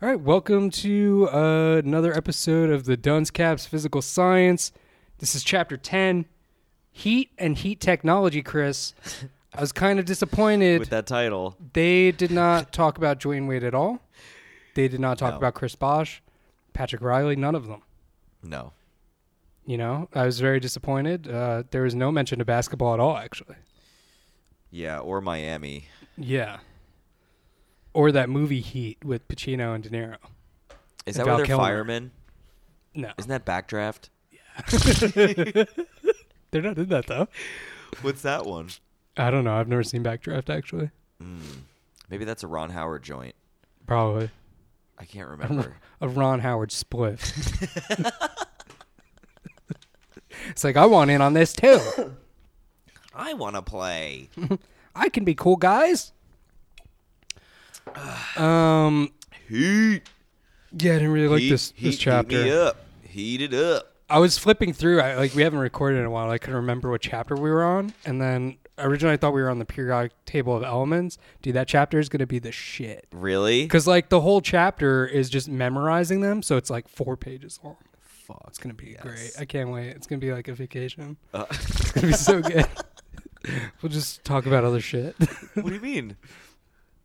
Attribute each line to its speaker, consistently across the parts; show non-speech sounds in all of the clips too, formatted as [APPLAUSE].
Speaker 1: right, welcome to uh, another episode of the Duns Caps Physical Science. This is chapter 10 Heat and Heat Technology, Chris. I was kind of disappointed.
Speaker 2: with that title.
Speaker 1: They did not talk about Dwayne Wade at all. They did not talk
Speaker 2: No.
Speaker 1: about Chris Bosch, Patrick Riley, none of them.
Speaker 2: No.
Speaker 1: You know, I was very disappointed. Uh, there was no mention of basketball at all, actually.
Speaker 2: Yeah, or Miami.
Speaker 1: Yeah. Or that movie Heat with Pacino and De Niro. And
Speaker 2: Is that
Speaker 1: Val
Speaker 2: where they're
Speaker 1: Kilmer.
Speaker 2: firemen?
Speaker 1: No,
Speaker 2: Isn't that backdraft?
Speaker 1: they're not in that though.
Speaker 2: What's that one?
Speaker 1: I don't know. I've never seen Backdraft actually.
Speaker 2: Maybe that's a Ron Howard joint.
Speaker 1: Probably
Speaker 2: I
Speaker 1: [LAUGHS]
Speaker 2: can't remember.
Speaker 1: a Ron Howard split. it's like I want in on this too.
Speaker 2: I want to [LAUGHS] play.
Speaker 1: I can be cool, guys. Um.
Speaker 2: Heat.
Speaker 1: Yeah, I didn't really like
Speaker 2: Heat,
Speaker 1: this
Speaker 2: heat,
Speaker 1: this chapter.
Speaker 2: Heat me up. Heat it up.
Speaker 1: I was flipping through. I like we haven't recorded in a while. I couldn't remember what chapter we were on, and then originally I thought we were on the periodic table of elements. Dude, that chapter is gonna be the shit.
Speaker 2: Really?
Speaker 1: Because like the whole chapter is just memorizing them, so it's like four pages long. Fuck, it's gonna be great. I can't wait. It's gonna be like a vacation.
Speaker 2: Uh, [LAUGHS]
Speaker 1: [LAUGHS] It's gonna be so good. we'll just talk about other shit. [LAUGHS]
Speaker 2: what do you mean?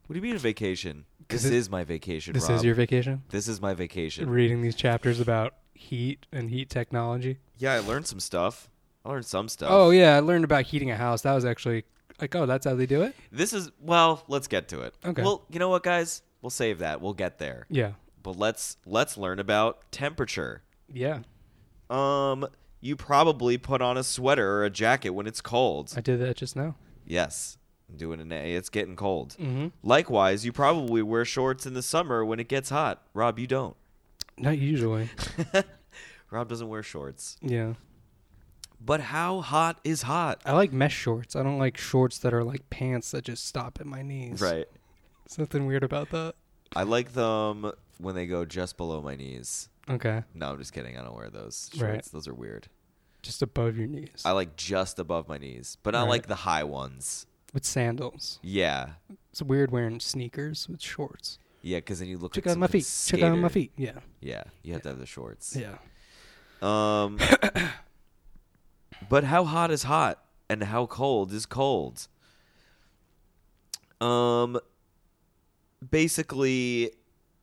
Speaker 2: What do you mean a vacation? This
Speaker 1: it-
Speaker 2: is my vacation.
Speaker 1: this
Speaker 2: Rob.
Speaker 1: is your vacation.
Speaker 2: This is my vacation.
Speaker 1: Reading these chapters about heat and heat technology.
Speaker 2: yeah, I learned some stuff. I learned some stuff.
Speaker 1: Oh yeah, I learned about heating a house. That was actually like, oh, that's how they do it.
Speaker 2: This is well. Let's get to it.
Speaker 1: Okay.
Speaker 2: Well, you know what, guys? We'll save that. We'll get there.
Speaker 1: Yeah,
Speaker 2: But let's let's learn about temperature.
Speaker 1: yeah.
Speaker 2: Um, you probably put on a sweater or a jacket when it's cold.
Speaker 1: I did that just now.
Speaker 2: yes, I'm doing an A. It's getting cold.
Speaker 1: Mm-hmm.
Speaker 2: Likewise, you probably wear shorts in the summer when it gets hot. Rob, you don't. [LAUGHS]
Speaker 1: Not usually.
Speaker 2: Rob doesn't wear shorts.
Speaker 1: yeah,
Speaker 2: But how hot is hot?
Speaker 1: I like mesh shorts. I don't like shorts that are like pants that just stop at my knees.
Speaker 2: Right.
Speaker 1: There's nothing weird about that.
Speaker 2: I like them when they go just below my knees.
Speaker 1: Okay.
Speaker 2: No, I'm just kidding. I don't wear those shorts.
Speaker 1: Right.
Speaker 2: Those are weird.
Speaker 1: Just above your knees.
Speaker 2: I like just above my knees, but not
Speaker 1: Right.
Speaker 2: like the high ones.
Speaker 1: with sandals.
Speaker 2: Yeah.
Speaker 1: It's weird wearing sneakers with shorts.
Speaker 2: Yeah, because then you look
Speaker 1: Check
Speaker 2: like
Speaker 1: out my
Speaker 2: something
Speaker 1: feet. Check out my
Speaker 2: skater.
Speaker 1: feet. Yeah.
Speaker 2: Yeah, you have to have the shorts.
Speaker 1: Yeah.
Speaker 2: Um, but how hot is hot and how cold is cold? Um, basically,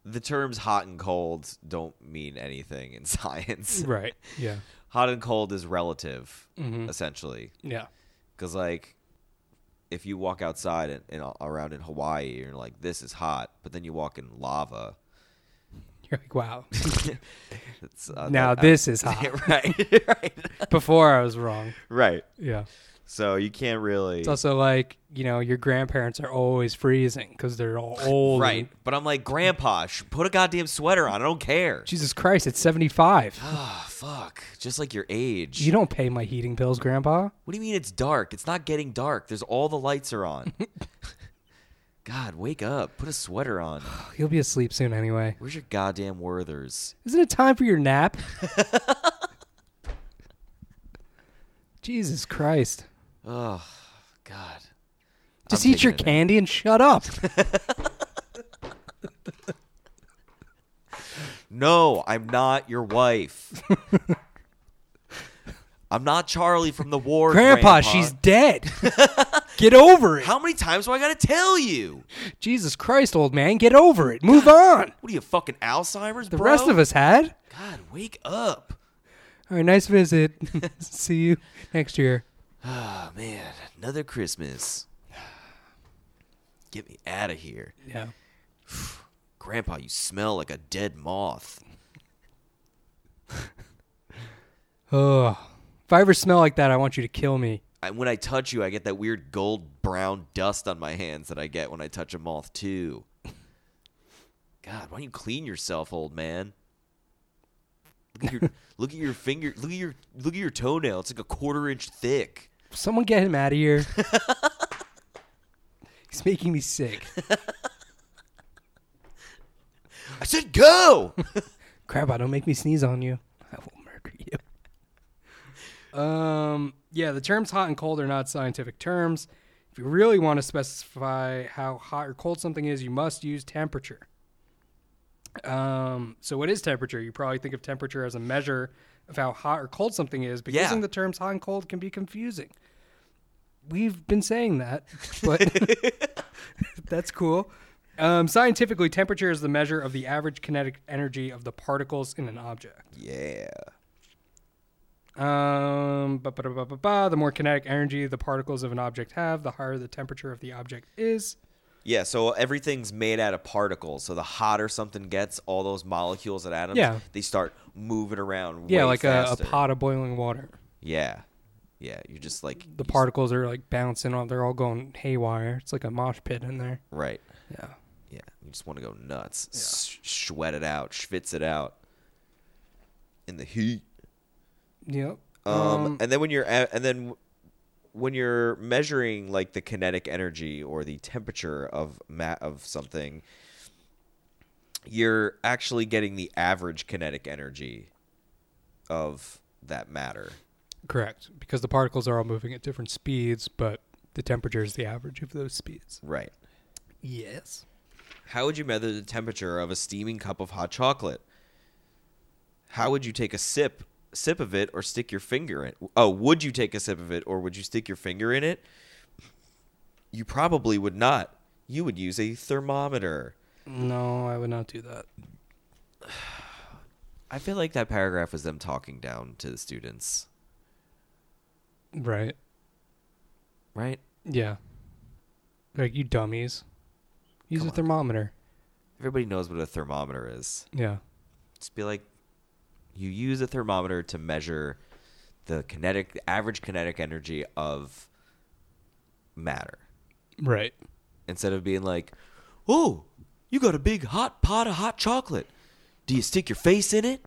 Speaker 2: the terms hot and cold don't mean anything in [LAUGHS] science.
Speaker 1: Right. Yeah.
Speaker 2: Hot and cold is relative,
Speaker 1: Mm-hmm.
Speaker 2: essentially.
Speaker 1: Yeah.
Speaker 2: Because, like, if you walk outside and, and around in Hawaii, you're like, this is hot. But then you walk in lava.
Speaker 1: [LAUGHS] You're like, wow.
Speaker 2: [LAUGHS] It's, uh,
Speaker 1: now
Speaker 2: that-
Speaker 1: this
Speaker 2: [LAUGHS]
Speaker 1: is hot.
Speaker 2: right, right,
Speaker 1: Before I was wrong.
Speaker 2: right.
Speaker 1: Yeah.
Speaker 2: So you can't really.
Speaker 1: It's also like, you know, your grandparents are always freezing because they're all old. and-
Speaker 2: Right. But I'm like, Grandpa, sh- put a goddamn sweater on. I don't care.
Speaker 1: Jesus Christ, it's 75.
Speaker 2: Ah, fuck. Just like your age.
Speaker 1: You don't pay my heating bills, Grandpa.
Speaker 2: what do you mean it's dark? It's not getting dark. There's all the lights are
Speaker 1: [LAUGHS]
Speaker 2: on. God, wake up. Put a sweater on.
Speaker 1: You'll be asleep soon anyway.
Speaker 2: Where's your goddamn Werthers?
Speaker 1: Isn't it time for your
Speaker 2: [LAUGHS]
Speaker 1: nap? Jesus Christ.
Speaker 2: Oh, God.
Speaker 1: Just
Speaker 2: I'm
Speaker 1: eat your
Speaker 2: taking a nap.
Speaker 1: candy and shut
Speaker 2: [LAUGHS]
Speaker 1: up.
Speaker 2: No, I'm not
Speaker 1: [LAUGHS]
Speaker 2: your wife. I'm not Charlie from the war.
Speaker 1: Grandpa, she's
Speaker 2: [LAUGHS]
Speaker 1: dead. get over it.
Speaker 2: How many times do I gotta tell you?
Speaker 1: Jesus Christ, old man, get over it.
Speaker 2: [LAUGHS]
Speaker 1: Move on.
Speaker 2: What are you fucking Alzheimer's?
Speaker 1: The rest of us had.
Speaker 2: God, wake up.
Speaker 1: All right, nice visit. [LAUGHS] See you next year.
Speaker 2: Oh man, another Christmas. [SIGHS] Get me out of here.
Speaker 1: Yeah.
Speaker 2: Grandpa, you smell like a dead moth.
Speaker 1: Ugh. If I ever smell like that, I want you to kill me.
Speaker 2: And when I touch you, I get that weird gold brown dust on my hands that I get when I touch a moth too. God, why don't you clean yourself, old man? Look at your look at your finger look at your look at your toenail. It's like a quarter inch thick.
Speaker 1: Someone get him out of here. He's making me sick.
Speaker 2: I said go!
Speaker 1: Grandpa, don't make me sneeze on you. I will murder you. [LAUGHS] Um, yeah, the terms hot and cold are not scientific terms. If you really want to specify how hot or cold something is, you must use temperature. Um, so what is temperature? You probably think of temperature as a measure of how hot or cold something is, but
Speaker 2: Yeah.
Speaker 1: using the terms hot and cold can be confusing. We've been saying that, [LAUGHS] but that's cool. Um, scientifically, temperature is the measure of the average kinetic energy of the particles in an object.
Speaker 2: Yeah.
Speaker 1: Um, ba- ba- ba- ba- ba. the more kinetic energy the particles of an object have, the higher the temperature of the object is.
Speaker 2: Yeah, so everything's made out of particles. So the hotter something gets, all those molecules and atoms,
Speaker 1: Yeah.
Speaker 2: they start moving around.
Speaker 1: yeah,
Speaker 2: way
Speaker 1: like a, a
Speaker 2: faster.
Speaker 1: pot of boiling water.
Speaker 2: Yeah, yeah. You're just like
Speaker 1: The particles are like bouncing off; they're all going haywire. It's like a mosh pit in there.
Speaker 2: right.
Speaker 1: Yeah.
Speaker 2: Yeah, you just want to go nuts, S- sweat it out, schwitz it out in the heat.
Speaker 1: Yep.
Speaker 2: Um,
Speaker 1: Mm-hmm.
Speaker 2: and then when you're a and then when you're measuring like the kinetic energy or the temperature of ma- of something, you're actually getting the average kinetic energy of that matter.
Speaker 1: Correct, because the particles are all moving at different speeds, but the temperature is the average of those speeds.
Speaker 2: Right.
Speaker 1: Yes.
Speaker 2: How would you measure the temperature of a steaming cup of hot chocolate? How would you take a sip sip of it or stick your finger in? Oh, would you take a sip of it or would you stick your finger in it? You probably would not. You would use a thermometer.
Speaker 1: No, I would not do that.
Speaker 2: I feel like that paragraph was them talking down to the students,
Speaker 1: Right.
Speaker 2: right?
Speaker 1: Yeah. Like you dummies. Use
Speaker 2: Come
Speaker 1: a
Speaker 2: on.
Speaker 1: thermometer.
Speaker 2: Everybody knows what a thermometer is.
Speaker 1: Yeah.
Speaker 2: Just be like you use a thermometer to measure the kinetic average kinetic energy of matter.
Speaker 1: Right.
Speaker 2: instead of being like, "Oh, you got a big hot pot of hot chocolate. Do you stick your face in it?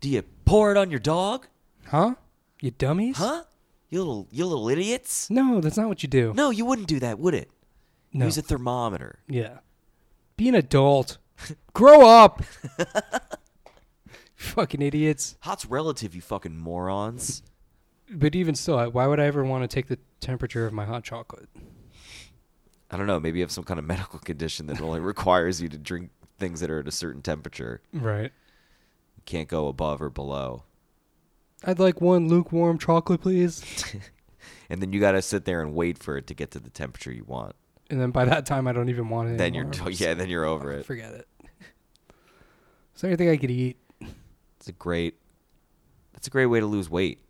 Speaker 2: Do you pour it on your dog?
Speaker 1: Huh? You dummies?
Speaker 2: Huh? You little, you little idiots!
Speaker 1: No, that's not what you do.
Speaker 2: No, you wouldn't do that, would it?
Speaker 1: No.
Speaker 2: Use a thermometer.
Speaker 1: Yeah. Be an adult. [LAUGHS] Grow
Speaker 2: [LAUGHS]
Speaker 1: up. Fucking idiots.
Speaker 2: Hot's relative, you fucking morons.
Speaker 1: But even still, I- why would I ever want to take the temperature of my hot chocolate?
Speaker 2: I don't know. Maybe you have some kind of [LAUGHS] medical condition that only requires you to drink things that are at a certain temperature.
Speaker 1: Right.
Speaker 2: You can't go above or below.
Speaker 1: I'd like one lukewarm chocolate, please.
Speaker 2: And then you got to sit there and wait for it to get to the temperature you want.
Speaker 1: And then by that time, I don't even want it.
Speaker 2: Then you're,
Speaker 1: anymore.
Speaker 2: do- [LAUGHS] yeah, then you're over it.
Speaker 1: Forget it. [LAUGHS] Is there anything I could eat?
Speaker 2: It's a great. That's a great way to lose weight.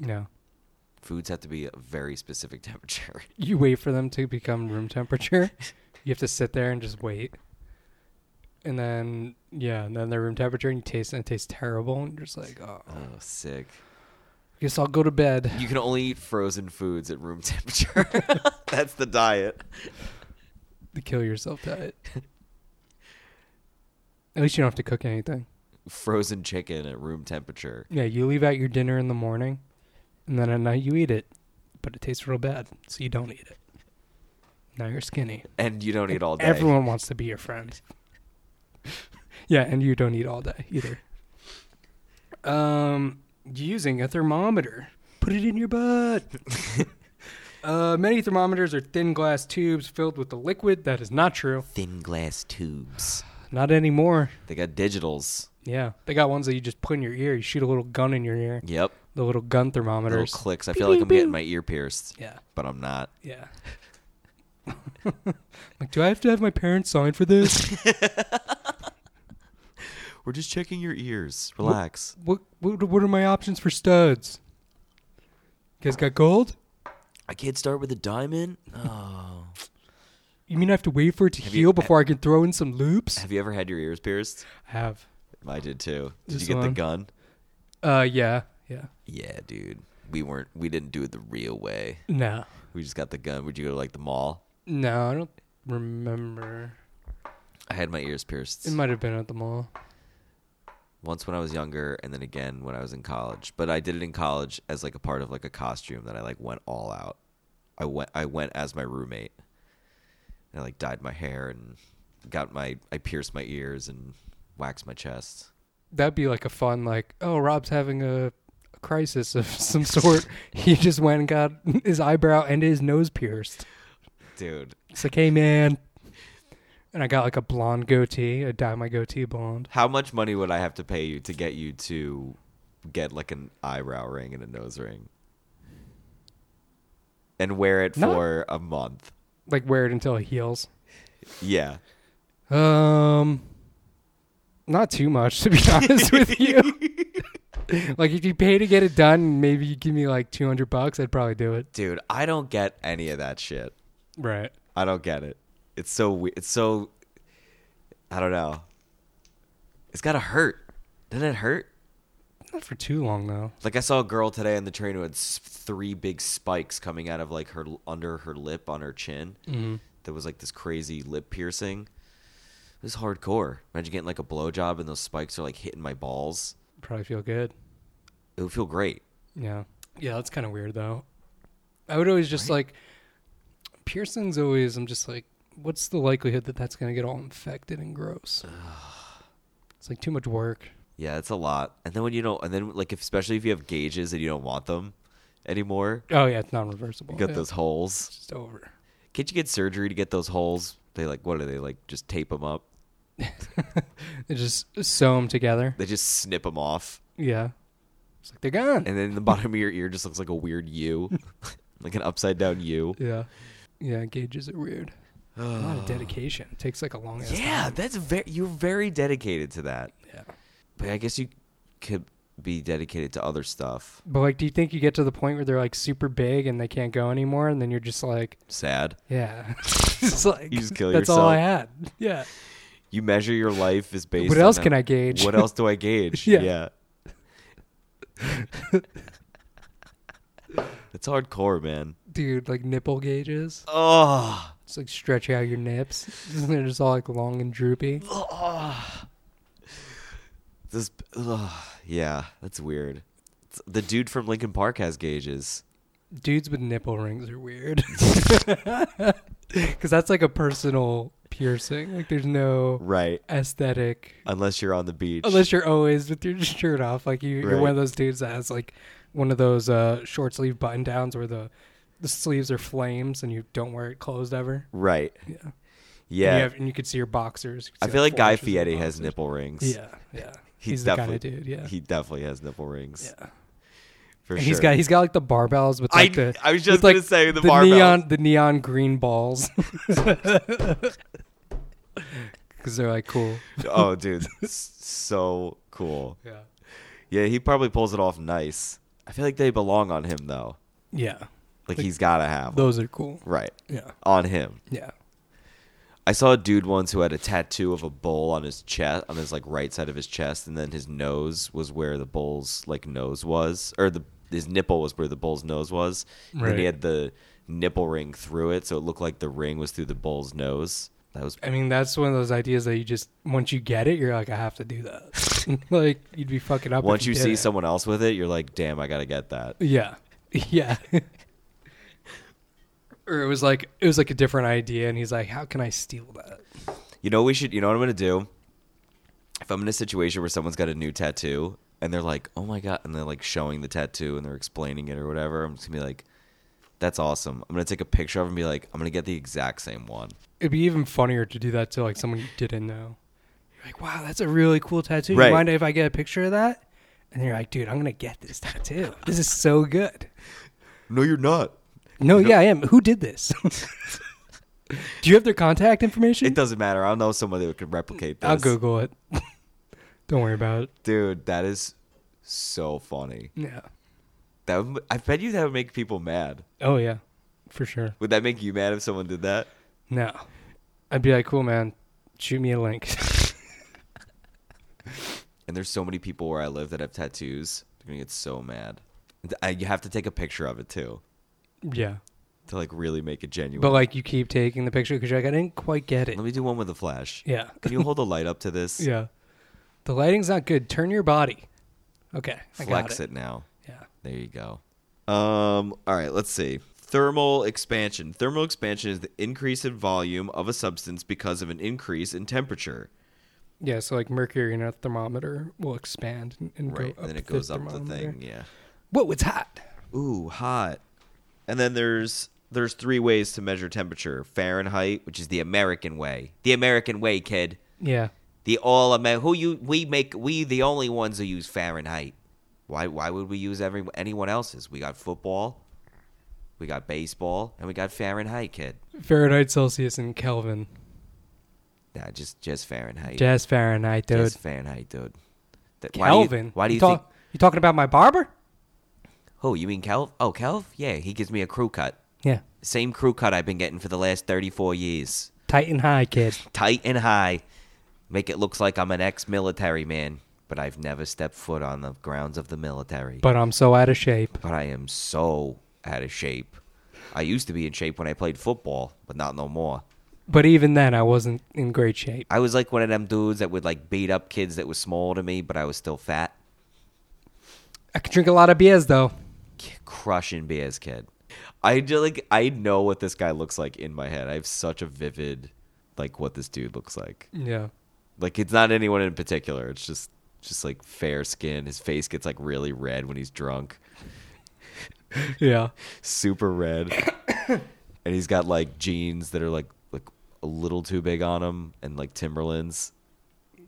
Speaker 1: No.
Speaker 2: Foods have to be a very specific [LAUGHS] temperature.
Speaker 1: You wait for them to become room temperature. you have to sit there and just wait. And then, yeah, and then they're room temperature, and you taste, and it tastes terrible, and you're just like, oh,
Speaker 2: Oh, sick!
Speaker 1: guess I'll go to bed.
Speaker 2: You can only eat frozen foods at room [LAUGHS] temperature. That's the diet.
Speaker 1: The kill yourself diet. At least you don't have to cook anything.
Speaker 2: Frozen chicken at room temperature.
Speaker 1: Yeah, you leave out your dinner in the morning, and then at night you eat it, but it tastes real bad, so you don't eat it. Now you're skinny.
Speaker 2: And you don't eat all day.
Speaker 1: Everyone wants to be your friend. [LAUGHS] yeah, and you don't eat all day either. Um, using a thermometer. Put it in your
Speaker 2: [LAUGHS]
Speaker 1: butt. uh, many thermometers are thin glass tubes filled with a liquid. That is not true.
Speaker 2: Thin glass tubes.
Speaker 1: Not anymore.
Speaker 2: They got digitals.
Speaker 1: Yeah, they got ones that you just put in your ear. You shoot a little gun in your ear.
Speaker 2: Yep.
Speaker 1: The little gun
Speaker 2: Little
Speaker 1: thermometers.
Speaker 2: clicks. I feel like I'm getting my ear pierced,
Speaker 1: yeah,
Speaker 2: but I'm not.
Speaker 1: yeah. [LAUGHS] like, do I have to have my parents sign for this?
Speaker 2: We're just checking your ears. Relax.
Speaker 1: what, what What are my options for studs? You guys got gold?
Speaker 2: I can't start with a diamond. Oh.
Speaker 1: You mean I have to wait for it to
Speaker 2: Have you-
Speaker 1: heal before I can throw in some loops?
Speaker 2: [LAUGHS] Have you ever had your ears pierced?
Speaker 1: I have.
Speaker 2: I did too. Did
Speaker 1: This
Speaker 2: you get the
Speaker 1: one?
Speaker 2: gun?
Speaker 1: Uh, yeah, yeah.
Speaker 2: Yeah, dude. We weren't. We didn't do it the real way.
Speaker 1: No,
Speaker 2: We just got the gun. Would you go to like the mall?
Speaker 1: no, I don't remember.
Speaker 2: I had my ears pierced
Speaker 1: It might have been at the mall.
Speaker 2: once when I was younger, and then again when I was in college. But I did it in college as like a part of like a costume that I like went all out. I went. I went as my roommate. And I like dyed my hair and got my. I pierced my ears and waxed my chest.
Speaker 1: That'd be like a fun, like, oh, Rob's having a a crisis of [LAUGHS] some sort. he just went and got [LAUGHS] his eyebrow and his nose pierced.
Speaker 2: Dude,
Speaker 1: It's like, hey, man, And I got like a blonde goatee. I dye my goatee blonde.
Speaker 2: How much money would I have to pay you to get you to get like an eyebrow ring and a nose ring? And wear it
Speaker 1: Not-
Speaker 2: for a month.
Speaker 1: Like wear it until it heals.
Speaker 2: Yeah.
Speaker 1: Um, not too much to be [LAUGHS] honest with you. like if you pay to get it done, maybe you give me like two hundred bucks, I'd probably do it.
Speaker 2: Dude, I don't get any of that shit.
Speaker 1: Right.
Speaker 2: I don't get it. It's so we- it's so I don't know. It's got to hurt. Doesn't it hurt?
Speaker 1: Not for too long though.
Speaker 2: Like I saw a girl today on the train who had s- three big spikes coming out of like her under her lip on her chin. Mm-hmm. There was like this crazy lip piercing. It was hardcore. Imagine getting like a blowjob and those spikes are like hitting my balls.
Speaker 1: Probably feel good.
Speaker 2: It would feel great.
Speaker 1: Yeah. Yeah, that's kind of weird though. I would always just like piercings. Always, I'm just like, what's the likelihood that that's gonna get all infected and gross? it's like too much work.
Speaker 2: Yeah, it's a lot. And then when you don't, and then like if, especially if you have gauges and you don't want them anymore,
Speaker 1: Oh yeah, it's non-reversible.
Speaker 2: you got
Speaker 1: Yeah,
Speaker 2: those holes.
Speaker 1: it's Just over.
Speaker 2: Can't you get surgery to get those holes? They like what are they like? Just tape them up.
Speaker 1: They just sew them together.
Speaker 2: They just snip them off,
Speaker 1: Yeah. It's like they're gone.
Speaker 2: and then the bottom of your ear just looks like a weird U, [LAUGHS] like an upside down U.
Speaker 1: Yeah. Yeah, gauges are weird. a lot of dedication. It takes like a long ass
Speaker 2: Yeah, that's very. You're very dedicated to that.
Speaker 1: Yeah.
Speaker 2: But I guess you could be dedicated to other stuff.
Speaker 1: But like do you think you get to the point where they're like super big and they can't go anymore and then you're just like,
Speaker 2: Sad.
Speaker 1: yeah. [LAUGHS] it's like
Speaker 2: You just kill
Speaker 1: that's all I
Speaker 2: yourself.
Speaker 1: had. Yeah.
Speaker 2: You measure your life is based.
Speaker 1: What
Speaker 2: on
Speaker 1: else
Speaker 2: how-
Speaker 1: can I gauge?
Speaker 2: What else do I gauge?
Speaker 1: Yeah.
Speaker 2: it's hardcore, man.
Speaker 1: [LAUGHS] Dude, like nipple gauges.
Speaker 2: Oh,
Speaker 1: It's like stretch out your nips. [LAUGHS] They're just all like long and droopy.
Speaker 2: this. ugh, yeah, that's weird. It's- The dude from Lincoln Park has gauges.
Speaker 1: Dudes with nipple rings are weird. [LAUGHS] Cuz that's like a personal piercing. Like there's no
Speaker 2: Right.
Speaker 1: aesthetic
Speaker 2: Unless you're on the beach.
Speaker 1: unless you're always with your [LAUGHS] shirt off like you, you're
Speaker 2: Right.
Speaker 1: one of those dudes that has like one of those uh, short sleeve button downs where the the sleeves are flames and you don't wear it closed ever
Speaker 2: right.
Speaker 1: yeah
Speaker 2: Yeah.
Speaker 1: and you, have, and you could see your boxers you could
Speaker 2: I
Speaker 1: see,
Speaker 2: feel like
Speaker 1: four
Speaker 2: Guy
Speaker 1: inches of
Speaker 2: Fieri has
Speaker 1: boxers.
Speaker 2: nipple rings.
Speaker 1: yeah
Speaker 2: [LAUGHS]
Speaker 1: yeah
Speaker 2: He
Speaker 1: he's the kind of
Speaker 2: definitely-
Speaker 1: dude yeah
Speaker 2: He definitely has nipple rings.
Speaker 1: yeah
Speaker 2: For
Speaker 1: and
Speaker 2: sure.
Speaker 1: he's got he's got like the barbells with
Speaker 2: I-
Speaker 1: like the
Speaker 2: I was
Speaker 1: with,
Speaker 2: just
Speaker 1: like,
Speaker 2: gonna say the barbells.
Speaker 1: neon the neon green
Speaker 2: [LAUGHS]
Speaker 1: balls [LAUGHS] because they're like cool [LAUGHS]
Speaker 2: oh, dude, s- so cool.
Speaker 1: yeah
Speaker 2: Yeah, he probably pulls it off nice. I feel like they belong on him though.
Speaker 1: yeah
Speaker 2: Like he's gotta have 'em.
Speaker 1: those are cool
Speaker 2: right
Speaker 1: yeah
Speaker 2: on him.
Speaker 1: yeah
Speaker 2: I saw a dude once who had a tattoo of a bull on his chest, on his like right side of his chest, and then his nose was where the bull's like nose was, or the his nipple was where the bull's nose was. And then he
Speaker 1: Right.
Speaker 2: had the nipple ring through it, so it looked like the ring was through the bull's nose. That was
Speaker 1: I mean, that's one of those ideas that you just once you get it, you're like, I have to do that. [LAUGHS] like you'd be fucking up. if
Speaker 2: once you
Speaker 1: did
Speaker 2: see
Speaker 1: it.
Speaker 2: someone else with it, you're like, damn, I gotta get that.
Speaker 1: Yeah, [LAUGHS] yeah. or it was like it was like a different idea, and he's like, How can I steal that?
Speaker 2: You know what we should. You know what I'm gonna do. If I'm in a situation where someone's got a new tattoo and they're like, "Oh my god," and they're like showing the tattoo and they're explaining it or whatever, I'm just gonna be like, "That's awesome." I'm gonna take a picture of it and be like, "I'm gonna get the exact same one."
Speaker 1: It'd be even funnier to do that to like someone you didn't know. You're like, Wow, that's a really cool tattoo.
Speaker 2: Right.
Speaker 1: You mind if I get a picture of that? And you're like, Dude, I'm gonna get this tattoo. This is so good.
Speaker 2: No, you're not.
Speaker 1: No, yeah, I am. Who did this? [LAUGHS] do you have their contact information?
Speaker 2: It doesn't matter. I'll know somebody that could replicate this.
Speaker 1: I'll Google it. [LAUGHS] Don't worry about it.
Speaker 2: dude. That is so funny.
Speaker 1: Yeah.
Speaker 2: That would, I bet you that would make people mad.
Speaker 1: Oh yeah, for sure.
Speaker 2: Would that make you mad if someone did that?
Speaker 1: No, I'd be like, cool, man. Shoot me a link. [LAUGHS]
Speaker 2: And there's so many people where I live that have tattoos. They're gonna get so mad. I, you have to take a picture of it too.
Speaker 1: yeah,
Speaker 2: to like really make it genuine.
Speaker 1: but like you keep taking the picture because you're like, I didn't quite get it.
Speaker 2: Let me do one with a flash.
Speaker 1: Yeah,
Speaker 2: Can you hold the light up to
Speaker 1: [LAUGHS]
Speaker 2: this?
Speaker 1: yeah. The lighting's not good. Turn your body. Okay, I got
Speaker 2: Flex it. now.
Speaker 1: Yeah.
Speaker 2: There you go. Um. All right. Let's see. Thermal expansion. Thermal expansion is the increase in volume of a substance because of an increase in temperature.
Speaker 1: Yeah, so like mercury in a thermometer will expand and, and go
Speaker 2: Right. and
Speaker 1: up
Speaker 2: then it goes up the
Speaker 1: thermometer.
Speaker 2: thing. Yeah.
Speaker 1: Whoa, it's hot.
Speaker 2: Ooh, hot. And then there's there's three ways to measure temperature: Fahrenheit, which is the American way, the American way, kid,
Speaker 1: Yeah.
Speaker 2: the all Amer- who you we make we the only ones who use Fahrenheit. Why why would we use every anyone else's? We got football, we got baseball, and we got Fahrenheit, kid.
Speaker 1: Fahrenheit, Celsius, and Kelvin.
Speaker 2: Nah, just just Fahrenheit,
Speaker 1: Just Fahrenheit, dude.
Speaker 2: just Fahrenheit, dude. That- why do you-
Speaker 1: Kelvin.
Speaker 2: Why do you,
Speaker 1: talk,
Speaker 2: think?
Speaker 1: You talking about my barber?
Speaker 2: Oh, you mean Kelv? Oh, Kelv? Yeah, he gives me a crew cut.
Speaker 1: Yeah.
Speaker 2: Same crew cut I've been getting for the last 34 years.
Speaker 1: Tight and high, kid.
Speaker 2: Tight and high. Make it look like I'm an ex military man, but I've never stepped foot on the grounds of the military.
Speaker 1: But I'm so out of shape.
Speaker 2: But I am so out of shape. I used to be in shape when I played football, but not no more.
Speaker 1: But even then, I wasn't in great shape.
Speaker 2: I was like one of them dudes that would like beat up kids that was small to me, but I was still fat.
Speaker 1: I could drink a lot of beers, though.
Speaker 2: crushing BS kid. I just like I know what this guy looks like in my head. I have such a vivid like what this dude looks like.
Speaker 1: Yeah.
Speaker 2: Like it's not anyone in particular. It's just just like fair skin. His face gets like really red when he's drunk.
Speaker 1: Yeah.
Speaker 2: Super red. and he's got like jeans that are like like a little too big on him and like Timberlands.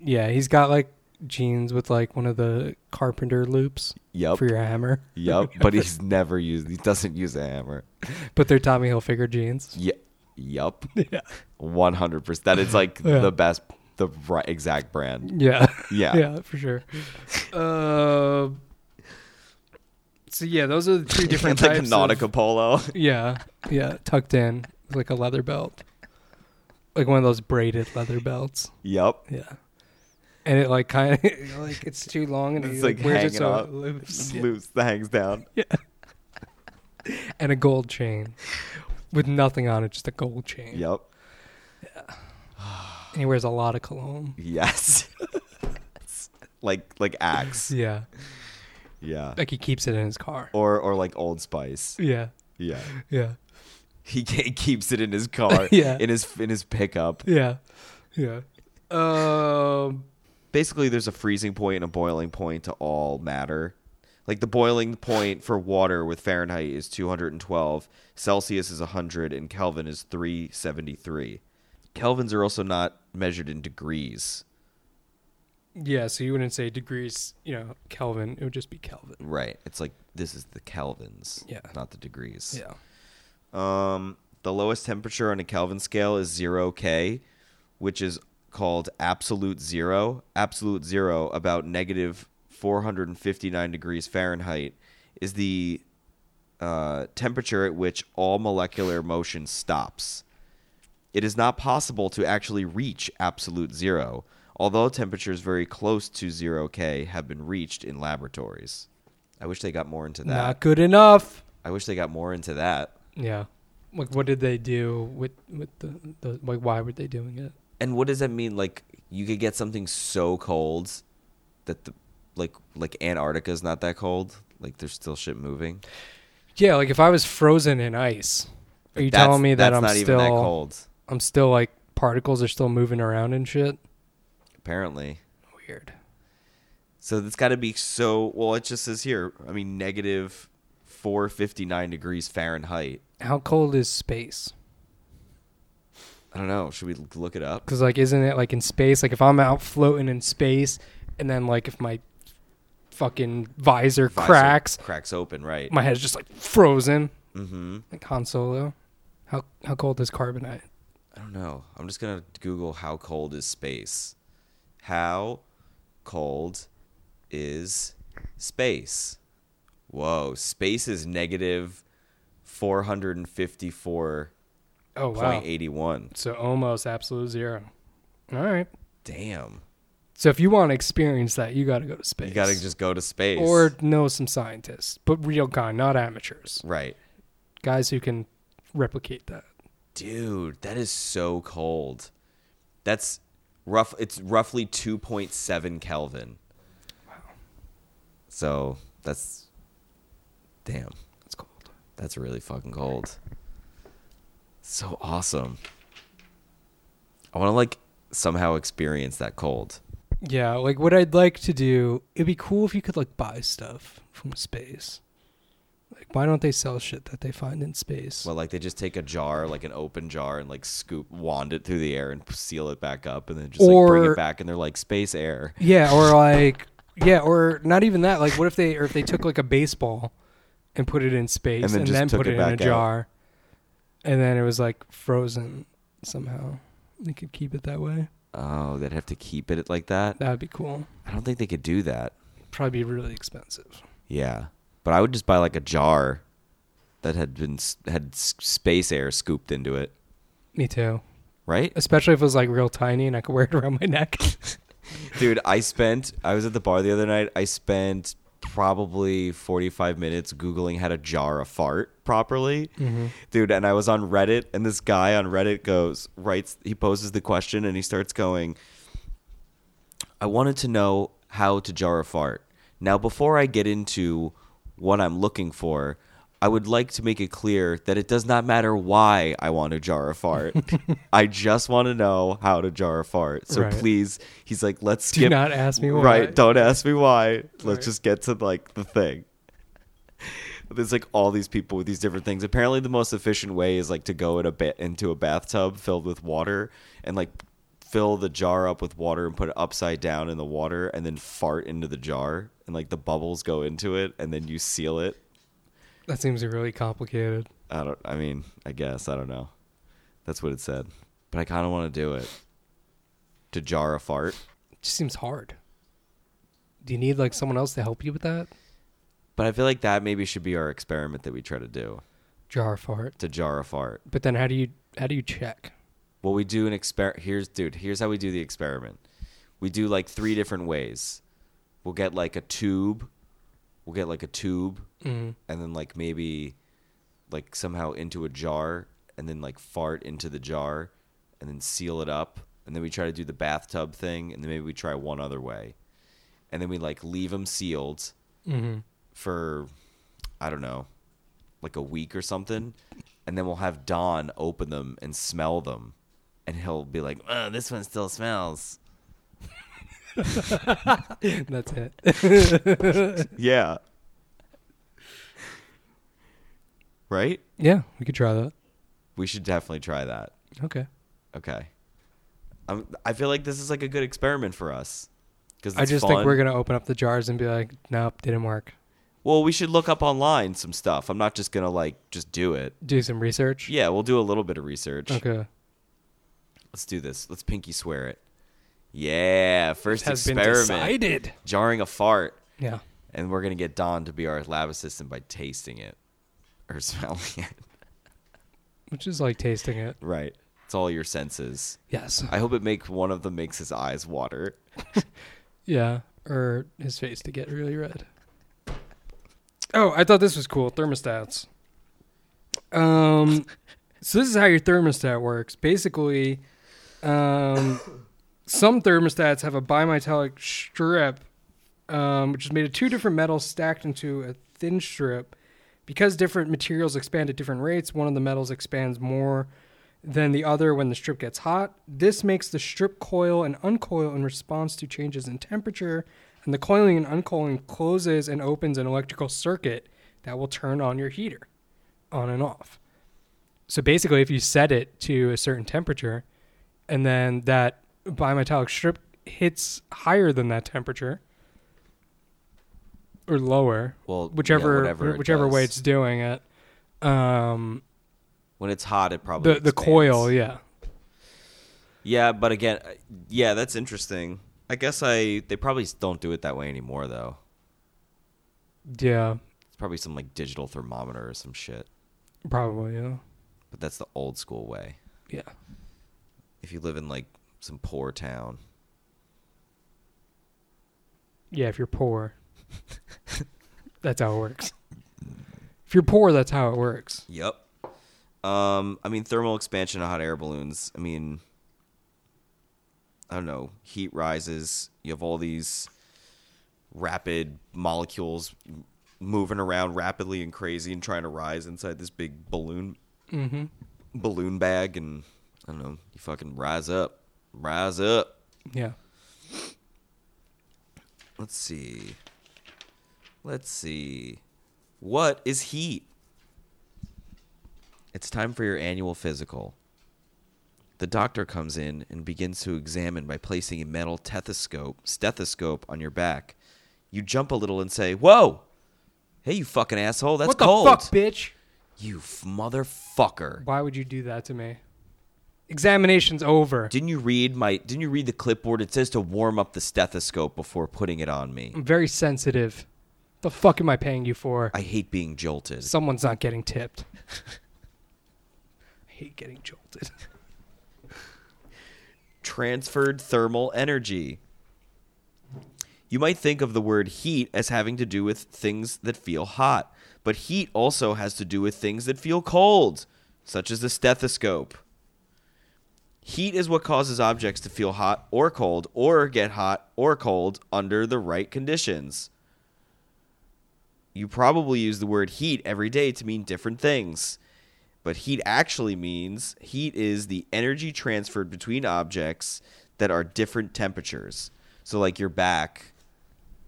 Speaker 1: Yeah. He's got like jeans with like one of the carpenter loops
Speaker 2: Yup.
Speaker 1: for your hammer,
Speaker 2: Yup. but
Speaker 1: [LAUGHS]
Speaker 2: he's never used he doesn't use a hammer.
Speaker 1: but they're Tommy Hilfiger jeans.
Speaker 2: Yeah. Yup.
Speaker 1: [LAUGHS]
Speaker 2: One hundred percent. That is like
Speaker 1: Yeah.
Speaker 2: the best, the right exact brand.
Speaker 1: Yeah. [LAUGHS]
Speaker 2: Yeah.
Speaker 1: yeah, for sure. Uh, so yeah, those are the
Speaker 2: [LAUGHS]
Speaker 1: two different
Speaker 2: like
Speaker 1: types.
Speaker 2: a Nautica
Speaker 1: Of,
Speaker 2: polo. [LAUGHS]
Speaker 1: yeah. Yeah. Tucked in with, like a leather belt, like one of those braided leather belts.
Speaker 2: yup.
Speaker 1: Yeah. And it like [LAUGHS] kind of like it's too long and
Speaker 2: It's,
Speaker 1: he like,
Speaker 2: like,
Speaker 1: wears it
Speaker 2: hanging
Speaker 1: so
Speaker 2: up.
Speaker 1: it loops.
Speaker 2: [LAUGHS] It's loose. That hangs down.
Speaker 1: and a gold chain with nothing on it, just a gold chain.
Speaker 2: Yup.
Speaker 1: And he wears a lot of cologne.
Speaker 2: Yes. [LAUGHS] like like Axe.
Speaker 1: Yeah,
Speaker 2: Yeah.
Speaker 1: like he keeps it in his car.
Speaker 2: Or or like Old Spice.
Speaker 1: Yeah,
Speaker 2: Yeah.
Speaker 1: yeah,
Speaker 2: He, ca- he keeps it in his car.
Speaker 1: [LAUGHS] Yeah.
Speaker 2: In his in his pickup.
Speaker 1: yeah, yeah. Um,
Speaker 2: Basically, there's a freezing point and a boiling point to all matter. Like the boiling point for water with Fahrenheit is 212, Celsius is 100, and Kelvin is 373. Kelvins are also not measured in degrees.
Speaker 1: yeah. So you wouldn't say degrees, you know, Kelvin. It would just be Kelvin.
Speaker 2: Right. It's like this is the kelvins,
Speaker 1: Yeah.
Speaker 2: not the degrees.
Speaker 1: Yeah.
Speaker 2: Um, the lowest temperature on a Kelvin scale is zero K, which is called absolute zero. Absolute zero, about negative four hundred and fifty nine degrees Fahrenheit, is the uh, temperature at which all molecular motion stops. It is not possible to actually reach absolute zero, although temperatures very close to zero K have been reached in laboratories. I wish they got more into that.
Speaker 1: Not good enough.
Speaker 2: I wish they got more into that.
Speaker 1: Yeah. Like, what did they do with with the, the like? Why were they doing it?
Speaker 2: And what does that mean? Like you could get something so cold that the like like Antarctica's not that cold. Like there's still shit moving.
Speaker 1: Yeah, like if I was frozen in ice, are you
Speaker 2: That's-
Speaker 1: telling me that
Speaker 2: that's
Speaker 1: I'm
Speaker 2: not
Speaker 1: still
Speaker 2: even that cold?
Speaker 1: I'm still like particles are still moving around and shit?
Speaker 2: Apparently.
Speaker 1: Weird.
Speaker 2: So it's got to be so. Well, it just says here. I mean, negative four fifty nine degrees Fahrenheit.
Speaker 1: How cold is space?
Speaker 2: I don't know. Should we l- look it up?
Speaker 1: Because like, isn't it like in space? Like if I'm out floating in space, and then like if my fucking visor,
Speaker 2: Visor
Speaker 1: cracks,
Speaker 2: Cracks open. Right.
Speaker 1: my head's just like frozen,
Speaker 2: mm-hmm.
Speaker 1: like Han Solo. How how cold is carbonite?
Speaker 2: I don't know. I'm just gonna Google how cold is space. How cold is space? Whoa, space is negative four hundred and fifty-four
Speaker 1: Oh wow!
Speaker 2: point eighty-one.
Speaker 1: So almost absolute zero. All right.
Speaker 2: Damn,
Speaker 1: So if you want to experience that, you got to go to space.
Speaker 2: you gotta just go to space.
Speaker 1: or know some scientists, but real kind, not amateurs,
Speaker 2: right,
Speaker 1: guys who can replicate that.
Speaker 2: dude, that is so cold. That's rough. It's roughly two point seven Kelvin. So that's damn.
Speaker 1: That's cold.
Speaker 2: That's really fucking cold. So awesome. I want to like somehow experience that cold.
Speaker 1: Yeah, like what I'd like to do, it'd be cool if you could like buy stuff from space. Like, why don't they sell shit that they find in space?
Speaker 2: Well, like they just take a jar, like an open jar, and like scoop, wand it through the air and seal it back up, and then just like bring
Speaker 1: Or-
Speaker 2: it back, and they're like space air.
Speaker 1: yeah, or like, yeah, or not even that. Like, what if they or if they took like a baseball and put it in space
Speaker 2: And then
Speaker 1: and
Speaker 2: just
Speaker 1: then,
Speaker 2: took
Speaker 1: put
Speaker 2: it
Speaker 1: it, in a
Speaker 2: back out.
Speaker 1: jar, and then it was like frozen somehow. They could keep it that way.
Speaker 2: Oh, they'd have to keep it like that.
Speaker 1: That'd be cool.
Speaker 2: I don't think they could do that.
Speaker 1: Probably be really expensive.
Speaker 2: Yeah, but I would just buy like a jar that had been s- had s- space air scooped into it,
Speaker 1: Me too.
Speaker 2: right?
Speaker 1: Especially if it was like real tiny and I could wear it [LAUGHS] around my neck.
Speaker 2: Dude, I spent I was at the bar the other night. I spent probably 45 minutes googling how to jar a fart properly. Dude, and I was on Reddit and this guy on Reddit goes writes he poses the question and he starts going I wanted to know how to jar a fart. Now before I get into what I'm looking for, I would like to make it clear that it does not matter why I want to jar a fart. I just want to know how to jar a fart. So
Speaker 1: Right.
Speaker 2: please please. He's like, let's
Speaker 1: Do
Speaker 2: skip.
Speaker 1: not ask me why.
Speaker 2: Right. Don't ask me why. Let's
Speaker 1: Right.
Speaker 2: just get to like the thing. There's like all these people with these different things. Apparently, the most efficient way is like to go in a ba- into a bathtub filled with water and like fill the jar up with water and put it upside down in the water and then fart into the jar and like the bubbles go into it and then you seal it.
Speaker 1: That seems really complicated.
Speaker 2: I don't. I mean, I guess I don't know. That's what it said, but I kind of want to do it. To jar a fart.
Speaker 1: It just seems hard. Do you need like someone else to help you with that?
Speaker 2: But I feel like that maybe should be our experiment that we try to do
Speaker 1: Jar fart.
Speaker 2: to jar a fart.
Speaker 1: But then how do you how do you check? [LAUGHS]
Speaker 2: Well, we do an experiment. Here's, dude, here's how we do the experiment. We do like three different ways. We'll get like a tube. We'll get like a tube and then like maybe like somehow into a jar and then like fart into the jar and then seal it up. And then we try to do the bathtub thing and then maybe we try one other way. And then we like leave them sealed for I don't know, like a week or something, and then we'll have Don open them and smell them, and he'll be like, "Oh, this one still smells."
Speaker 1: That's it. [LAUGHS]
Speaker 2: Yeah. right.
Speaker 1: yeah, we could try that.
Speaker 2: We should definitely try that.
Speaker 1: Okay.
Speaker 2: Okay. I'm, I feel like this is like a good experiment for us. Because
Speaker 1: I just think we're gonna open up the jars and be like, nope, didn't work.
Speaker 2: Well, we should look up online some stuff. I'm not just gonna like just do it.
Speaker 1: Do some research.
Speaker 2: Yeah, we'll do a little bit of research.
Speaker 1: Okay.
Speaker 2: Let's do this. Let's pinky swear it. Yeah, first
Speaker 1: Has been
Speaker 2: experiment.
Speaker 1: decided.
Speaker 2: Jarring a fart,
Speaker 1: Yeah.
Speaker 2: and we're gonna get Don to be our lab assistant by tasting it or [LAUGHS] smelling it.
Speaker 1: Which is like tasting it.
Speaker 2: Right. It's all your senses.
Speaker 1: Yes.
Speaker 2: I hope it makes one of them makes his eyes water.
Speaker 1: Yeah, or his face to get really red. Oh, I thought this was cool. Thermostats. Um, so this is how your thermostat works. Basically, [COUGHS] um, some thermostats have a bimetallic strip, um, which is made of two different metals stacked into a thin strip. Because different materials expand at different rates, one of the metals expands more than the other when the strip gets hot. This makes the strip coil and uncoil in response to changes in temperature, and the coiling and uncoiling closes and opens an electrical circuit that will turn on your heater on and off. So basically, if you set it to a certain temperature and then that bimetallic strip hits higher than that temperature or lower,
Speaker 2: Well, yeah,
Speaker 1: whichever
Speaker 2: whatever it
Speaker 1: whichever way
Speaker 2: does.
Speaker 1: it's doing it, um,
Speaker 2: When it's hot, it probably
Speaker 1: the the
Speaker 2: expands.
Speaker 1: coil, yeah,
Speaker 2: Yeah, but again, I- yeah, that's interesting. I guess I they probably don't do it that way anymore though.
Speaker 1: yeah,
Speaker 2: It's probably some like digital thermometer or some shit.
Speaker 1: probably, yeah,
Speaker 2: But that's the old school way.
Speaker 1: yeah.
Speaker 2: If you live in like some poor town,
Speaker 1: Yeah, if you're poor, [LAUGHS] that's how it works. If you're poor, that's how it works.
Speaker 2: Yep. Um, I mean, thermal expansion of hot air balloons. I mean, I don't know. Heat rises. You have all these rapid molecules m- moving around rapidly and crazy and trying to rise inside this big balloon balloon bag, and I don't know. You fucking rise up, rise up.
Speaker 1: Yeah.
Speaker 2: Let's see. Let's see. What is heat? It's time for your annual physical. The doctor comes in and begins to examine by placing a metal stethoscope, stethoscope on your back. You jump a little and say, "Whoa! Hey, you fucking asshole! That's
Speaker 1: what the
Speaker 2: cold!
Speaker 1: fuck, bitch?
Speaker 2: You f- motherfucker!
Speaker 1: Why would you do that to me? Examination's over.
Speaker 2: Didn't you read my? Didn't you read the clipboard? It says to warm up the stethoscope before putting it on me.
Speaker 1: I'm very sensitive. The fuck am I paying you for?
Speaker 2: I hate being jolted.
Speaker 1: Someone's not getting tipped. [LAUGHS] I hate getting jolted.
Speaker 2: transferred thermal energy. You might think of the word heat as having to do with things that feel hot, but heat also has to do with things that feel cold, such as the stethoscope. Heat is what causes objects to feel hot or cold, or get hot or cold under the right conditions. You probably use the word heat every day to mean different things but heat actually means heat is the energy transferred between objects that are different temperatures. So like your back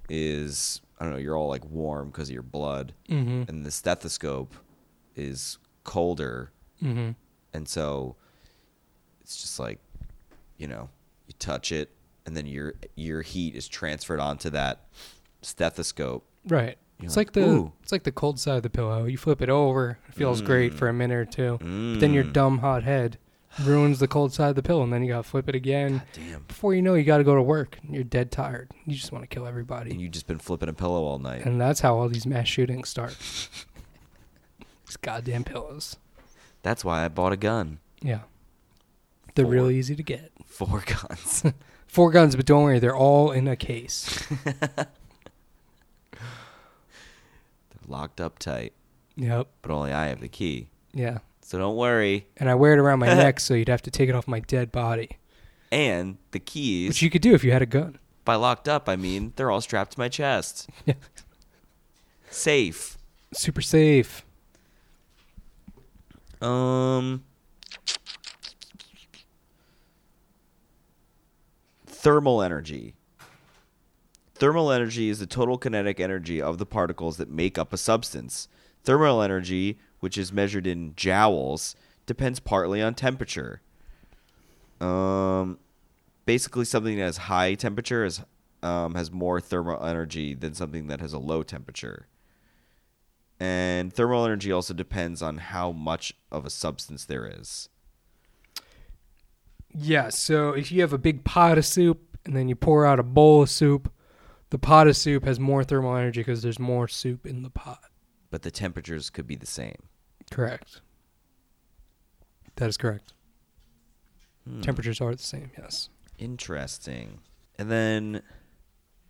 Speaker 2: is I don't know, you're all like warm because of your blood, and the stethoscope is colder, and so it's just like you know you touch it, and then your your heat is transferred onto that stethoscope.
Speaker 1: Right. it's
Speaker 2: like,
Speaker 1: like, the
Speaker 2: "Ooh."
Speaker 1: it's like the cold side of the pillow. You flip it over, it feels great
Speaker 2: Mm.
Speaker 1: for a minute or two. But then your dumb hot head ruins the cold side of the pillow and then you gotta flip it again.
Speaker 2: Damn,
Speaker 1: Before you know it, you gotta go to work and you're dead tired. You just wanna kill
Speaker 2: and
Speaker 1: everybody.
Speaker 2: you've just been flipping a pillow all night.
Speaker 1: And that's how all these mass shootings
Speaker 2: [LAUGHS]
Speaker 1: start. These goddamn pillows.
Speaker 2: That's why I bought a gun. [LAUGHS]
Speaker 1: Yeah. They're
Speaker 2: Four.
Speaker 1: really easy to get.
Speaker 2: Four
Speaker 1: [LAUGHS]
Speaker 2: guns.
Speaker 1: Four guns, but don't worry, they're all in a case.
Speaker 2: locked up tight,
Speaker 1: yep.
Speaker 2: but only I have the key.
Speaker 1: Yeah.
Speaker 2: So don't worry.
Speaker 1: And I wear it
Speaker 2: [LAUGHS]
Speaker 1: around my neck so you'd have to take it off my dead body.
Speaker 2: And the keys,
Speaker 1: Which you could do if you had a gun. [LAUGHS]
Speaker 2: by locked up, I mean they're all strapped to my chest.
Speaker 1: Yeah.
Speaker 2: Safe.
Speaker 1: Super safe.
Speaker 2: Um. Thermal energy. Thermal energy is the total kinetic energy of the particles that make up a substance. Thermal energy, which is measured in joules, depends partly on temperature. Um, basically, something that has high temperature is, um, has more thermal energy than something that has a low temperature. And thermal energy also depends on how much of a substance there is.
Speaker 1: Yeah, so if you have a big pot of soup and then you pour out a bowl of soup, the pot of soup has more thermal energy because there's more soup in the pot.
Speaker 2: But the temperatures could be the same.
Speaker 1: Correct. That is correct.
Speaker 2: Hmm.
Speaker 1: Temperatures are the same, yes.
Speaker 2: Interesting. And then,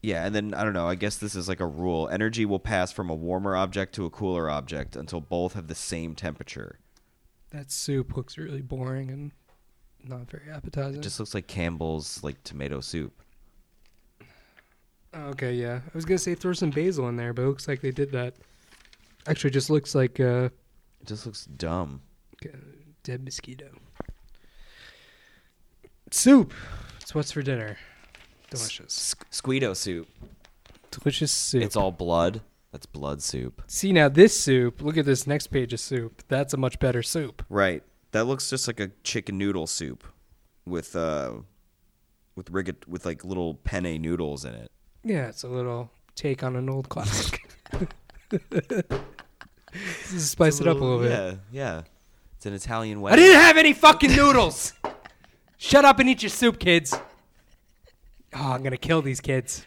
Speaker 2: yeah, and then I don't know. I guess this is like a rule. Energy will pass from a warmer object to a cooler object until both have the same temperature.
Speaker 1: That soup looks really boring and not very appetizing.
Speaker 2: It just looks like Campbell's like tomato soup.
Speaker 1: Okay, yeah. I was gonna say throw some basil in there, but it looks like they did that. Actually, it just looks like uh,
Speaker 2: It just looks dumb.
Speaker 1: dead mosquito. Soup. It's what's for dinner. Delicious.
Speaker 2: S- Squeedo soup.
Speaker 1: Delicious soup.
Speaker 2: It's all blood. That's blood soup.
Speaker 1: See now this soup. Look at this next page of soup. That's a much better soup.
Speaker 2: Right. That looks just like a chicken noodle soup with uh with rigat with like little penne noodles in it.
Speaker 1: Yeah, it's a little take on an old [LAUGHS] classic. This is spice it up a little bit.
Speaker 2: Oh, Yeah, yeah. It's an Italian
Speaker 1: I
Speaker 2: wedding.
Speaker 1: didn't have any fucking noodles. [LAUGHS] Shut up and eat your soup, kids. Oh, I'm gonna kill these kids.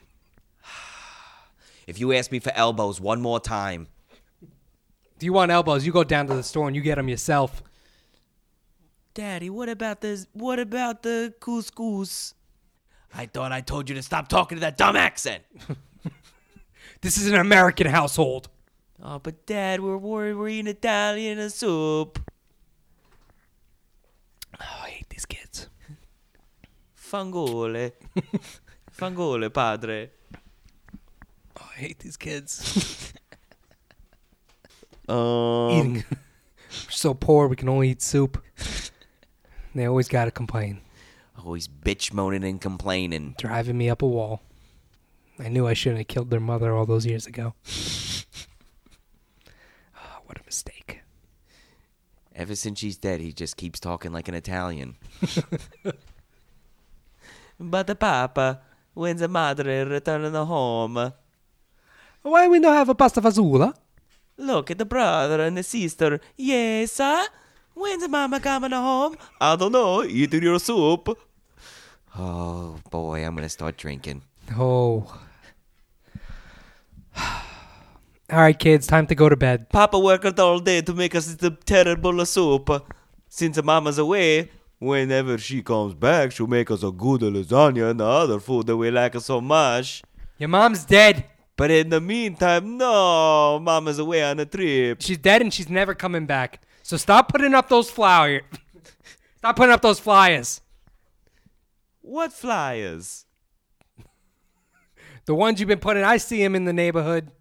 Speaker 2: If you ask me for elbows one more time,
Speaker 1: Do you want elbows? You go down to the store and you get them yourself.
Speaker 2: Daddy, what about this? What about the couscous? I thought I told you to stop talking to that dumb accent.
Speaker 1: This is an American household.
Speaker 2: oh, but Dad, we're worried we're eating Italian soup.
Speaker 1: Oh, I hate these kids.
Speaker 2: [LAUGHS] Fangole. Fangole, padre.
Speaker 1: Oh, I hate these [LAUGHS] kids.
Speaker 2: Um,
Speaker 1: Eating. [LAUGHS] We're so poor, we can only eat soup. They always gotta complain,
Speaker 2: [LAUGHS] Always bitch moaning and complaining.
Speaker 1: driving me up a wall. [LAUGHS] I knew I shouldn't have killed their mother all those years ago. Ah,
Speaker 2: Ever since she's dead, he just keeps talking like an Italian. [LAUGHS] but the papa, when's the madre returning home?
Speaker 1: Why we don't have a pasta fazola?
Speaker 2: Look at the brother and the sister. Yes, sir. When's mama coming home? I don't know. Eat your soup. Oh boy, I'm gonna start drinking.
Speaker 1: Oh. [SIGHS] All right, kids, time to go to bed.
Speaker 2: Papa worked all day to make us the terrible soup. Since mama's away, whenever she comes back, she'll make us a good lasagna and the other food that we like so much.
Speaker 1: Your mom's dead.
Speaker 2: But in the meantime, no, mama's away on a trip.
Speaker 1: She's dead and she's never coming back. So stop putting up those flowers. [LAUGHS] stop putting up those flyers.
Speaker 2: What flyers?
Speaker 1: The ones you've been putting, I see them in the neighborhood.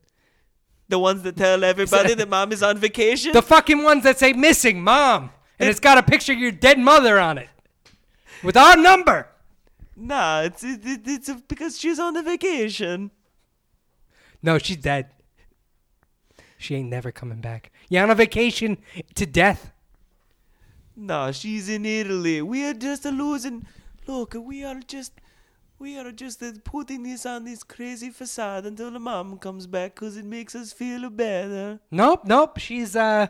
Speaker 2: The ones
Speaker 1: [LAUGHS]
Speaker 2: that tell everybody that mom is on vacation?
Speaker 1: The fucking ones that say missing mom. And it's got a picture of your dead mother on it. With our number.
Speaker 2: nah, it's, it, it, it's because she's on a vacation.
Speaker 1: No, she's dead. She ain't never coming back. You're on a vacation to death.
Speaker 2: No, she's in Italy. We are just a losing. Look, we are just, we are just uh, putting this on this crazy facade until the mom comes back because it makes us feel better.
Speaker 1: Nope, nope. She's uh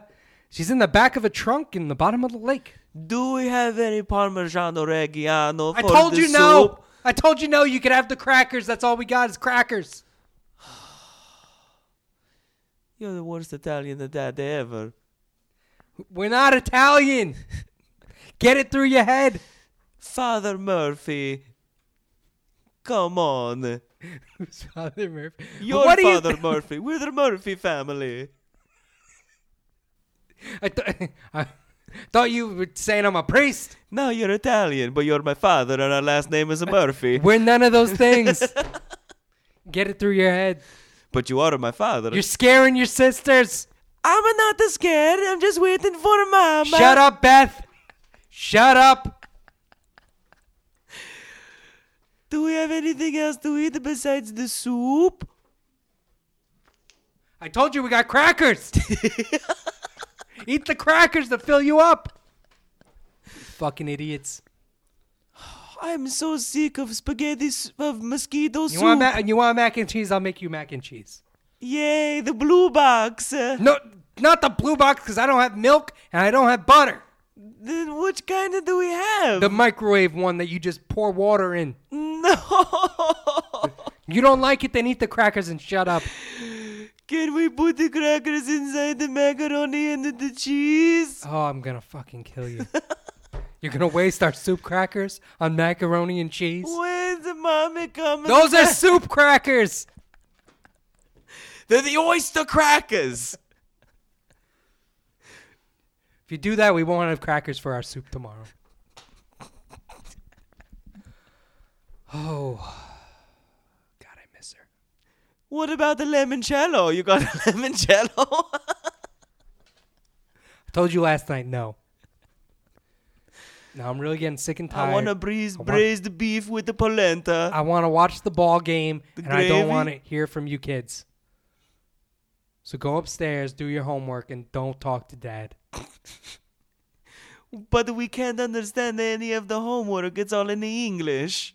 Speaker 1: she's in the back of a trunk in the bottom of the lake.
Speaker 2: Do we have any Parmigiano Reggiano?
Speaker 1: I
Speaker 2: for
Speaker 1: told
Speaker 2: the
Speaker 1: you no.
Speaker 2: soup?
Speaker 1: I told you no. You could have the crackers. That's all we got is crackers.
Speaker 2: You're the worst Italian dad ever.
Speaker 1: We're not Italian. Get it through your
Speaker 2: [LAUGHS]
Speaker 1: head.
Speaker 2: Father Murphy, come on.
Speaker 1: Who's Father Murphy? But
Speaker 2: Your
Speaker 1: what do you
Speaker 2: Father
Speaker 1: thi-
Speaker 2: Murphy. We're the Murphy family.
Speaker 1: I, th- [LAUGHS] I thought you were saying I'm a priest.
Speaker 2: No, you're Italian, but you're my father, and our last name is Murphy.
Speaker 1: We're none of those things. Get it through your head.
Speaker 2: But you are my father.
Speaker 1: You're scaring your sisters.
Speaker 2: I'm not scared. I'm just waiting for mama.
Speaker 1: Shut up, Beth. Shut up.
Speaker 2: Do we have anything else to eat besides the soup?
Speaker 1: I told you we got crackers. Eat the crackers to fill you up. Fucking idiots.
Speaker 2: I'm so sick of spaghetti s- of mosquito
Speaker 1: You
Speaker 2: soup.
Speaker 1: want ma- you want mac and cheese? I'll make you mac and cheese.
Speaker 2: Yay, the blue box. Uh,
Speaker 1: No, not the blue box because I don't have milk and I don't have butter.
Speaker 2: Then which kind of do we have?
Speaker 1: The microwave one that you just pour water in.
Speaker 2: [LAUGHS] no.
Speaker 1: You don't like it? Then eat the crackers and shut up.
Speaker 2: Can we put the crackers inside the macaroni and the, the cheese?
Speaker 1: Oh, I'm gonna fucking kill you. You're gonna waste our soup crackers on macaroni and cheese.
Speaker 2: When's the mommy coming?
Speaker 1: Those are
Speaker 2: back?
Speaker 1: soup crackers.
Speaker 2: they're the oyster crackers.
Speaker 1: If you do that, we won't have crackers for our soup tomorrow. Oh, God, I miss her.
Speaker 2: What about the limoncello? You got a [LAUGHS] limoncello?
Speaker 1: I told you last night, no. Now I'm really getting sick and tired.
Speaker 2: I want to braise,
Speaker 1: I want-
Speaker 2: braised beef with the polenta.
Speaker 1: I want to watch the ball game, and I
Speaker 2: gravy?
Speaker 1: don't want to hear from you kids. So go upstairs, do your homework, and don't talk to dad.
Speaker 2: But we can't understand any of the homework. It's all in the English.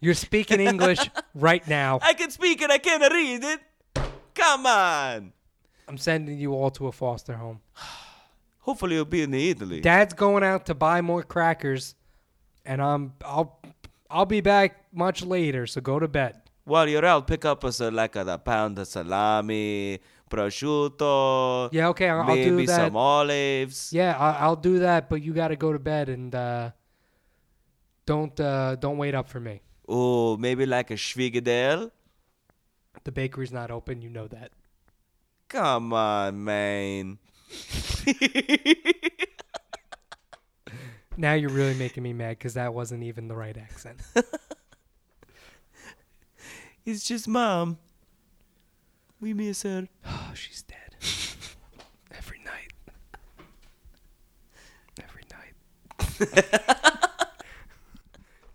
Speaker 1: You're speaking
Speaker 2: [LAUGHS]
Speaker 1: English right now.
Speaker 2: I can speak it. I can't read it. Come on.
Speaker 1: I'm sending you all to a foster home.
Speaker 2: Hopefully, it'll be in Italy.
Speaker 1: Dad's going out to buy more crackers, and I'm I'll I'll be back much later. So go to bed.
Speaker 2: While you're out, pick up us uh, like a pound of salami, prosciutto.
Speaker 1: Yeah, okay, I'll, I'll
Speaker 2: maybe
Speaker 1: do that.
Speaker 2: some olives.
Speaker 1: Yeah, I, I'll do that. But you got to go to bed and uh, don't uh, don't wait up for me.
Speaker 2: Oh, maybe like a schwiegendel.
Speaker 1: The bakery's not open. You know that.
Speaker 2: Come on, man.
Speaker 1: Now you're really making me mad because that wasn't even the right [LAUGHS] accent.
Speaker 2: It's just mom. We miss her.
Speaker 1: oh, she's dead. Every night. Every night.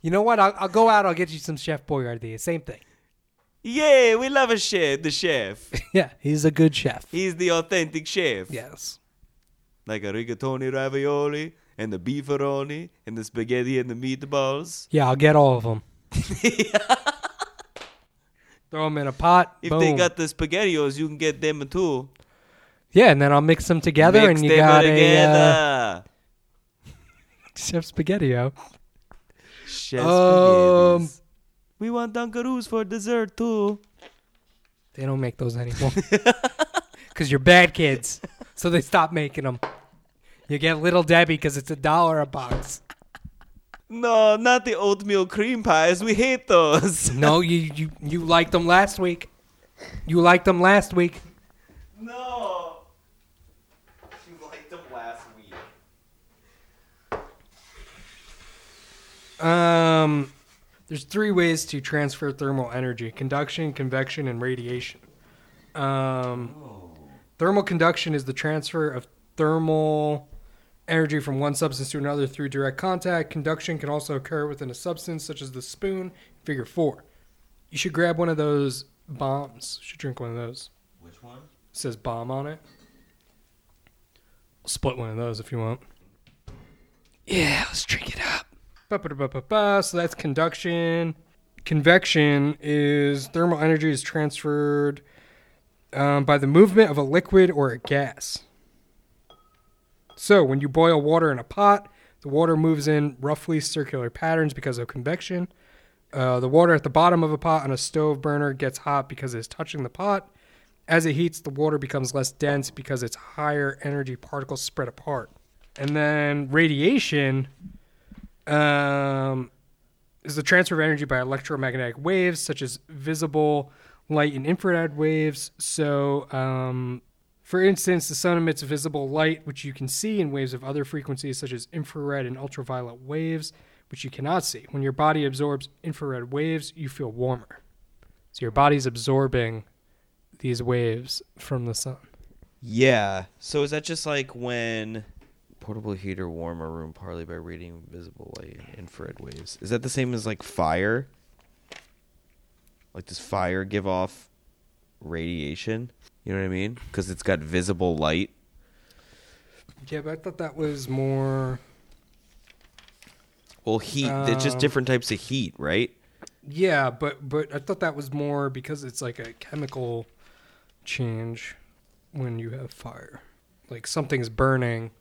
Speaker 1: you know what? I'll, I'll go out. I'll get you some Chef Boyardee. Same thing. [LAUGHS]
Speaker 2: Yay, we love a chef, the chef.
Speaker 1: Yeah, he's a good chef.
Speaker 2: He's the authentic chef.
Speaker 1: Yes.
Speaker 2: like a rigatoni ravioli and the beefaroni and the spaghetti and the meatballs.
Speaker 1: Yeah, I'll get all of them. [LAUGHS] Throw them in a pot.
Speaker 2: If
Speaker 1: boom.
Speaker 2: they got the spaghettios, you can get them too.
Speaker 1: yeah, and then I'll mix them together,
Speaker 2: Mix
Speaker 1: and you
Speaker 2: them
Speaker 1: got a uh,
Speaker 2: together.
Speaker 1: Chef Spaghettio.
Speaker 2: Chef's
Speaker 1: Um,
Speaker 2: spaghettis. we want dunkaroos for dessert too.
Speaker 1: They don't make those anymore [LAUGHS] because you're bad kids, so they stopped making them. You get Little Debbie because it's a dollar a box.
Speaker 2: No, not the oatmeal cream pies. We hate those. [LAUGHS]
Speaker 1: No, you you you liked them last week. You liked them last week.
Speaker 2: No. You liked them last week.
Speaker 1: Um, there's three ways to transfer thermal energy: conduction, convection, and radiation. Um,
Speaker 2: Oh,
Speaker 1: thermal conduction is the transfer of thermal energy from one substance to another through direct contact. Conduction can also occur within a substance, such as the spoon. Figure four. You should grab one of those bombs. You should drink one of those.
Speaker 2: Which one?
Speaker 1: It says bomb on it. Split one of those if you want. Yeah, let's drink it up. Ba-ba-da-ba-ba-ba. So that's conduction. Convection is thermal energy is transferred um, by the movement of a liquid or a gas. So when you boil water in a pot, the water moves in roughly circular patterns because of convection. Uh, the water at the bottom of a pot on a stove burner gets hot because it's touching the pot. As it heats, the water becomes less dense because its higher energy particles spread apart. And then radiation um, is the transfer of energy by electromagnetic waves, such as visible light and infrared waves. So, um, for instance, the sun emits visible light, which you can see, in waves of other frequencies, such as infrared and ultraviolet waves, which you cannot see. When your body absorbs infrared waves, you feel warmer. So, your body's absorbing these waves from the sun.
Speaker 2: Yeah. So is that just like when portable heater warm a room partly by radiating visible light and infrared waves? Is that the same as like fire? Like does fire give off radiation? You know what I mean? Because it's got visible light.
Speaker 1: Yeah, but I thought that was more.
Speaker 2: Well, heat. it's just
Speaker 1: Um,
Speaker 2: different types of heat, right?
Speaker 1: Yeah, but but I thought that was more because it's like a chemical change when you have fire, like something's burning,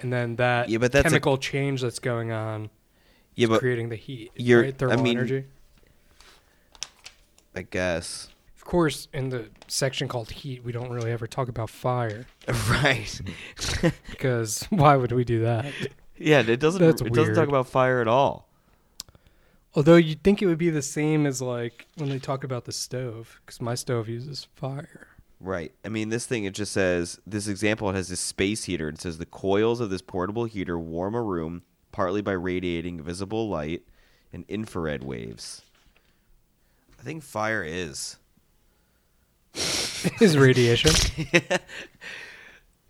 Speaker 1: and then that
Speaker 2: Yeah, but that's a-
Speaker 1: chemical change that's going on
Speaker 2: Yeah, but
Speaker 1: creating the heat.
Speaker 2: you're-
Speaker 1: right?
Speaker 2: I
Speaker 1: thermal
Speaker 2: mean-
Speaker 1: energy.
Speaker 2: I guess.
Speaker 1: Of course, in the section called heat, we don't really ever talk about fire
Speaker 2: [LAUGHS] Right.
Speaker 1: because [LAUGHS] why would we do [LAUGHS] that?
Speaker 2: yeah, it doesn't.
Speaker 1: That's
Speaker 2: it doesn't talk
Speaker 1: weird.
Speaker 2: about fire at all.
Speaker 1: Although you'd think it would be the same as like when they talk about the stove, because my stove uses fire. [LAUGHS]
Speaker 2: Right. I mean, this thing, it just says this example, it has this space heater. It says the coils of this portable heater warm a room partly by radiating visible light and infrared waves. I think fire is.
Speaker 1: is [LAUGHS] radiation.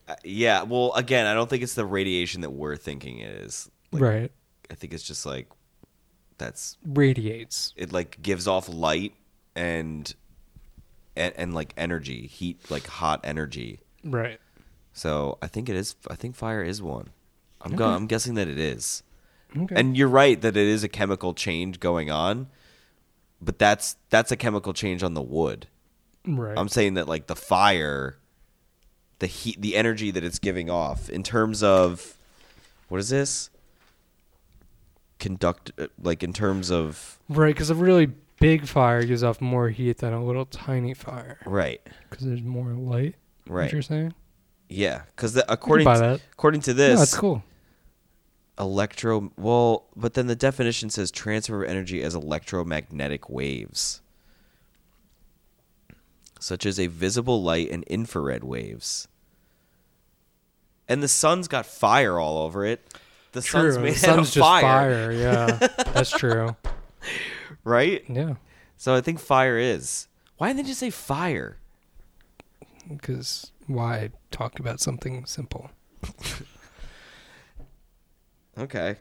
Speaker 2: Uh, yeah. Well, again, I don't think it's the radiation that we're thinking it is. Like,
Speaker 1: right.
Speaker 2: I think it's just like that's
Speaker 1: Radiates.
Speaker 2: it like gives off light and and, and like energy, heat, like hot energy.
Speaker 1: Right.
Speaker 2: So I think it is. I think fire is one. I'm go, I'm guessing that it is.
Speaker 1: Okay.
Speaker 2: And you're right that it is a chemical change going on, but that's that's a chemical change on the wood.
Speaker 1: right.
Speaker 2: I'm saying that like the fire, the heat, the energy that it's giving off in terms of what is this? Conduct uh, like in terms of
Speaker 1: right, because a really big fire gives off more heat than a little tiny fire
Speaker 2: right,
Speaker 1: because there's more light. is What
Speaker 2: Right.
Speaker 1: you're saying?
Speaker 2: yeah. Because according
Speaker 1: buy
Speaker 2: to,
Speaker 1: that.
Speaker 2: according to
Speaker 1: No,
Speaker 2: this,
Speaker 1: that's cool.
Speaker 2: electro well but then the definition says transfer of energy as electromagnetic waves such as a visible light and infrared waves and the sun's got fire all over it the sun's
Speaker 1: true.
Speaker 2: made
Speaker 1: The sun's
Speaker 2: [LAUGHS] out
Speaker 1: just
Speaker 2: of fire,
Speaker 1: fire. Yeah,
Speaker 2: [LAUGHS]
Speaker 1: that's true.
Speaker 2: right
Speaker 1: Yeah,
Speaker 2: so i think fire is why didn't they just say fire
Speaker 1: because why talk about something simple?
Speaker 2: Okay.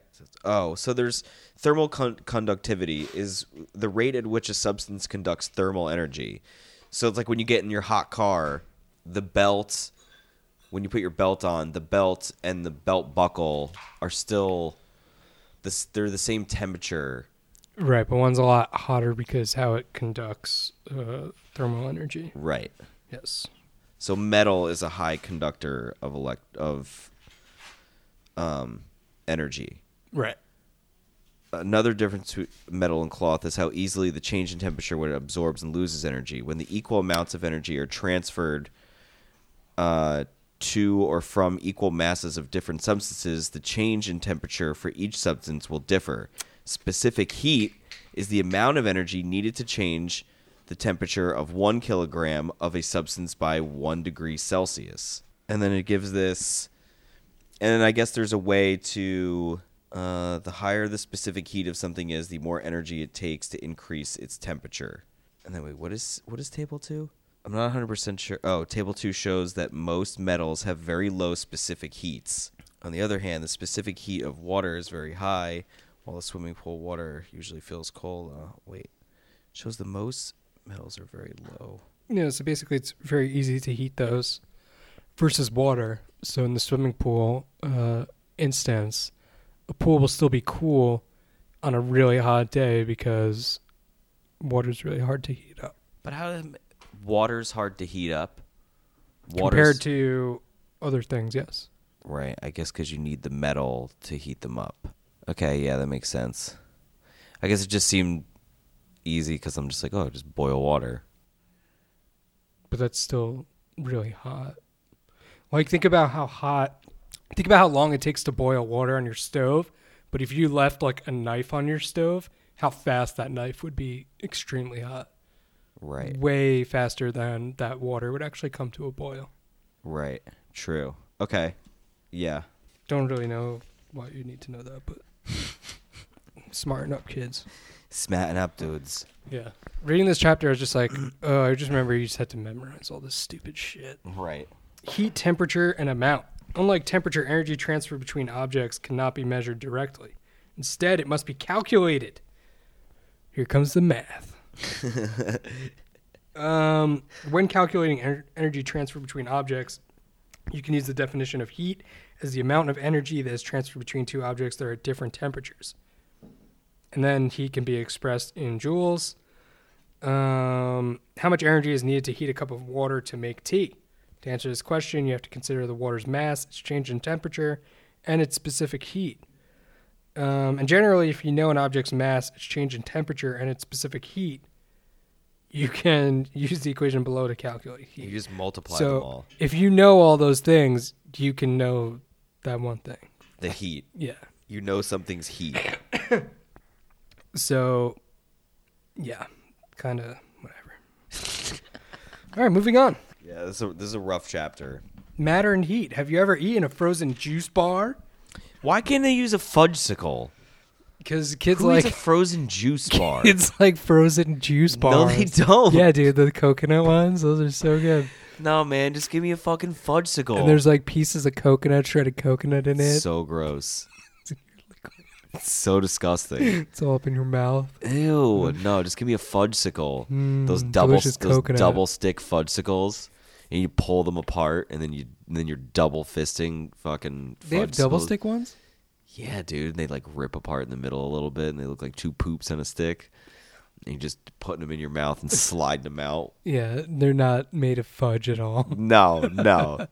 Speaker 2: Oh, so there's thermal con- conductivity is the rate at which a substance conducts thermal energy. So it's like when you get in your hot car, the belt when you put your belt on, the belt and the belt buckle are still this they're the same temperature.
Speaker 1: Right, but one's a lot hotter because how it conducts uh, thermal energy.
Speaker 2: Right.
Speaker 1: Yes.
Speaker 2: So metal is a high conductor of elect of um energy.
Speaker 1: Right.
Speaker 2: Another difference between metal and cloth is how easily the change in temperature when it absorbs and loses energy. When the equal amounts of energy are transferred uh, to or from equal masses of different substances, the change in temperature for each substance will differ. Specific heat is the amount of energy needed to change the temperature of one kilogram of a substance by one degree Celsius. And then it gives this. And then I guess there's a way to. Uh, the higher the specific heat of something is, the more energy it takes to increase its temperature. And then wait, what is what is table two? I'm not 100% sure. Oh, table 2 shows that most metals have very low specific heats. On the other hand, the specific heat of water is very high, while the swimming pool water usually feels cold. Uh, wait. Shows the most metals are very low.
Speaker 1: Yeah, so basically it's very easy to heat those versus water. So in the swimming pool uh, instance, a pool will still be cool on a really hot day because water's really hard to heat up.
Speaker 2: But how does water's hard to heat up?
Speaker 1: Compared to other things, yes.
Speaker 2: Right, I guess because you need the metal to heat them up. Okay, yeah, that makes sense. I guess it just seemed easy because I'm just like, oh, just boil water.
Speaker 1: But that's still really hot. Like, think about how hot, think about how long it takes to boil water on your stove. But if you left like a knife on your stove, how fast that knife would be extremely hot.
Speaker 2: Right,
Speaker 1: Way faster than that water would actually come to a boil.
Speaker 2: right, true. Okay, yeah.
Speaker 1: Don't really know why you need to know that, but [LAUGHS] smarten up, kids.
Speaker 2: Smatting up, dudes.
Speaker 1: Yeah. Reading this chapter, I was just like, [CLEARS THROAT] oh, I just remember you just had to memorize all this stupid shit.
Speaker 2: Right.
Speaker 1: Heat, temperature, and amount. Unlike temperature, energy transfer between objects cannot be measured directly. Instead, it must be calculated. Here comes the math. um, when calculating ener- energy transfer between objects, you can use the definition of heat as the amount of energy that is transferred between two objects that are at different temperatures. And then heat can be expressed in joules. Um, how much energy is needed to heat a cup of water to make tea? To answer this question, you have to consider the water's mass, its change in temperature, and its specific heat. Um, and generally, if you know an object's mass, its change in temperature, and its specific heat, you can [LAUGHS] use the equation below to calculate heat
Speaker 2: You just multiply
Speaker 1: so
Speaker 2: them all.
Speaker 1: if you know all those things, you can know that one thing.
Speaker 2: The heat.
Speaker 1: Yeah.
Speaker 2: You know something's heat.
Speaker 1: So, yeah, kind of whatever.
Speaker 2: [LAUGHS]
Speaker 1: all right, moving on.
Speaker 2: yeah, this is, a, this is a rough chapter.
Speaker 1: Matter and heat. Have you ever eaten a frozen juice bar?
Speaker 2: Why can't they use a fudgesicle?
Speaker 1: Because kids
Speaker 2: Who eats a
Speaker 1: like
Speaker 2: frozen
Speaker 1: [LAUGHS]
Speaker 2: juice bar?
Speaker 1: kids like frozen juice
Speaker 2: No,
Speaker 1: bars.
Speaker 2: they don't.
Speaker 1: Yeah, dude, the coconut ones. Those are so good.
Speaker 2: No, man, just give me a fucking fudgesicle.
Speaker 1: And there's like pieces of coconut, shredded coconut in it.
Speaker 2: so
Speaker 1: [LAUGHS]
Speaker 2: gross. It's so disgusting.
Speaker 1: it's all up in your mouth.
Speaker 2: Ew. No, just give me a fudgesicle. those double
Speaker 1: Hmm, delicious
Speaker 2: those
Speaker 1: coconut.
Speaker 2: double stick fudgesicles. And you pull them apart and then you and then you're double fisting fucking
Speaker 1: They have double
Speaker 2: fudgesicles.
Speaker 1: stick ones.
Speaker 2: Yeah, dude. And they like rip apart in the middle a little bit and they look like two poops on a stick. And you just putting them in your mouth and sliding them out.
Speaker 1: Yeah, they're not made of fudge at all.
Speaker 2: No,
Speaker 1: [LAUGHS]
Speaker 2: no.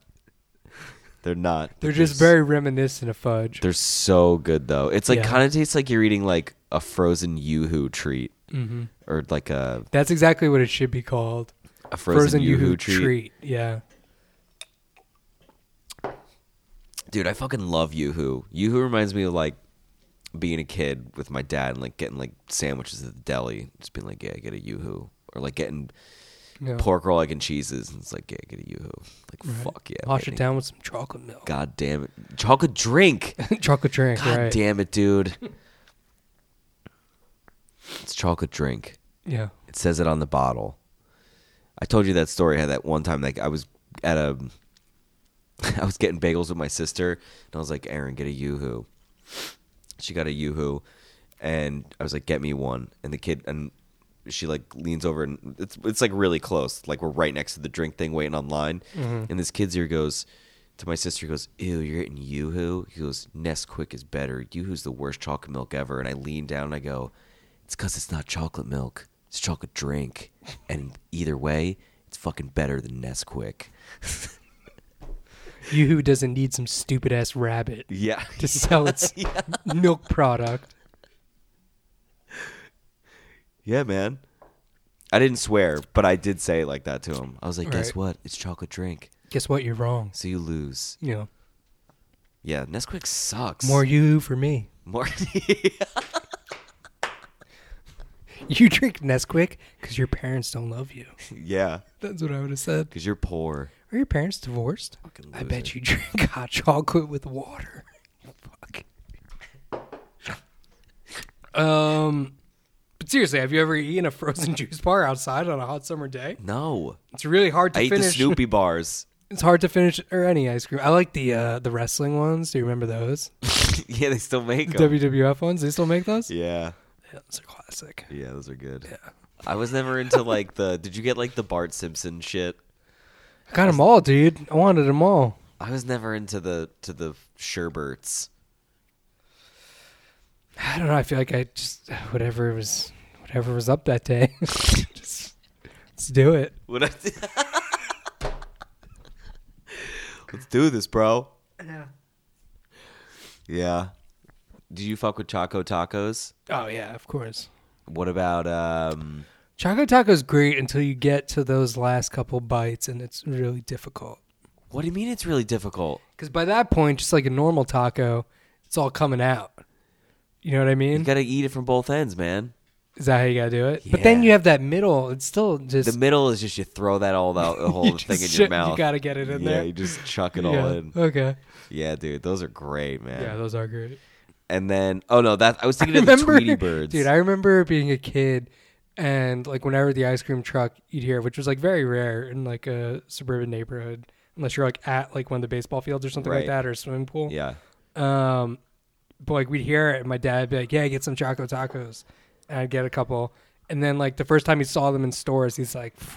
Speaker 2: They're not.
Speaker 1: They're just very reminiscent of fudge.
Speaker 2: They're so good though. It's like
Speaker 1: Yeah.
Speaker 2: kind of tastes like you're eating like a frozen yoo-hoo treat, mm-hmm. or like a,
Speaker 1: That's exactly what it should be called.
Speaker 2: a frozen, yoo-hoo, treat.
Speaker 1: Yeah.
Speaker 2: Dude, I fucking love yoo-hoo. Yoo-hoo reminds me of like being a kid with my dad and like getting like sandwiches at the deli, just being like, yeah, get a yoo-hoo, or like getting
Speaker 1: No.
Speaker 2: pork roll egg and cheeses, and it's like, yeah, get a yoo-hoo. Like fuck yeah,
Speaker 1: Wash it
Speaker 2: man.
Speaker 1: down with some chocolate milk.
Speaker 2: God damn it, chocolate drink.
Speaker 1: [LAUGHS] chocolate drink,
Speaker 2: God
Speaker 1: right?
Speaker 2: damn it, dude. it's chocolate drink.
Speaker 1: Yeah.
Speaker 2: It says it on the bottle. I told you that story. How that one time, like I was at a, [LAUGHS] I was getting bagels with my sister, and I was like, "Aaron, get a yoo-hoo." She got a yoo-hoo, and I was like, "Get me one." And the kid and she like leans over, and it's it's like really close, like we're right next to the drink thing, waiting on line, and this kid's ear goes, to my sister. He goes, "Ew, you're getting YooHoo." He goes, "Nesquik is better. YooHoo's the worst chocolate milk ever." And I lean down and I go, "It's because it's not chocolate milk. It's chocolate drink. And either way, it's fucking better than Nesquik."
Speaker 1: You who doesn't need some stupid ass rabbit
Speaker 2: [LAUGHS] Yeah.
Speaker 1: to sell
Speaker 2: [LAUGHS]
Speaker 1: its milk product.
Speaker 2: Yeah, man. I didn't swear, but I did say it like that to him. I was like, "Guess
Speaker 1: Right.
Speaker 2: what? It's chocolate drink.
Speaker 1: Guess what? You're wrong.
Speaker 2: So you lose."
Speaker 1: You know,
Speaker 2: Yeah, Nesquik sucks.
Speaker 1: more you for me.
Speaker 2: [LAUGHS] more. [LAUGHS]
Speaker 1: You drink Nesquik because your parents don't love
Speaker 2: [LAUGHS]
Speaker 1: you.
Speaker 2: yeah,
Speaker 1: That's what I would have said.
Speaker 2: because you're poor.
Speaker 1: Are your parents divorced?
Speaker 2: Fucking
Speaker 1: I bet you drink [LAUGHS] hot chocolate with water. Fuck. [LAUGHS] Um, but seriously, have you ever eaten a frozen [LAUGHS] juice bar outside on a hot summer day?
Speaker 2: No,
Speaker 1: It's really hard to
Speaker 2: I ate
Speaker 1: finish.
Speaker 2: the
Speaker 1: [LAUGHS]
Speaker 2: Snoopy bars. [LAUGHS]
Speaker 1: It's hard to finish or any ice cream. I like the uh, the wrestling ones. Do you remember those?
Speaker 2: yeah, they still make them.
Speaker 1: WWF ones. They still make those.
Speaker 2: yeah,
Speaker 1: Yeah, those are classic.
Speaker 2: yeah, those are good. I was never into like the. Did you get like the Bart Simpson shit?
Speaker 1: I got them all, dude. I wanted them all.
Speaker 2: I was never into the to the Sherberts.
Speaker 1: I don't know. I feel like I just whatever was whatever was up that day. [LAUGHS] just, let's do it.
Speaker 2: What I Let's do this, bro.
Speaker 1: Yeah.
Speaker 2: Yeah. Do you fuck with Choco Tacos?
Speaker 1: Oh yeah, of course.
Speaker 2: What about um
Speaker 1: Choco taco's great until you get to those last couple bites, and it's really difficult.
Speaker 2: what do you mean it's really difficult?
Speaker 1: Because by that point, just like a normal taco, it's all coming out. You know what I mean?
Speaker 2: You gotta eat it from both ends, man.
Speaker 1: Is that how you gotta do it? But then
Speaker 2: Yeah.
Speaker 1: you have that middle. It's still just
Speaker 2: The middle is just you throw that all out the
Speaker 1: [LAUGHS]
Speaker 2: whole
Speaker 1: you
Speaker 2: thing in
Speaker 1: just
Speaker 2: your
Speaker 1: shit-
Speaker 2: mouth.
Speaker 1: You gotta get it in
Speaker 2: yeah,
Speaker 1: there.
Speaker 2: you just chuck it
Speaker 1: [LAUGHS]
Speaker 2: all
Speaker 1: Yeah.
Speaker 2: in.
Speaker 1: Okay.
Speaker 2: Yeah, dude, those are great, man.
Speaker 1: Yeah, those are great.
Speaker 2: and then oh no, that I was thinking of the Tweety Birds.
Speaker 1: dude. I remember being a kid, and like whenever the ice cream truck you'd hear, which was like very rare in like a suburban neighborhood, unless you're like at like one of the baseball fields or something
Speaker 2: Right.
Speaker 1: like that, or a swimming pool.
Speaker 2: yeah.
Speaker 1: Um, but like we'd hear it, and my dad'd be like, "Yeah, get some choco tacos," and I'd get a couple. And then like the first time he saw them in stores, he's like, "Phew,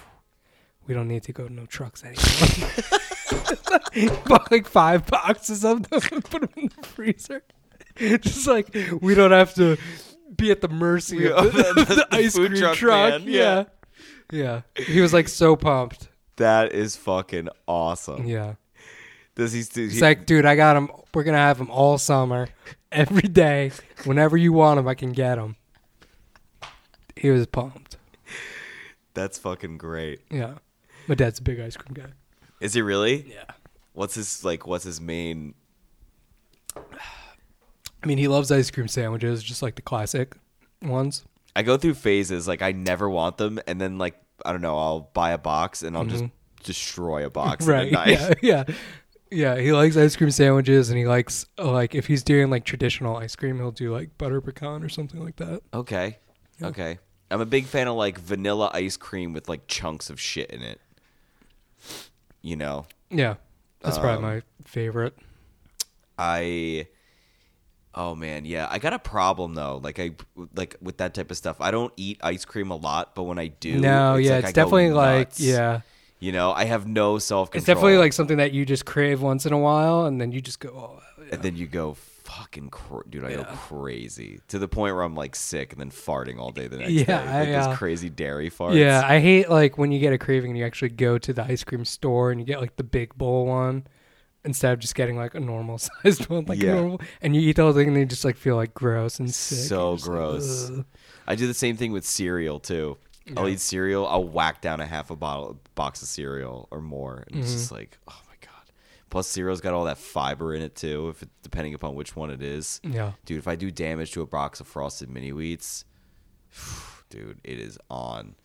Speaker 1: "We don't need to go to no trucks anymore." [LAUGHS] Bought like five boxes of them and put them in the freezer. [LAUGHS] Just like we don't have to be at the mercy
Speaker 2: Yeah,
Speaker 1: of the,
Speaker 2: [LAUGHS] the-
Speaker 1: the
Speaker 2: the
Speaker 1: ice
Speaker 2: food
Speaker 1: cream
Speaker 2: truck
Speaker 1: truck.
Speaker 2: man,
Speaker 1: Yeah. yeah, He was like so pumped.
Speaker 2: That is fucking awesome.
Speaker 1: Yeah.
Speaker 2: Does he do
Speaker 1: It's like, dude, I got them. We're gonna have them all summer, [LAUGHS] every day, whenever you want them, I can get them. He was pumped.
Speaker 2: that's fucking great.
Speaker 1: Yeah, my dad's a big ice cream guy.
Speaker 2: Is he really?
Speaker 1: Yeah,
Speaker 2: What's his like what's his main
Speaker 1: I mean, he loves ice cream sandwiches, just like the classic ones.
Speaker 2: I go through phases like I never want them, and then like I don't know, I'll buy a box and I'll just destroy a box.
Speaker 1: Mm-hmm. Right? [LAUGHS]
Speaker 2: In the night.
Speaker 1: Yeah, yeah, yeah. He likes ice cream sandwiches, and he likes uh, like if he's doing like traditional ice cream, he'll do like butter pecan or something like that.
Speaker 2: [LAUGHS] Okay. Okay. I'm a big fan of like vanilla ice cream with like chunks of shit in it. You know,
Speaker 1: Yeah, that's
Speaker 2: Um,
Speaker 1: probably my favorite.
Speaker 2: I. Oh man, yeah. I got a problem though. Like I like with that type of stuff. I don't eat ice cream a lot, but when I do,
Speaker 1: No, yeah,
Speaker 2: like
Speaker 1: it's
Speaker 2: I go
Speaker 1: definitely like
Speaker 2: nuts.
Speaker 1: yeah.
Speaker 2: You know, I have no self control.
Speaker 1: It's definitely like something that you just crave once in a while, and then you just go, oh,
Speaker 2: and then you go fucking cr- dude i go crazy to the point where i'm like sick and then farting all day the next
Speaker 1: Yeah,
Speaker 2: day
Speaker 1: I,
Speaker 2: like those
Speaker 1: uh,
Speaker 2: crazy dairy farts
Speaker 1: yeah. I hate like when you get a craving and you actually go to the ice cream store and you get like the big bowl one instead of just getting like a normal [LAUGHS] sized one, like
Speaker 2: Yeah.
Speaker 1: normal, and you eat the whole thing and you just like feel like gross and sick.
Speaker 2: so
Speaker 1: You're just like,
Speaker 2: gross
Speaker 1: "Ugh."
Speaker 2: i do the same thing with cereal too i'll eat cereal i'll whack down a half a bottle box of cereal or more and it's
Speaker 1: Mm-hmm.
Speaker 2: just like oh my god plus cereal's got all that fiber in it too if it, depending upon which one it is
Speaker 1: Yeah.
Speaker 2: dude if i do damage to a box of frosted mini wheats [SIGHS] dude it is on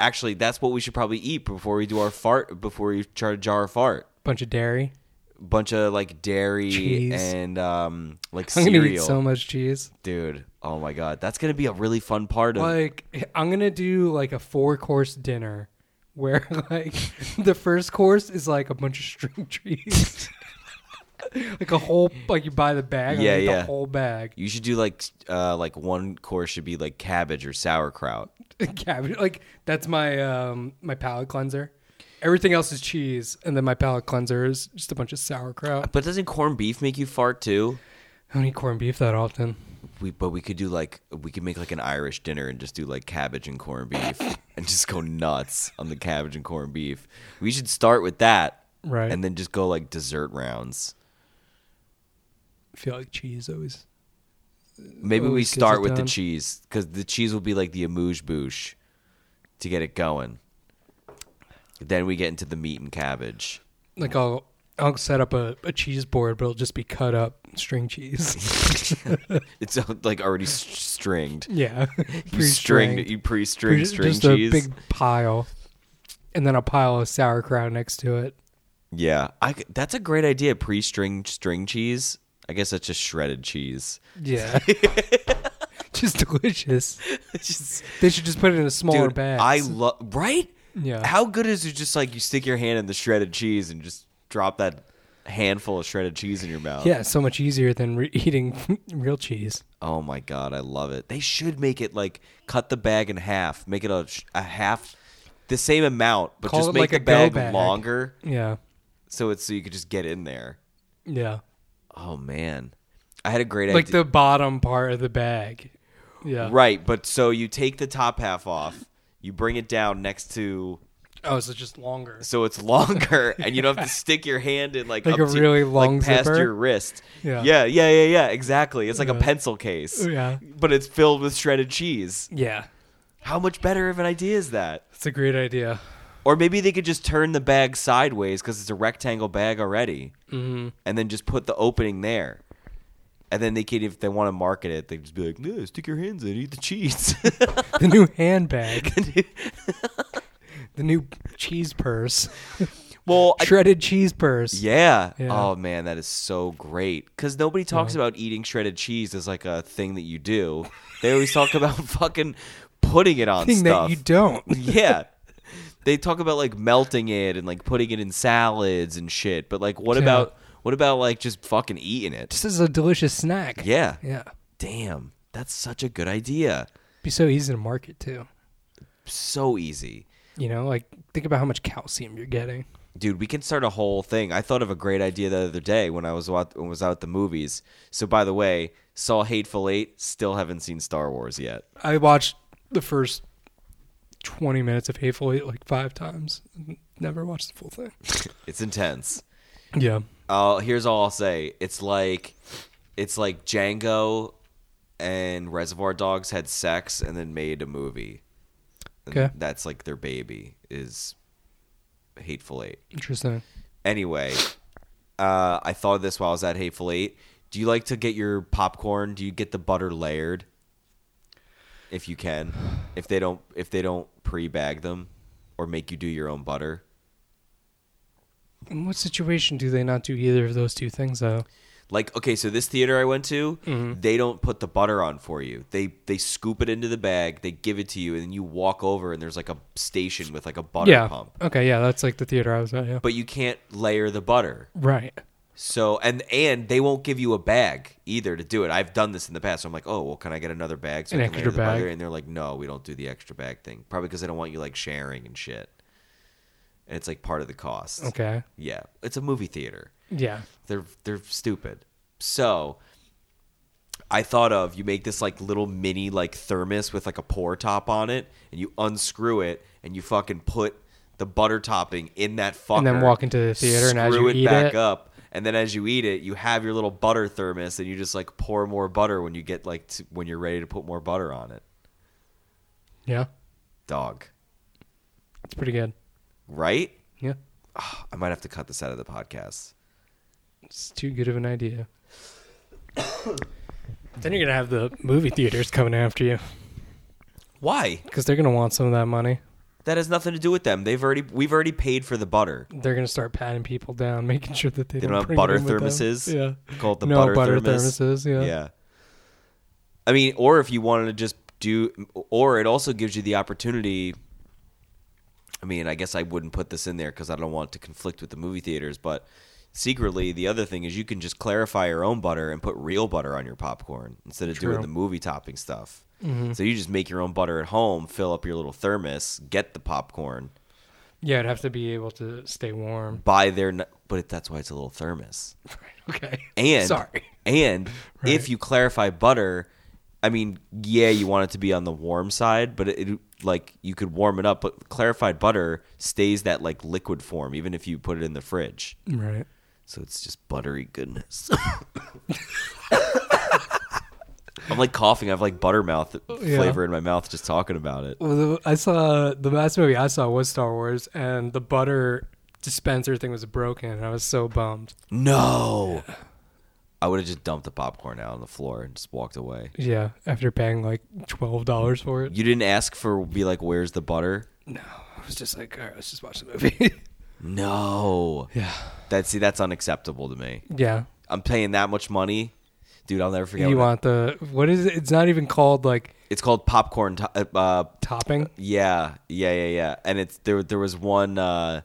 Speaker 2: actually that's what we should probably eat before we do our fart before we try to jar a fart
Speaker 1: bunch of dairy.
Speaker 2: bunch of like dairy
Speaker 1: Cheese.
Speaker 2: and um like
Speaker 1: I'm gonna eat
Speaker 2: cereal
Speaker 1: so much cheese.
Speaker 2: dude oh my god that's gonna be a really fun part of
Speaker 1: Like I'm gonna do like a four course dinner where [LAUGHS] like the first course is like a bunch of string [LAUGHS] cheese. like a whole like you buy the bag,
Speaker 2: Yeah,
Speaker 1: yeah, yeah.
Speaker 2: yeah.
Speaker 1: the whole bag.
Speaker 2: you should do like uh like one course should
Speaker 1: [LAUGHS]
Speaker 2: be like cabbage or sauerkraut
Speaker 1: Cabbage like that's my um my palate cleanser. Everything else is cheese, and then my palate cleanser is just a bunch of sauerkraut.
Speaker 2: But doesn't corned beef make you fart too?
Speaker 1: I don't eat corned beef that often.
Speaker 2: We but we could do like we could make like an Irish dinner and just do like cabbage and corned beef [LAUGHS] and just go nuts on the cabbage and corned beef. We should start with that.
Speaker 1: Right.
Speaker 2: And then just go like dessert rounds.
Speaker 1: I feel like cheese always.
Speaker 2: Maybe we
Speaker 1: Always gets
Speaker 2: start
Speaker 1: it
Speaker 2: with the
Speaker 1: done.
Speaker 2: cheese because the cheese will be like the amuse bouche to get it going. Then we get into the meat and cabbage.
Speaker 1: Like I'll I'll set up a, a cheese board, but it'll just be cut up string
Speaker 2: [LAUGHS]
Speaker 1: cheese.
Speaker 2: It's uh, like already s- stringed.
Speaker 1: yeah, [LAUGHS]
Speaker 2: You stringed,
Speaker 1: Pre-stringed.
Speaker 2: you pre-string
Speaker 1: Just-
Speaker 2: string
Speaker 1: just
Speaker 2: cheese.
Speaker 1: a big pile, and then a pile of sauerkraut next to it.
Speaker 2: Yeah, I c that's a great idea. Pre-string string cheese. I guess that's just
Speaker 1: [LAUGHS]
Speaker 2: shredded cheese. [LAUGHS]
Speaker 1: Yeah, just delicious.
Speaker 2: Just-
Speaker 1: They should just put it in a smaller
Speaker 2: dude,
Speaker 1: bag.
Speaker 2: I love right.
Speaker 1: Yeah.
Speaker 2: How good is it? Just like you stick your hand in the shredded cheese and just drop that handful of shredded cheese in your mouth.
Speaker 1: yeah, it's so much easier than re- [LAUGHS] eating real cheese.
Speaker 2: Oh my god, I love it. They should make it like cut the bag in half, make it a, sh- a half, the same amount, but
Speaker 1: Call
Speaker 2: just
Speaker 1: it
Speaker 2: make
Speaker 1: like
Speaker 2: the
Speaker 1: a go
Speaker 2: bag,
Speaker 1: bag.
Speaker 2: longer,
Speaker 1: Yeah,
Speaker 2: so it's so you could just get in there.
Speaker 1: yeah,
Speaker 2: Oh man, I had a great
Speaker 1: like
Speaker 2: idea.
Speaker 1: the bottom part of the bag. Yeah.
Speaker 2: Right, but so you take the top half off, you bring it down next to
Speaker 1: Oh, so it's just longer.
Speaker 2: so it's [LAUGHS] longer and you don't have to stick your hand in like,
Speaker 1: Like
Speaker 2: up
Speaker 1: a
Speaker 2: to-
Speaker 1: really long
Speaker 2: like past
Speaker 1: zipper?
Speaker 2: your wrist.
Speaker 1: Yeah.
Speaker 2: yeah, yeah, yeah, yeah, exactly. It's like a pencil case.
Speaker 1: Yeah.
Speaker 2: But it's filled with shredded cheese.
Speaker 1: Yeah,
Speaker 2: How much better of an idea is that?
Speaker 1: it's a great
Speaker 2: [LAUGHS]
Speaker 1: idea.
Speaker 2: Or maybe they could just turn the bag sideways because it's a rectangle bag already, mm-hmm. and then just put the opening there. And then they could, if they want to market it, they just be like, "No, stick your hands in, eat the cheese." [LAUGHS]
Speaker 1: The new handbag. [LAUGHS] the new cheese
Speaker 2: [LAUGHS]
Speaker 1: purse. [LAUGHS]
Speaker 2: well, I-
Speaker 1: Shredded cheese purse.
Speaker 2: yeah.
Speaker 1: Yeah.
Speaker 2: Oh man, that is so great because nobody talks about eating shredded cheese as like a thing that you do. They always talk [LAUGHS] about fucking putting it on
Speaker 1: Thing
Speaker 2: stuff.
Speaker 1: that you don't.
Speaker 2: [LAUGHS] yeah. They talk about like melting it and like putting it in salads and shit, but like what
Speaker 1: Yeah.
Speaker 2: about what about like just fucking eating it?
Speaker 1: This is a delicious snack.
Speaker 2: Yeah.
Speaker 1: Yeah.
Speaker 2: Damn, that's such a good idea.
Speaker 1: Be so easy to market too.
Speaker 2: So easy.
Speaker 1: You know, like think about how much calcium you're getting.
Speaker 2: Dude, we can start a whole thing. I thought of a great idea the other day when I was wa- when I was out at the movies. So by the way, saw Hateful 8, still haven't seen Star Wars yet.
Speaker 1: I watched the first 20 minutes of Hateful Eight like five times. Never watched the full thing.
Speaker 2: It's intense.
Speaker 1: Yeah.
Speaker 2: Uh, here's all I'll say. It's like it's like Django and Reservoir Dogs had sex and then made a movie. And
Speaker 1: Okay.
Speaker 2: That's like their baby is Hateful Eight.
Speaker 1: Interesting.
Speaker 2: Anyway, uh, I thought of this while I was at Hateful Eight. Do you like to get your popcorn? Do you get the butter layered? If you can, if they don't, if they don't pre-bag them, or make you do your own butter.
Speaker 1: In what situation do they not do either of those two things though?
Speaker 2: Like okay, so this theater I went to, they don't put the butter on for you. They they scoop it into the bag, they give it to you, and then you walk over and there's like a station with like a butter
Speaker 1: yeah.
Speaker 2: pump.
Speaker 1: Okay, yeah, that's like the theater I was at, yeah.
Speaker 2: But you can't layer the butter.
Speaker 1: right.
Speaker 2: So and and they won't give you a bag either to do it. I've done this in the past. So I'm like, oh well, can I get another bag? So
Speaker 1: An
Speaker 2: I can layer
Speaker 1: extra
Speaker 2: the butter?
Speaker 1: bag.
Speaker 2: And they're like, no, we don't do the extra bag thing. Probably because they don't want you like sharing and shit. And it's like part of the cost.
Speaker 1: Okay.
Speaker 2: Yeah, it's a movie theater.
Speaker 1: Yeah.
Speaker 2: They're they're stupid. So I thought of you make this like little mini like thermos with like a pour top on it, and you unscrew it, and you fucking put the butter topping in that fucker,
Speaker 1: then walk into the theater, and as
Speaker 2: screw
Speaker 1: you
Speaker 2: it
Speaker 1: eat
Speaker 2: back
Speaker 1: it-
Speaker 2: up, and then as you eat it, you have your little butter thermos, and you just like pour more butter when you get like to, when you're ready to put more butter on it.
Speaker 1: Yeah.
Speaker 2: Dog,
Speaker 1: It's pretty good.
Speaker 2: right?
Speaker 1: Yeah.
Speaker 2: I might have to cut this out of the podcast.
Speaker 1: It's too good of an idea. [COUGHS] then you're going to have the movie theaters coming after you
Speaker 2: Why?
Speaker 1: because they're going to want some of that money.
Speaker 2: That has nothing to do with them. They've already we've already paid for the butter.
Speaker 1: They're going to start patting people down, making sure that they,
Speaker 2: They don't have
Speaker 1: bring it
Speaker 2: butter
Speaker 1: in with them.
Speaker 2: thermoses?
Speaker 1: Yeah.
Speaker 2: Call it the
Speaker 1: no
Speaker 2: butter,
Speaker 1: butter,
Speaker 2: thermos.
Speaker 1: thermoses. Yeah.
Speaker 2: Yeah. I mean, or if you wanted to just do, or it also gives you the opportunity. I mean, I guess I wouldn't put this in there because I don't want to conflict with the movie theaters, but secretly, the other thing is you can just clarify your own butter and put real butter on your popcorn instead of doing
Speaker 1: True. Mm-hmm.
Speaker 2: the movie topping stuff. So you just make your own butter at home, fill up your little thermos, get the popcorn,
Speaker 1: Yeah, it'd have to be able to stay warm. [LAUGHS]
Speaker 2: by their n- but that's why it's a little thermos.
Speaker 1: Okay.
Speaker 2: And
Speaker 1: sorry. [LAUGHS]
Speaker 2: And if you clarify butter, I mean, yeah, you want it to be on the warm side, but it, it- like you could warm it up, but clarified butter stays that like liquid form even if you put it in the fridge.
Speaker 1: Right.
Speaker 2: So it's just buttery goodness. [LAUGHS] I'm like coughing. I have like buttermouth
Speaker 1: Yeah.
Speaker 2: flavor in my mouth just talking about it.
Speaker 1: Well, the, I saw the last movie I saw was Star Wars, and the butter dispenser thing was broken, and I was so bummed.
Speaker 2: No. I would have just dumped the popcorn out on the floor and just walked away.
Speaker 1: Yeah, after paying like twelve dollars for it,
Speaker 2: You didn't ask for be like where's the butter?
Speaker 1: no, I was just like, all right, let's just watch the movie. [LAUGHS]
Speaker 2: No.
Speaker 1: yeah,
Speaker 2: That see, that's unacceptable to me.
Speaker 1: yeah.
Speaker 2: I'm paying that much money, dude. I'll never forget.
Speaker 1: you
Speaker 2: what I-
Speaker 1: want the what is it? It's not even called like
Speaker 2: it's called popcorn. To- uh, uh,
Speaker 1: topping.
Speaker 2: yeah, yeah, yeah, yeah. And it's there. There was one uh,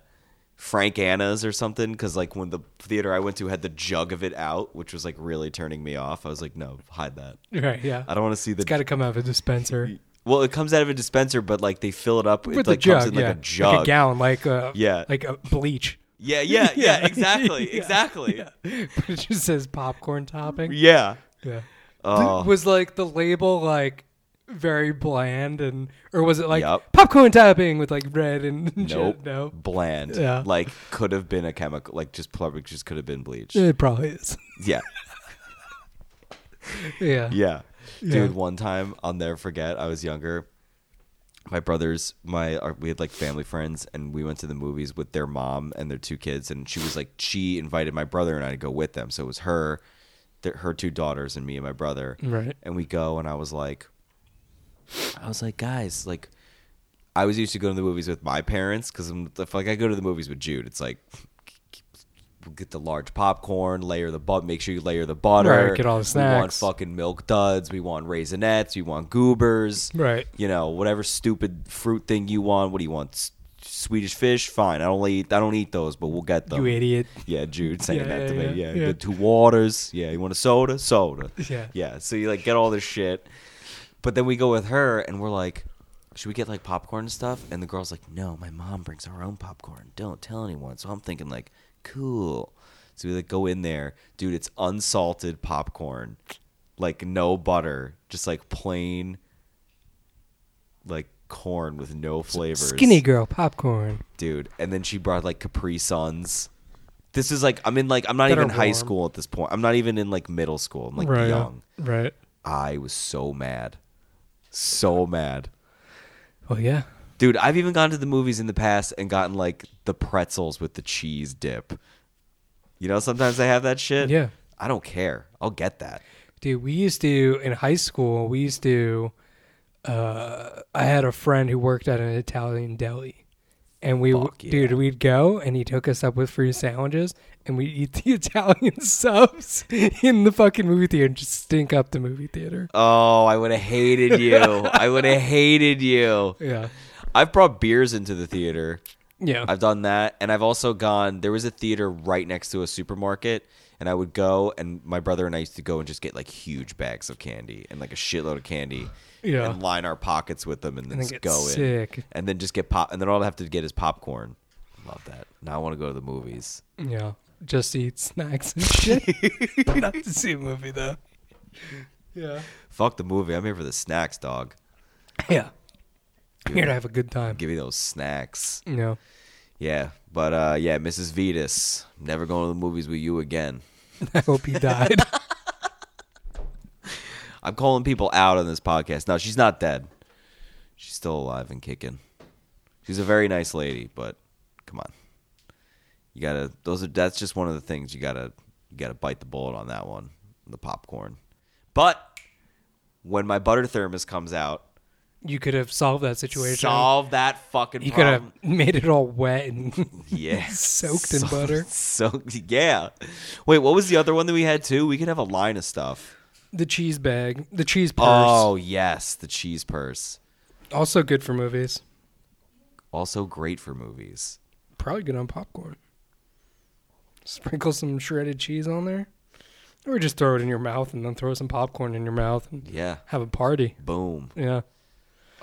Speaker 2: Frank Anna's or something because like when the theater I went to had the jug of it out, which was like really turning me off. I was like, no, hide that.
Speaker 1: [LAUGHS] Right. Yeah.
Speaker 2: I don't want to see the.
Speaker 1: It's got to come out of a dispenser
Speaker 2: well, it comes out of a dispenser, but like they fill it up.
Speaker 1: with
Speaker 2: it
Speaker 1: the
Speaker 2: like
Speaker 1: jug.
Speaker 2: comes in
Speaker 1: yeah.
Speaker 2: like a jug.
Speaker 1: like a gallon, like a,
Speaker 2: Yeah.
Speaker 1: like a bleach.
Speaker 2: yeah, yeah,
Speaker 1: [LAUGHS]
Speaker 2: yeah,
Speaker 1: Yeah. [LAUGHS]
Speaker 2: Exactly,
Speaker 1: Yeah.
Speaker 2: exactly. Yeah.
Speaker 1: Yeah. But it just says popcorn topping. Yeah.
Speaker 2: Oh.
Speaker 1: Was like the label like very bland and or was it like
Speaker 2: Yup.
Speaker 1: popcorn topping with like red and [LAUGHS]
Speaker 2: Nope.
Speaker 1: no?
Speaker 2: Bland.
Speaker 1: Yeah.
Speaker 2: Like could have been a chemical. Like just probably just could have been bleach.
Speaker 1: It probably is. [LAUGHS]
Speaker 2: Yeah.
Speaker 1: Yeah.
Speaker 2: Yeah. Dude,
Speaker 1: Yeah.
Speaker 2: one time I'll never forget, I was younger. My brothers, my our, we had like family friends and we went to the movies with their mom and their two kids and she was like she invited my brother and I to go with them. So it was her th- her two daughters and me and my brother.
Speaker 1: Right.
Speaker 2: And we go and I was like I was like, "Guys, like I was used to going to the movies with my parents because if like I go to the movies with Jude, it's like we'll get the large popcorn, layer the but make sure you layer the butter,
Speaker 1: Right, get all the
Speaker 2: We want
Speaker 1: snacks.
Speaker 2: fucking milk duds, we want raisinettes, we want goobers,
Speaker 1: Right.
Speaker 2: You know, whatever stupid fruit thing you want. What do you want? S- Swedish fish? Fine. I don't eat. I don't eat those, but we'll get them.
Speaker 1: You idiot.
Speaker 2: Yeah, Jude saying
Speaker 1: Yeah,
Speaker 2: that
Speaker 1: yeah,
Speaker 2: to me.
Speaker 1: yeah,
Speaker 2: Yeah,
Speaker 1: yeah.
Speaker 2: the two waters. Yeah, you want a soda? Soda.
Speaker 1: Yeah.
Speaker 2: Yeah. So you like get all this shit. But then we go with her and we're like, should we get like popcorn and stuff? And the girl's like, no, my mom brings her own popcorn. Don't tell anyone. So I'm thinking like, cool. So we like go in there. Dude, it's unsalted popcorn. Like no butter. Just like plain like corn with no flavors
Speaker 1: Skinny girl popcorn.
Speaker 2: dude. And then she brought like Capri Suns. This is like I'm in like I'm not
Speaker 1: That are
Speaker 2: even high
Speaker 1: warm.
Speaker 2: school at this point. I'm not even in like middle school. I'm like
Speaker 1: right. yeah.
Speaker 2: young.
Speaker 1: Right.
Speaker 2: I was so mad, so mad,
Speaker 1: Well, yeah.
Speaker 2: dude. I've even gone to the movies in the past and gotten like the pretzels with the cheese dip. You know, sometimes they have that shit.
Speaker 1: Yeah.
Speaker 2: I don't care. I'll get that.
Speaker 1: Dude, we used to in high school. We used to. Uh, I had a friend who worked at an Italian deli, and we, w
Speaker 2: Fuck yeah.
Speaker 1: dude, we'd go and he took us up with free sandwiches, and we'd eat the [LAUGHS] Italian subs in the fucking movie theater and just stink up the movie theater.
Speaker 2: Oh, I would have hated you. I would
Speaker 1: [LAUGHS]
Speaker 2: have hated you.
Speaker 1: Yeah,
Speaker 2: I've brought beers into the theater.
Speaker 1: yeah,
Speaker 2: I've done that, and I've also gone. There was a theater right next to a supermarket, and I would go, and my brother and I used to go and just get like huge bags of candy and like a shitload of candy,
Speaker 1: Yeah.
Speaker 2: and line our pockets with them, and then
Speaker 1: and
Speaker 2: just
Speaker 1: get
Speaker 2: go in,
Speaker 1: sick.
Speaker 2: and then just get pop, and then all I have to get is popcorn. Love that. Now I want to go to the movies.
Speaker 1: Yeah, just eat snacks and
Speaker 2: [LAUGHS]
Speaker 1: shit. Not to see a movie though. Yeah,
Speaker 2: Fuck the movie. I'm here for the snacks, dog.
Speaker 1: yeah. I'm here to have a good time.
Speaker 2: Give me those snacks.
Speaker 1: You know.
Speaker 2: Yeah, but uh, yeah, Mrs. Vetus, never going to the movies with you again.
Speaker 1: I hope he died.
Speaker 2: I'm calling people out on this podcast. No, she's not dead. She's still alive and kicking. She's a very nice lady, but come on. You gotta those are that's just one of the things you gotta you gotta bite the bullet on that one. The popcorn. But when my butter thermos comes out,
Speaker 1: you could have solved that situation.
Speaker 2: solve that fucking
Speaker 1: You could
Speaker 2: problem.
Speaker 1: have [LAUGHS] made it all wet and [LAUGHS]
Speaker 2: yeah. [LAUGHS]
Speaker 1: soaked in butter.
Speaker 2: Soaked yeah. Wait, what was the other one that we had too? We could have a line of stuff.
Speaker 1: the cheese bag, the cheese purse.
Speaker 2: Oh yes, the cheese purse.
Speaker 1: Also good for movies.
Speaker 2: Also great for movies.
Speaker 1: Probably good on popcorn. Sprinkle some shredded cheese on there. Or just throw it in your mouth and then throw some popcorn in your mouth and
Speaker 2: Yeah.
Speaker 1: have a party.
Speaker 2: Boom.
Speaker 1: Yeah. [LAUGHS]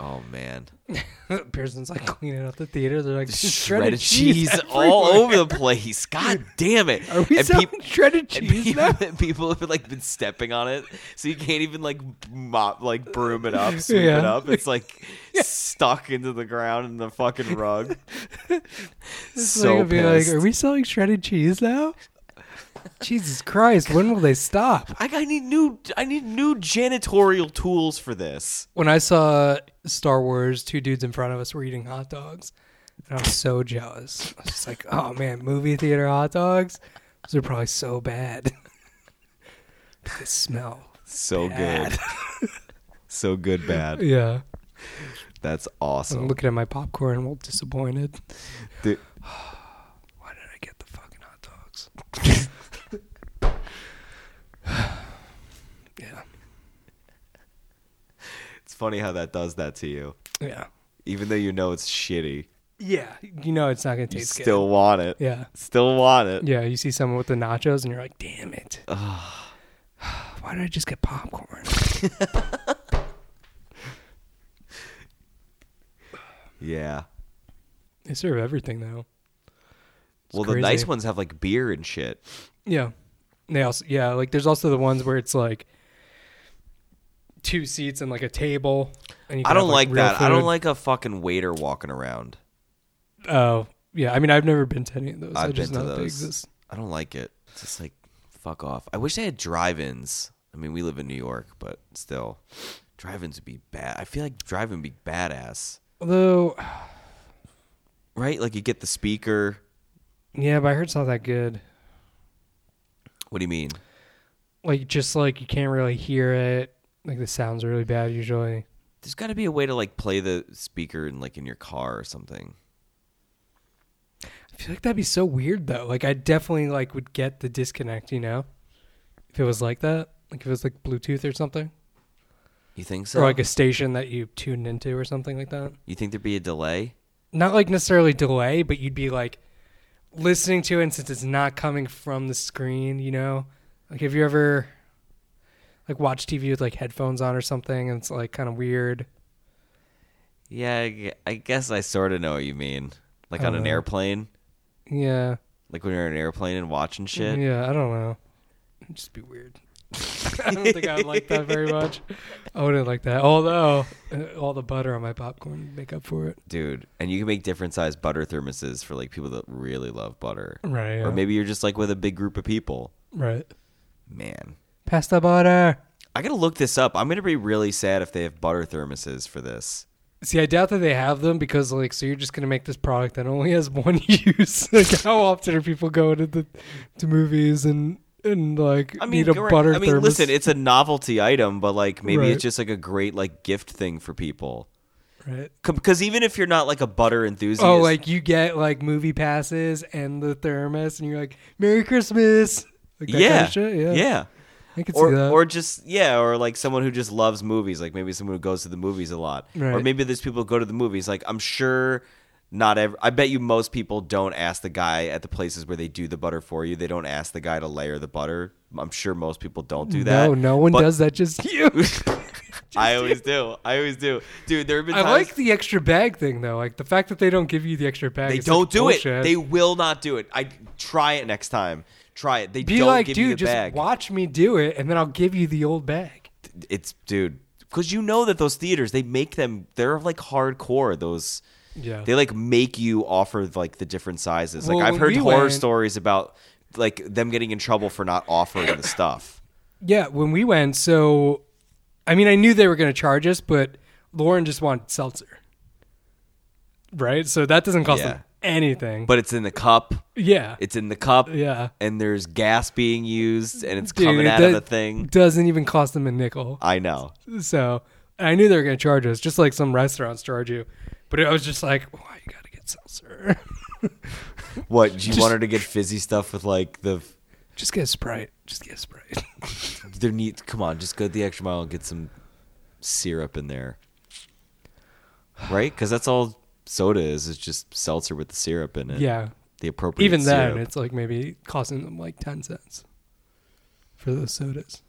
Speaker 2: Oh man,
Speaker 1: Pearson's like cleaning up the theater. They're like
Speaker 2: shredded cheese all over the place. God damn it!
Speaker 1: [LAUGHS] Are we
Speaker 2: And
Speaker 1: selling
Speaker 2: peop-
Speaker 1: shredded
Speaker 2: and
Speaker 1: cheese
Speaker 2: people,
Speaker 1: now? [LAUGHS]
Speaker 2: [LAUGHS] people have like been stepping on it, so you can't even like mop, like broom it up, sweep
Speaker 1: [LAUGHS]
Speaker 2: it
Speaker 1: Yeah.
Speaker 2: up. It's like stuck into the ground in the fucking rug.
Speaker 1: [LAUGHS] They're
Speaker 2: so
Speaker 1: gonna be like,
Speaker 2: pissed.
Speaker 1: are we selling shredded cheese now? Jesus Christ! When will they stop?
Speaker 2: I, I need new. I need new janitorial tools for this.
Speaker 1: When I saw Star Wars, two dudes in front of us were eating hot dogs, and I was so jealous. I was just like, oh man, movie theater hot dogs, those are probably so bad. [LAUGHS] they smell.
Speaker 2: So
Speaker 1: Bad.
Speaker 2: good.
Speaker 1: [LAUGHS]
Speaker 2: so good. Bad.
Speaker 1: Yeah,
Speaker 2: That's
Speaker 1: I'm
Speaker 2: awesome.
Speaker 1: looking at my popcorn, all disappointed.
Speaker 2: Dude,
Speaker 1: Why did I get the fucking hot dogs? [SIGHS] yeah.
Speaker 2: it's funny how that does that to you,
Speaker 1: Yeah.
Speaker 2: even though you know it's shitty.
Speaker 1: Yeah. You know it's not gonna
Speaker 2: You
Speaker 1: taste good.
Speaker 2: still want it.
Speaker 1: Yeah.
Speaker 2: Still want it.
Speaker 1: Yeah. You see someone with the nachos and you're like, damn it. [SIGHS] Why did I just get popcorn?
Speaker 2: Yeah.
Speaker 1: They serve everything though.
Speaker 2: well,
Speaker 1: crazy.
Speaker 2: the nice ones have like beer and shit.
Speaker 1: Yeah. They also yeah, like there's also the ones where it's like two seats and like a table. And you
Speaker 2: I
Speaker 1: can
Speaker 2: don't
Speaker 1: have,
Speaker 2: like
Speaker 1: real
Speaker 2: that. I don't
Speaker 1: food.
Speaker 2: like a fucking waiter walking around.
Speaker 1: Oh yeah, I mean I've never been to any of those. I
Speaker 2: I've
Speaker 1: just
Speaker 2: been to
Speaker 1: know that they
Speaker 2: those.
Speaker 1: exist.
Speaker 2: I don't like it. It's just like fuck off. I wish they had drive-ins. I mean, we live in New York, but still, drive-ins would be bad. I feel like drive-in would be badass,
Speaker 1: Although
Speaker 2: right? Like you get the speaker.
Speaker 1: yeah, but I heard it's not that good.
Speaker 2: What do you mean?
Speaker 1: like just like you can't really hear it. Like the sounds really bad usually.
Speaker 2: There's got to be a way to like play the speaker in like in your car or something.
Speaker 1: I feel like that'd be so weird though. Like I definitely like would get the disconnect, you know, if it was like that. Like if it was like Bluetooth or something,
Speaker 2: You think so?
Speaker 1: or like a station that you tuned into or something like that.
Speaker 2: you think there'd be a delay?
Speaker 1: Not like necessarily delay, but you'd be like listening to it, and since it's not coming from the screen, you know. Like have you ever like watch TV with like headphones on or something, and it's like kind of weird.
Speaker 2: Yeah, I gue- I guess I sort of know what you mean. Like on
Speaker 1: don't
Speaker 2: an
Speaker 1: know.
Speaker 2: airplane,
Speaker 1: Yeah.
Speaker 2: like when you're on an airplane and watching shit.
Speaker 1: Yeah, I don't know. It'd just be weird. [LAUGHS] I don't think I'd like that very
Speaker 2: [LAUGHS]
Speaker 1: much. I wouldn't like that. Although uh, all the butter on my popcorn would make up for it.
Speaker 2: Dude, and you can make different size butter thermoses for like people that really love butter.
Speaker 1: Right.
Speaker 2: Or maybe you're just like with a big group of people.
Speaker 1: right.
Speaker 2: Man,
Speaker 1: Pasta butter.
Speaker 2: I gotta look this up. I'm gonna be really sad if they have butter thermoses for this.
Speaker 1: See, I doubt that they have them because, like, so you're just gonna make this product that only has one [LAUGHS] use. like, how often are people going to the to movies and and like
Speaker 2: I mean,
Speaker 1: need a
Speaker 2: great-
Speaker 1: butter?
Speaker 2: I mean,
Speaker 1: thermos?
Speaker 2: listen, it's a novelty item, but like maybe
Speaker 1: Right.
Speaker 2: it's just like a great like gift thing for people.
Speaker 1: right.
Speaker 2: Because even if you're not like a butter enthusiast,
Speaker 1: Oh, like you get like movie passes and the thermos, and you're like, "Merry Christmas!" Like that
Speaker 2: yeah,
Speaker 1: kind of shit. yeah,
Speaker 2: yeah.
Speaker 1: I could see
Speaker 2: or
Speaker 1: that.
Speaker 2: or just yeah, or like someone who just loves movies, like maybe someone who goes to the movies a lot, or
Speaker 1: Right.
Speaker 2: maybe there's people who go to the movies. Like I'm sure not every. I bet you most people don't ask the guy at the places where they do the butter for you. They don't ask the guy to layer the butter. I'm sure most people don't do that.
Speaker 1: No, no one
Speaker 2: but
Speaker 1: does that.
Speaker 2: [LAUGHS]
Speaker 1: Just you.
Speaker 2: I always do. I always do, dude. There have been
Speaker 1: I
Speaker 2: times
Speaker 1: like the extra bag thing though. Like the fact that they don't give you the extra bag.
Speaker 2: they
Speaker 1: is such
Speaker 2: don't do it.
Speaker 1: bullshit.
Speaker 2: They will not do it. I try it next time. Try it. They
Speaker 1: be
Speaker 2: don't
Speaker 1: like,
Speaker 2: give you the
Speaker 1: dude, just
Speaker 2: bag.
Speaker 1: watch me do it, and then I'll give you the old bag.
Speaker 2: It's dude. Because you know that those theaters, they make them. They're like hardcore. Those
Speaker 1: Yeah.
Speaker 2: They like make you offer like the different sizes. Like
Speaker 1: Well,
Speaker 2: I've
Speaker 1: when
Speaker 2: heard
Speaker 1: we
Speaker 2: horror
Speaker 1: went-
Speaker 2: stories about like them getting in trouble for not offering the stuff.
Speaker 1: Yeah, when we went, so I mean, I knew they were going to charge us, but Lauren just wanted seltzer, right? So that doesn't cost
Speaker 2: Yeah.
Speaker 1: them anything.
Speaker 2: But it's in the cup.
Speaker 1: yeah,
Speaker 2: It's in the cup.
Speaker 1: Yeah.
Speaker 2: And there's gas being used and it's
Speaker 1: Dude,
Speaker 2: coming out of
Speaker 1: that
Speaker 2: the thing.
Speaker 1: doesn't even cost them a nickel.
Speaker 2: I know.
Speaker 1: So and I knew they were going to charge us, just like some restaurants charge you. But I was just like, why you got to get seltzer? [LAUGHS]
Speaker 2: What, you want her to get fizzy stuff with like the
Speaker 1: just get a sprite. Just get a sprite.
Speaker 2: there need come on, just go the extra mile and get some syrup in there. Right? Because that's all soda is, is just seltzer with the syrup in it.
Speaker 1: [LAUGHS] yeah.
Speaker 2: The appropriate
Speaker 1: Even then,
Speaker 2: syrup.
Speaker 1: it's like maybe costing them like ten cents for those sodas.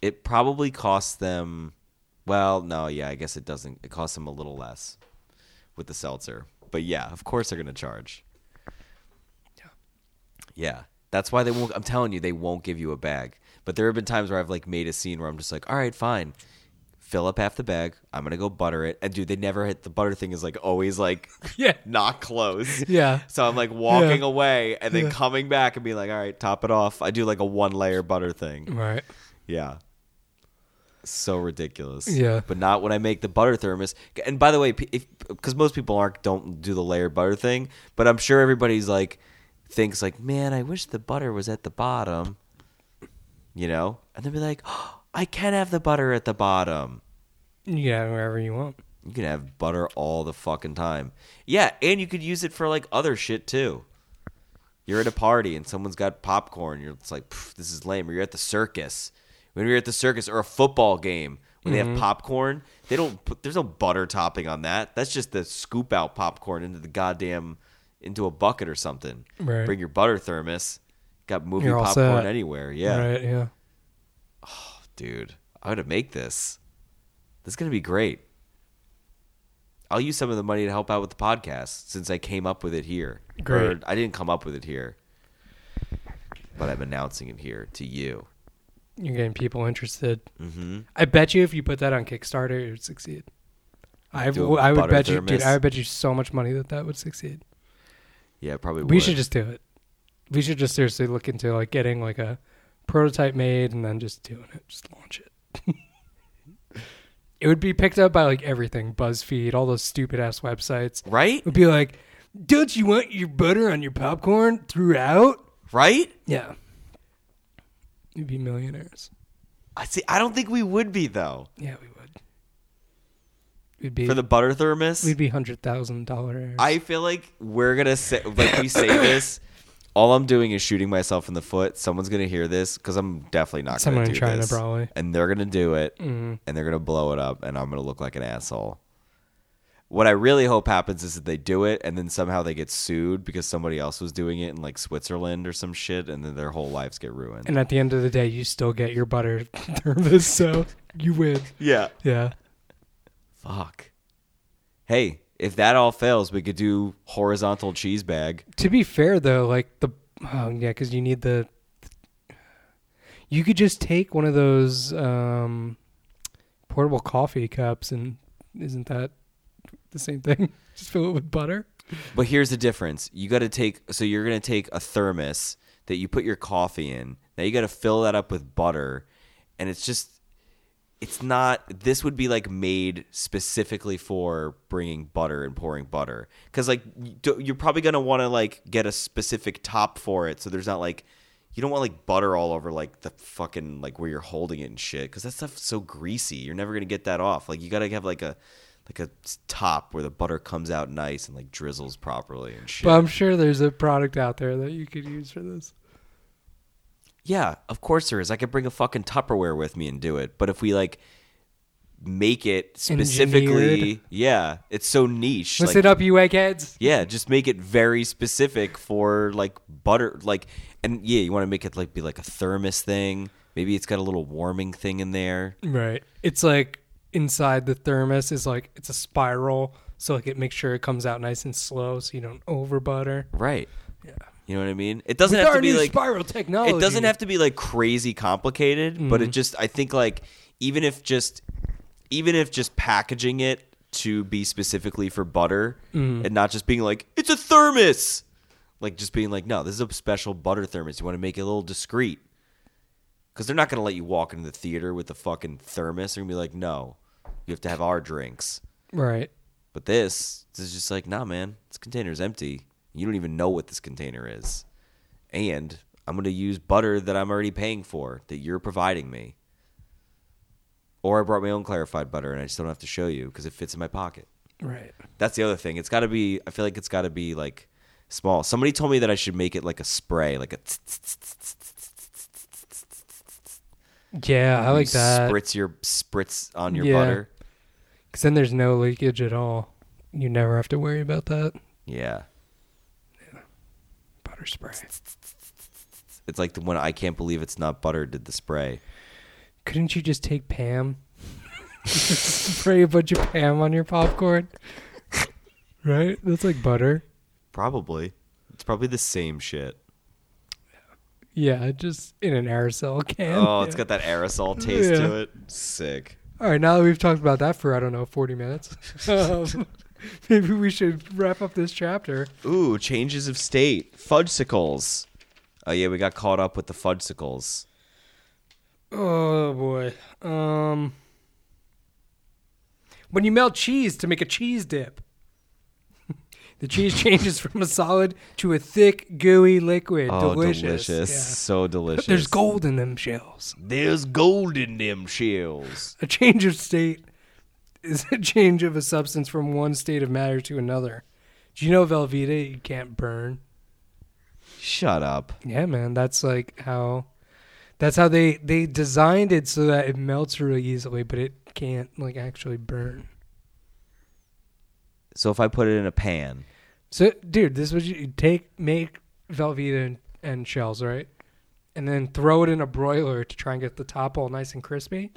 Speaker 2: it probably costs them Well, no, yeah, I guess it doesn't. It costs them a little less with the seltzer. But yeah, of course they're going to charge. Yeah. That's why they won't I'm telling you they won't give you a bag. But there have been times where I've like made a scene where I'm just like, "All right, fine. Fill up half the bag. I'm going to go butter it." And dude, they never hit the butter thing is like always like [LAUGHS]
Speaker 1: Yeah.
Speaker 2: not close.
Speaker 1: Yeah.
Speaker 2: So I'm like walking
Speaker 1: Yeah.
Speaker 2: away and then coming back and being like, "All right, top it off." I do like a one layer butter thing.
Speaker 1: Right.
Speaker 2: Yeah. So ridiculous.
Speaker 1: Yeah.
Speaker 2: But not when I make the butter thermos. And by the way, p- if because most people aren't don't do the layered butter thing, but I'm sure everybody's like thinks like, man, I wish the butter was at the bottom. You know, and they'll be like, oh, I can have the butter at the bottom.
Speaker 1: You can have it wherever you want.
Speaker 2: You can have butter all the fucking time. Yeah, and you could use it for like other shit too. You're at a party and someone's got popcorn. You're it's like, "Pff, this is lame. Or you're at the circus. When you're at the circus or a football game when they have
Speaker 1: Mm-hmm.
Speaker 2: popcorn, they don't. Put, there's no butter topping on that. That's just the scoop out popcorn into the goddamn into a bucket or something.
Speaker 1: Right.
Speaker 2: Bring your butter thermos. Got movie
Speaker 1: You're all
Speaker 2: popcorn
Speaker 1: set.
Speaker 2: anywhere. Yeah
Speaker 1: Right. Yeah.
Speaker 2: dude, I'm gonna make this. This is gonna be great. I'll use some of the money to help out with the podcast since I came up with it here.
Speaker 1: Great.
Speaker 2: Or, I didn't come up with it here, but I'm announcing it here to you.
Speaker 1: You're getting people interested. Mm-hmm. I bet you if you put that on Kickstarter, it would succeed. I,
Speaker 2: Do a
Speaker 1: w- I would
Speaker 2: butter
Speaker 1: bet you, dude.
Speaker 2: thermos.
Speaker 1: I would bet you so much money that that would succeed.
Speaker 2: Yeah, it probably.
Speaker 1: We
Speaker 2: would.
Speaker 1: should just do it. We should just seriously look into like getting like a prototype made and then just doing it, just launch it. [LAUGHS] it would be picked up by like everything, BuzzFeed, all those stupid ass websites.
Speaker 2: right,
Speaker 1: It would be like, don't you want your butter on your popcorn throughout?
Speaker 2: right.
Speaker 1: Yeah, you'd be millionaires.
Speaker 2: I see. I don't think we would be though
Speaker 1: Yeah, we would. We'd be
Speaker 2: for the butter thermos.
Speaker 1: we'd be hundred thousand dollar.
Speaker 2: I feel like we're gonna say like
Speaker 1: [COUGHS]
Speaker 2: we say this. All I'm doing is shooting myself in the foot. Someone's gonna hear this because I'm definitely not
Speaker 1: Someone
Speaker 2: gonna
Speaker 1: in
Speaker 2: do
Speaker 1: China,
Speaker 2: this.
Speaker 1: probably.
Speaker 2: and they're gonna do it, and they're gonna blow it up, and I'm gonna look like an asshole. What I really hope happens is that they do it, and then somehow they get sued because somebody else was doing it in like Switzerland or some shit, and then their whole lives get ruined.
Speaker 1: And at the end of the day, you still get your butter [LAUGHS] thermos, so you win.
Speaker 2: yeah.
Speaker 1: Yeah.
Speaker 2: Fuck. Hey, if that all fails, we could do horizontal cheese bag.
Speaker 1: To be fair, though, like the oh, yeah, because you need the. You could just take one of those um, portable coffee cups, and isn't that the same thing? [LAUGHS] Just fill it with butter.
Speaker 2: But here's the difference. You got to take so you're going to take a thermos that you put your coffee in. Now you got to fill that up with butter and it's just it's not this would be like made specifically for bringing butter and pouring butter cuz like you do- you're probably going to want to like get a specific top for it so there's not like you don't want like butter all over like the fucking like where you're holding it and shit cuz that stuff's so greasy. You're never going to get that off. Like you got to have like a like a s- top where the butter comes out nice and like drizzles properly and shit.
Speaker 1: But I'm sure there's a product out there that you could use for this.
Speaker 2: Yeah, of course there is. I could bring a fucking Tupperware with me and do it. But if we like make it specifically,
Speaker 1: Engineered.
Speaker 2: yeah, it's so niche.
Speaker 1: Listen
Speaker 2: like-
Speaker 1: up, you eggheads.
Speaker 2: yeah, just make it very specific for like butter, like, and yeah, you want to make it like be like a thermos thing. Maybe it's got a little warming thing in there.
Speaker 1: Right. It's like inside the thermos is like it's a spiral, so like it makes sure it comes out nice and slow, so you don't over butter.
Speaker 2: Right. Yeah. You know what I mean? It
Speaker 1: With
Speaker 2: doesn't have
Speaker 1: our
Speaker 2: to be
Speaker 1: new
Speaker 2: like
Speaker 1: spiral technology.
Speaker 2: It doesn't have to be like crazy complicated, but it just I think like even if just even if just packaging it to be specifically for butter and not just being like it's a thermos. Like just being like no, this is a special butter thermos. You want to make it a little discreet. Cuz they're not going to let you walk into the theater with a fucking thermos. They're going to be like, "No. You have to have our drinks."
Speaker 1: Right.
Speaker 2: But this, this is just like, nah, man, this container's empty. You don't even know what this container is. And I'm going to use butter that I'm already paying for, that you're providing me. Or I brought my own clarified butter and I just don't have to show you because it fits in my pocket.
Speaker 1: Right.
Speaker 2: That's the other thing. It's got to be, I feel like it's got to be like small. Somebody told me that I should make it like a spray, like a
Speaker 1: Yeah, I like that.
Speaker 2: spritz your spritz on your
Speaker 1: Yeah.
Speaker 2: butter.
Speaker 1: Because then there's no leakage at all. You never have to worry about that.
Speaker 2: Yeah.
Speaker 1: Butter spray.
Speaker 2: It's like the one I can't believe it's not butter did the spray.
Speaker 1: Couldn't you just take Pam? [LAUGHS] Spray a bunch of Pam on your popcorn. [LAUGHS] Right? That's like butter.
Speaker 2: Probably. It's probably the same shit.
Speaker 1: Yeah, just in an aerosol can. [LAUGHS]
Speaker 2: Oh,
Speaker 1: Yeah.
Speaker 2: it's got that aerosol taste
Speaker 1: Yeah.
Speaker 2: to it. Sick.
Speaker 1: All right, now that we've talked about that for, I don't know, 40 [LAUGHS] minutes, um, maybe we should wrap up this chapter.
Speaker 2: Ooh, changes of state. Fudgesicles. Oh yeah, we got caught up with the fudgesicles.
Speaker 1: Oh, boy. Um, when you melt cheese to make a cheese dip, [LAUGHS] the cheese changes from a solid to a thick, gooey liquid.
Speaker 2: Oh, delicious.
Speaker 1: delicious. Yeah.
Speaker 2: So delicious.
Speaker 1: There's gold in them shells.
Speaker 2: There's gold in them shells.
Speaker 1: A change of state [LAUGHS] is a change of a substance from one state of matter to another. Do you know Velveeta? You can't burn.
Speaker 2: Shut up.
Speaker 1: Yeah, man. That's like how. That's how they they designed it so that it melts really easily, but it can't like actually burn.
Speaker 2: So if I put it in a pan,
Speaker 1: So, dude, this was you take make Velveeta and, and shells, right? And then throw it in a broiler to try and get the top all nice and crispy.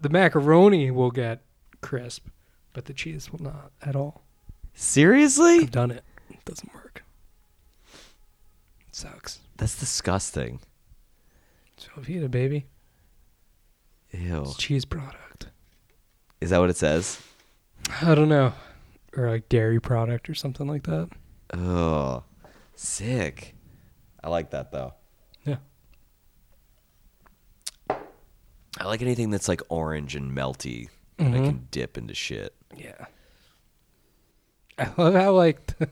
Speaker 1: The macaroni will get crisp, but the cheese will not at all.
Speaker 2: seriously?
Speaker 1: I've done it. It doesn't work. It sucks.
Speaker 2: That's disgusting.
Speaker 1: It's Velveeta, baby.
Speaker 2: Ew.
Speaker 1: It's a cheese product.
Speaker 2: Is that what it says?
Speaker 1: I don't know. Or like dairy product or something like that.
Speaker 2: Ugh. Sick. I like that though.
Speaker 1: Yeah.
Speaker 2: I like anything that's like orange and melty. that
Speaker 1: Mm-hmm.
Speaker 2: I can dip into shit.
Speaker 1: Yeah. I love how like [LAUGHS] the,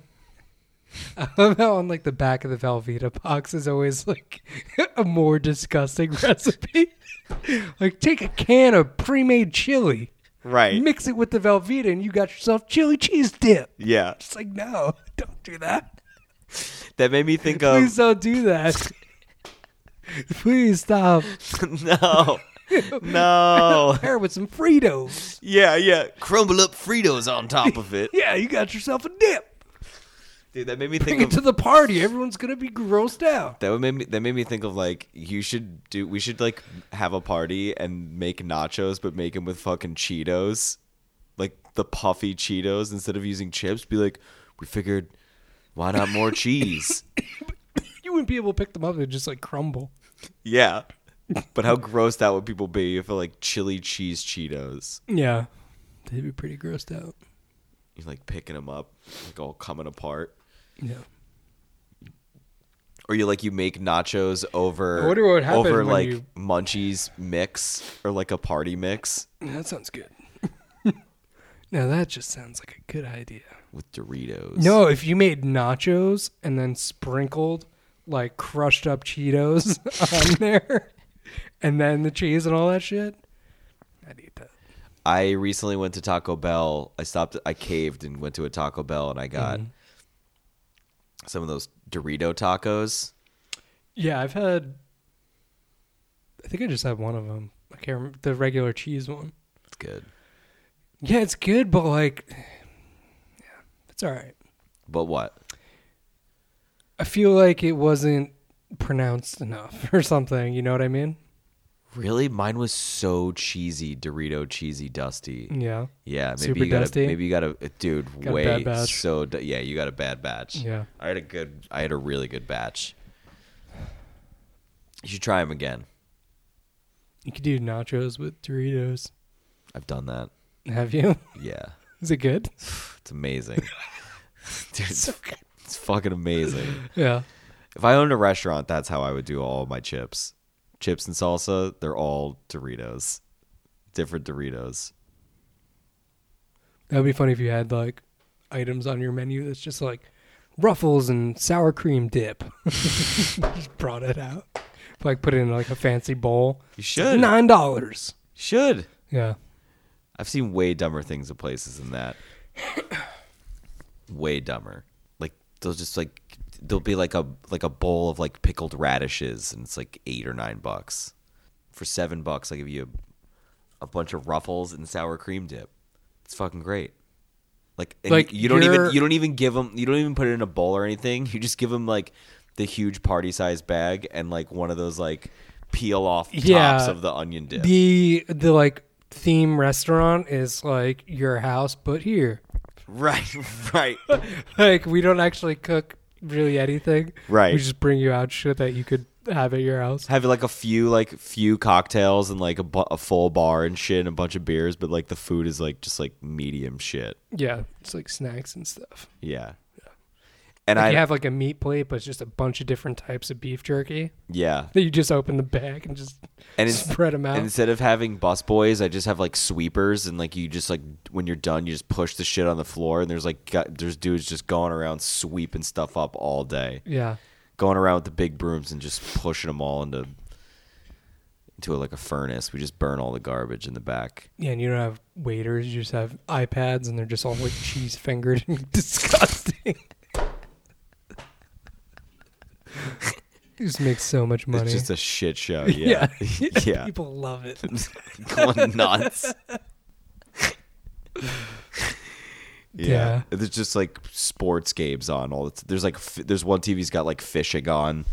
Speaker 1: I love how on like the back of the Velveeta box is always like [LAUGHS] a more disgusting [LAUGHS] recipe. like take a can of pre-made chili,
Speaker 2: Right.
Speaker 1: mix it with the Velveeta, and you got yourself chili cheese dip.
Speaker 2: Yeah.
Speaker 1: It's like no, [LAUGHS] don't do that.
Speaker 2: That made me think
Speaker 1: Please don't
Speaker 2: of
Speaker 1: do that. [LAUGHS] Please stop.
Speaker 2: [LAUGHS]
Speaker 1: [LAUGHS]
Speaker 2: no. No.
Speaker 1: Pair it with some Fritos.
Speaker 2: Yeah, yeah. Crumble up Fritos on top of
Speaker 1: [LAUGHS]
Speaker 2: it.
Speaker 1: Yeah, you got yourself a dip.
Speaker 2: Dude, that made me
Speaker 1: Bring
Speaker 2: think
Speaker 1: it to
Speaker 2: of
Speaker 1: the party. Everyone's gonna be grossed out.
Speaker 2: that would make me that made me think of like you should do we should like have a party and make nachos but make them with fucking Cheetos. Like the puffy Cheetos instead of using chips, be like, we figured why not more
Speaker 1: [LAUGHS]
Speaker 2: cheese?
Speaker 1: You wouldn't be able to pick them up; they'd just like crumble.
Speaker 2: Yeah. But how grossed out would people be if like chili cheese Cheetos?
Speaker 1: Yeah, they'd be pretty grossed out.
Speaker 2: You're like picking them up, like all coming apart.
Speaker 1: Yeah,
Speaker 2: Or you like you make nachos over
Speaker 1: I wonder what would happen
Speaker 2: over
Speaker 1: when
Speaker 2: like
Speaker 1: you-
Speaker 2: munchies mix or like a party mix
Speaker 1: that sounds good. [LAUGHS] now that just sounds like a good idea.
Speaker 2: with Doritos.
Speaker 1: No, if you made nachos and then sprinkled like crushed up Cheetos [LAUGHS] on there, and then the cheese and all that shit, I'd eat that.
Speaker 2: I recently went to Taco Bell. I stopped I caved and went to a Taco Bell and I got
Speaker 1: Mm-hmm.
Speaker 2: some of those Dorito tacos.
Speaker 1: Yeah, I've had. I think I just had one of them. I can't remember the regular cheese one.
Speaker 2: It's good.
Speaker 1: Yeah, it's good, but like, yeah, it's all right.
Speaker 2: But what?
Speaker 1: I feel like it wasn't pronounced enough [LAUGHS] or something. You know what I mean?
Speaker 2: Really? Mine was so cheesy, Dorito cheesy dusty.
Speaker 1: Yeah.
Speaker 2: Yeah, maybe
Speaker 1: Mm. Super
Speaker 2: you got
Speaker 1: dusty?
Speaker 2: a maybe you got a dude
Speaker 1: Got a
Speaker 2: way
Speaker 1: bad batch.
Speaker 2: so d- yeah, you got a bad batch.
Speaker 1: Yeah.
Speaker 2: I had a good I had a really good batch. You should try them again.
Speaker 1: You could do nachos with Doritos.
Speaker 2: I've done that.
Speaker 1: Have you? [LAUGHS]
Speaker 2: Yeah.
Speaker 1: Is it good?
Speaker 2: It's amazing. Dude, it's, it's fucking amazing.
Speaker 1: Yeah.
Speaker 2: If I owned a restaurant, that's how I would do all my chips. Chips and salsa, they're all Doritos. Different Doritos.
Speaker 1: That would be funny if you had like items on your menu that's just like ruffles and sour cream dip. [LAUGHS] just brought it out. Like put it in like a fancy bowl.
Speaker 2: You should.
Speaker 1: Nine dollars.
Speaker 2: Should.
Speaker 1: Yeah.
Speaker 2: I've seen way dumber things at places than that. way dumber. Like they'll just like there'll be like a like a bowl of like pickled radishes and it's like eight or nine bucks. For seven bucks I give you a, a bunch of ruffles and sour cream dip. It's fucking great. Like, and
Speaker 1: Like,
Speaker 2: you, you don't even
Speaker 1: you're-
Speaker 2: you don't even give them you don't even put it in a bowl or anything. You just give them like the huge party size bag and like one of those like peel off tops
Speaker 1: Yeah.
Speaker 2: of the onion dip.
Speaker 1: The the like theme restaurant is like your house, but here.
Speaker 2: [LAUGHS]
Speaker 1: [LAUGHS]
Speaker 2: Right, right.
Speaker 1: Like we don't actually cook really anything.
Speaker 2: Right.
Speaker 1: We just bring you out shit that you could have at your house.
Speaker 2: Have like a few like few cocktails and like a, bu- a full bar and shit and a bunch of beers, but like the food is like just like medium shit.
Speaker 1: Yeah, it's like snacks and stuff.
Speaker 2: Yeah. And
Speaker 1: Like
Speaker 2: I
Speaker 1: you have like a meat plate, but it's just a bunch of different types of beef jerky
Speaker 2: yeah.
Speaker 1: that you just open the bag and just
Speaker 2: And it's,
Speaker 1: [LAUGHS] spread them out.
Speaker 2: and instead of having busboys, I just have like sweepers and like you just like when you're done, you just push the shit on the floor and there's like got, there's dudes just going around sweeping stuff up all day.
Speaker 1: yeah.
Speaker 2: going around with the big brooms and just pushing them all into into like a furnace. We just burn all the garbage in the back.
Speaker 1: Yeah, and you don't have waiters, you just have iPads and they're just all like cheese fingered and [LAUGHS] disgusting. just makes so much money. [LAUGHS]
Speaker 2: It's just a shit show. Yeah, [LAUGHS] yeah,
Speaker 1: People love it.
Speaker 2: [LAUGHS] going nuts.
Speaker 1: Yeah.
Speaker 2: yeah. there's just like sports games on all. The t- there's like f- there's one TV's got like fishing on,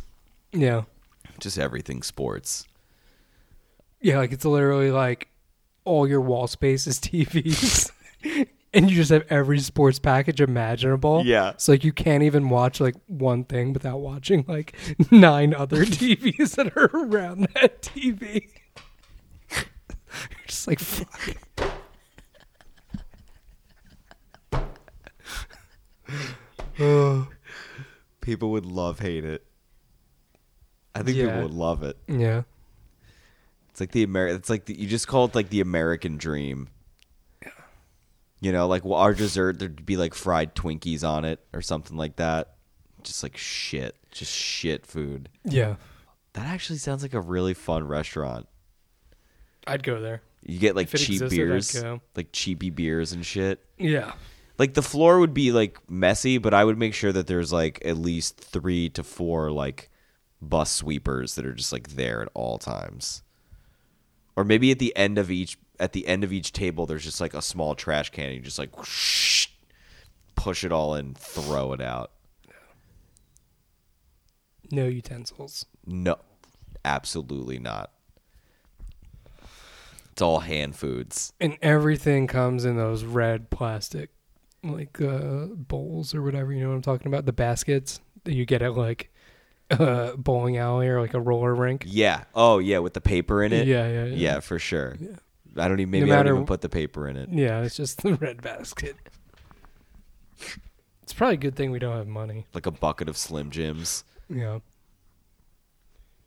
Speaker 1: Yeah.
Speaker 2: just everything sports.
Speaker 1: Yeah, like it's literally like all your wall space is [LAUGHS] TVs. and you just have every sports package imaginable.
Speaker 2: Yeah.
Speaker 1: So like you can't even watch like one thing without watching like [LAUGHS] nine other [LAUGHS] TVs that are around that TV. [LAUGHS] You're just like fuck.
Speaker 2: People would love hate it. I think
Speaker 1: Yeah.
Speaker 2: people would love it.
Speaker 1: Yeah.
Speaker 2: It's like the American. It's like the, you just call it like the American dream. You know, like well, our dessert, there'd be like fried Twinkies on it or something like that. Just like shit, just shit food.
Speaker 1: Yeah.
Speaker 2: That actually sounds like a really fun restaurant.
Speaker 1: I'd go there.
Speaker 2: You get like
Speaker 1: If it
Speaker 2: cheap
Speaker 1: existed, I'd
Speaker 2: beers,
Speaker 1: go.
Speaker 2: like cheapy beers and shit.
Speaker 1: Yeah.
Speaker 2: Like the floor would be like messy, but I would make sure that there's like at least three to four like bus sweepers that are just like there at all times. Or maybe at the end of each at the end of each table there's just like a small trash can and you just like whoosh, push it all in, throw it out.
Speaker 1: No utensils.
Speaker 2: No. Absolutely not. It's all hand foods.
Speaker 1: And everything comes in those red plastic like uh bowls or whatever, you know what I'm talking about? The baskets that you get at like uh bowling alley or like a roller rink.
Speaker 2: Yeah. Oh yeah, with the paper in it.
Speaker 1: Yeah, yeah, yeah.
Speaker 2: Yeah, for sure. I don't even maybe I
Speaker 1: matter-
Speaker 2: don't even put the paper in it.
Speaker 1: Yeah, it's just [LAUGHS] the red basket. It's probably a good thing we don't have money.
Speaker 2: like a bucket of Slim Jims.
Speaker 1: Yeah.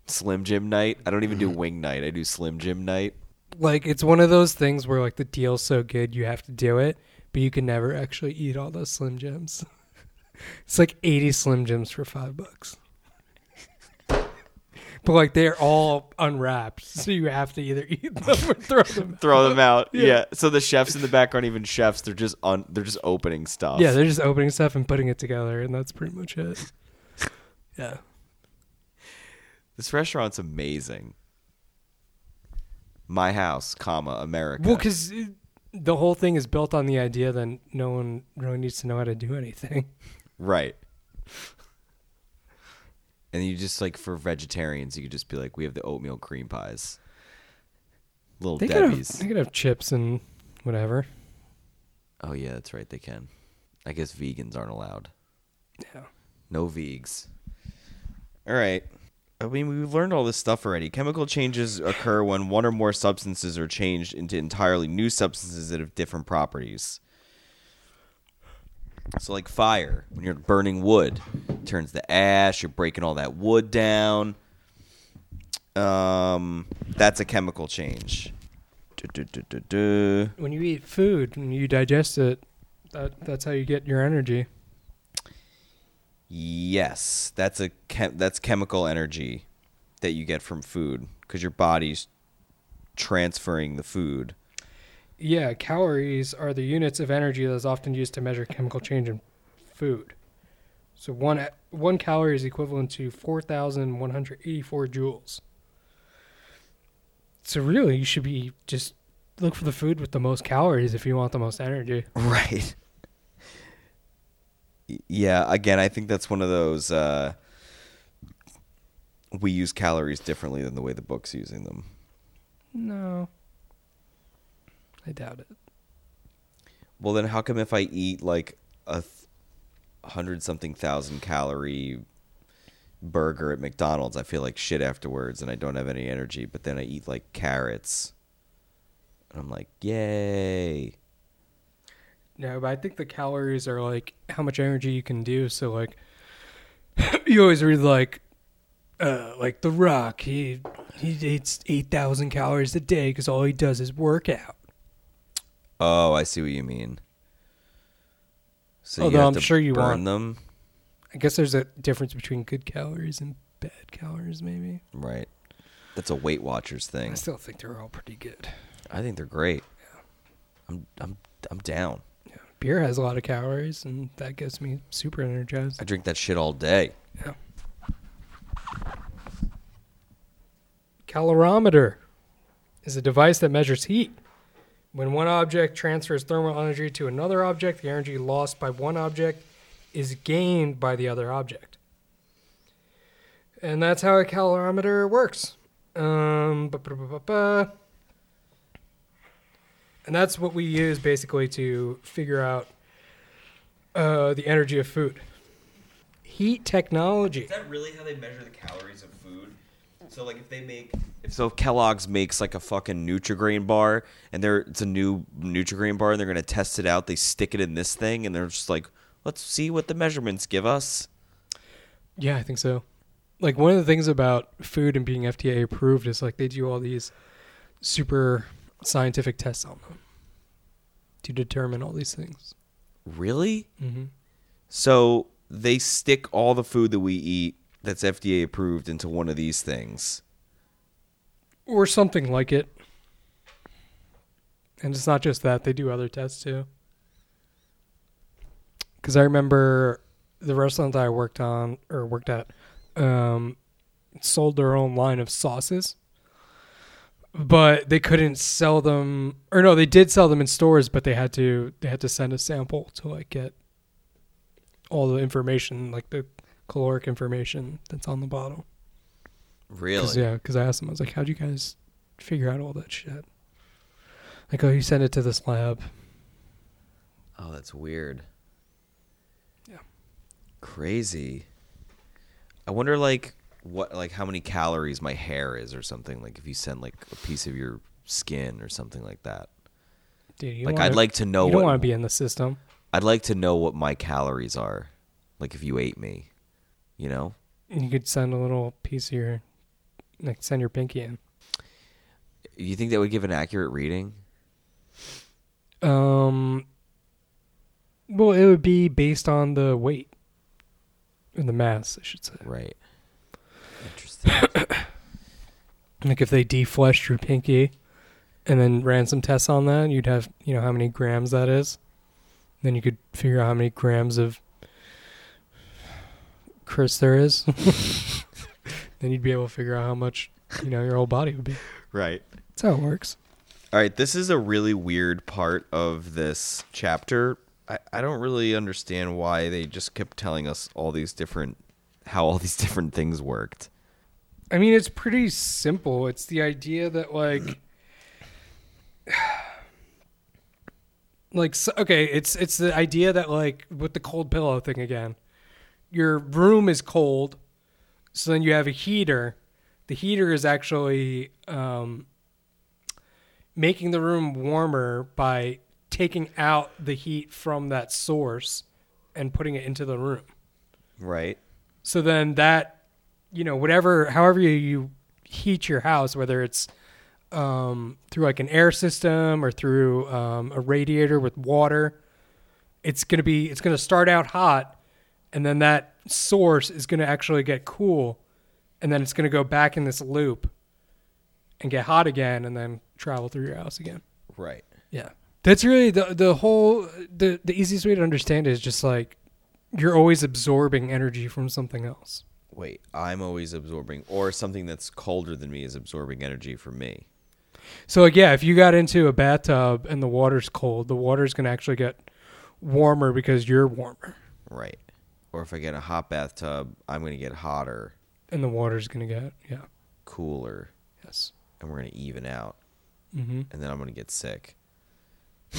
Speaker 2: Slim Jim night. I don't
Speaker 1: [LAUGHS]
Speaker 2: even do wing night. I do Slim Jim night.
Speaker 1: Like it's one of those things where like the deal's so good you have to do it, but you can never actually eat all those Slim Jims. [LAUGHS] it's like 80 Slim Jims for 5 bucks. [LAUGHS] but like they're all unwrapped, so you have to either eat them or throw them. [LAUGHS]
Speaker 2: Throw them out. yeah. So the chefs in the back aren't even chefs. They're just on. They're just opening stuff.
Speaker 1: Yeah, they're just opening stuff and putting it together and that's pretty much it. Yeah.
Speaker 2: This restaurant's amazing. My house, comma America.
Speaker 1: Well, because the whole thing is built on the idea that no one really needs to know how to do anything.
Speaker 2: right. [LAUGHS] And you just like for vegetarians, you could just be like, we have the oatmeal cream pies, little
Speaker 1: They could, have,
Speaker 2: Debbie's.
Speaker 1: they could have chips and whatever.
Speaker 2: Oh yeah, that's right. They can. I guess vegans aren't allowed.
Speaker 1: Yeah.
Speaker 2: No vegs. All right. I mean, we've learned all this stuff already. Chemical changes occur when one or more substances are changed into entirely new substances that have different properties. So, like fire, when you're burning wood, it turns to ash. You're breaking all that wood down. Um, that's a chemical change. Du-du-du-du-du.
Speaker 1: When you eat food and you digest it, that, that's how you get your energy.
Speaker 2: Yes, that's a chem- that's chemical energy that you get from food because your body's transferring the food.
Speaker 1: Yeah, calories are the units of energy that is often used to measure chemical change in food. So one one calorie is equivalent to 4,184 joules. So really, you should be just look for the food with the most calories if you want the most energy.
Speaker 2: Right. Yeah, again, I think that's one of those uh, we use calories differently than the way the book's using them.
Speaker 1: No. I doubt it.
Speaker 2: Well, then how come if I eat like a th- hundred something thousand calorie burger at McDonald's, I feel like shit afterwards and I don't have any energy, but then I eat like carrots and I'm like, yay.
Speaker 1: No, but I think the calories are like how much energy you can do. So like, [LAUGHS] you always read like, uh, like The Rock. He he eats eight thousand calories a day because all he does is work out.
Speaker 2: Oh, I see what you mean. So
Speaker 1: Although Oh, I'm sure you
Speaker 2: burn
Speaker 1: want-
Speaker 2: them,
Speaker 1: I guess there's a difference between good calories and bad calories. Maybe
Speaker 2: right? That's a Weight Watchers
Speaker 1: I
Speaker 2: thing.
Speaker 1: still think they're all pretty good.
Speaker 2: I think they're great. I'm I'm I'm down.
Speaker 1: Yeah. Beer has a lot of calories, and that gets me super energized.
Speaker 2: I drink that shit all day.
Speaker 1: Yeah. Calorimeter is a device that measures heat. When one object transfers thermal energy to another object, the energy lost by one object is gained by the other object. And that's how a calorimeter works. Um, ba- ba- ba- ba- ba. and that's what we use basically to figure out uh, the energy of food. Heat technology.
Speaker 2: that really how they measure the calories of food? So like if they make if so if Kellogg's makes like a fucking Nutrigrain bar and they're it's a new Nutrigrain bar and they're gonna test it out, they stick it in this thing and they're just like, let's see what the measurements give us.
Speaker 1: Yeah, I think so. Like one of the things about food and being FDA approved is like they do all these super scientific tests on them to determine all these things.
Speaker 2: Really?
Speaker 1: Mm-hmm.
Speaker 2: So they stick all the food that we eat that's FDA approved into one of these things.
Speaker 1: Or something like it. And it's not just that, they do other tests too. Because I remember the restaurant that I worked on or worked at um, sold their own line of sauces, but they couldn't sell them. Or no, they did sell them in stores, but they had to they had to send a sample to like get all the information, like the caloric information that's on the bottle.
Speaker 2: Really?
Speaker 1: Cause, yeah, because I asked them, I was like, how'd you guys figure out all that shit? Like, oh, you sent it to this lab.
Speaker 2: Oh, that's weird.
Speaker 1: Yeah.
Speaker 2: Crazy. I wonder like what like how many calories my hair is or something like if you send like a piece of your skin or something like that.
Speaker 1: Dude, you
Speaker 2: like
Speaker 1: wanna,
Speaker 2: I'd like to know
Speaker 1: you don't
Speaker 2: what
Speaker 1: want to be in the system.
Speaker 2: I'd like to know what my calories are. Like if you ate me, you know?
Speaker 1: You could send a little piece of your, like, send your pinky in.
Speaker 2: You think that would give an accurate reading?
Speaker 1: Um, well, it would be based on the weight and the mass, I should say.
Speaker 2: Right. Interesting.
Speaker 1: Like, if they defleshed your pinky and then ran some tests on that, you'd have, you know, how many grams that is. Then you could figure out how many grams of Chris there is. [LAUGHS] then you'd be able to figure out how much, you know, your whole body would be.
Speaker 2: right.
Speaker 1: That's how it works.
Speaker 2: All right, this is a really weird part of this chapter. I, I don't really understand why they just kept telling us all these different how all these [LAUGHS] different things worked.
Speaker 1: I mean, it's pretty simple. It's the idea that like [SIGHS] like so, okay, it's it's the idea that like with the cold pillow thing again. Your room is cold, so then you have a heater. The heater is actually um making the room warmer by taking out the heat from that source and putting it into the room.
Speaker 2: Right.
Speaker 1: So then that, you know, whatever, however you, you heat your house, whether it's um, through like an air system or through um, a radiator with water, it's gonna be it's gonna start out hot, and then that source is gonna actually get cool, and then it's gonna go back in this loop, and get hot again, and then travel through your house again.
Speaker 2: Right.
Speaker 1: Yeah. That's really the the whole the the easiest way to understand it is just like you're always absorbing energy from something else.
Speaker 2: Wait, I'm always absorbing or something that's colder than me is absorbing energy from me.
Speaker 1: So like yeah, if you got into a bathtub and the water's cold, the water's going to actually get warmer because you're warmer
Speaker 2: Right. Or if I get a hot bathtub, I'm going to get hotter,
Speaker 1: and the water's going to get yeah.
Speaker 2: cooler,
Speaker 1: Yes.
Speaker 2: and we're going to even out
Speaker 1: Mhm.
Speaker 2: and then I'm going to get sick.
Speaker 1: [COUGHS]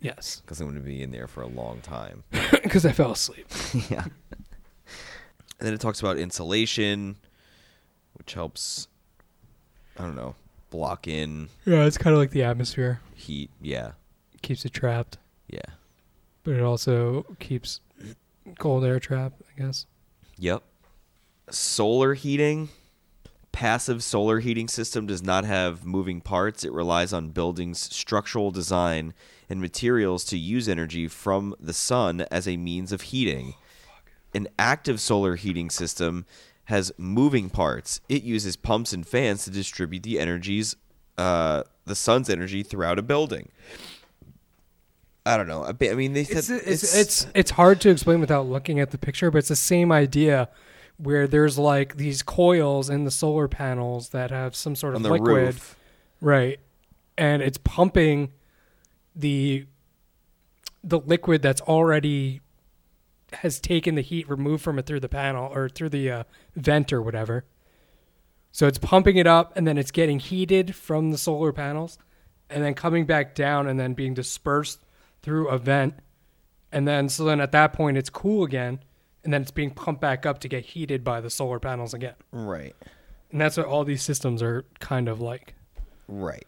Speaker 1: yes,
Speaker 2: because I'm going to be in there for a long time.
Speaker 1: because I fell asleep.
Speaker 2: yeah. And then it talks about insulation, which helps, I don't know, block in
Speaker 1: Yeah, it's kind of like the atmosphere
Speaker 2: heat. Yeah.
Speaker 1: keeps it trapped,
Speaker 2: Yeah.
Speaker 1: but it also keeps cold air trapped. I guess.
Speaker 2: Yep. Solar heating. Passive solar heating system does not have moving parts. It relies on buildings' structural design and materials to use energy from the sun as a means of heating. An active solar heating system has moving parts. It uses pumps and fans to distribute the energies, uh, the sun's energy throughout a building. I don't know. I be- I mean, they said
Speaker 1: It's it's, it's it's hard to explain without looking at the picture, but it's the same idea where there's like these coils in the solar panels that have some sort of
Speaker 2: on the
Speaker 1: liquid,
Speaker 2: roof.
Speaker 1: right? And it's pumping the the liquid that's already has taken the heat removed from it through the panel or through the uh, vent or whatever. So it's pumping it up and then it's getting heated from the solar panels and then coming back down and then being dispersed through a vent. And then, so then at that point, it's cool again. And then it's being pumped back up to get heated by the solar panels again.
Speaker 2: Right.
Speaker 1: And that's what all these systems are kind of like.
Speaker 2: Right.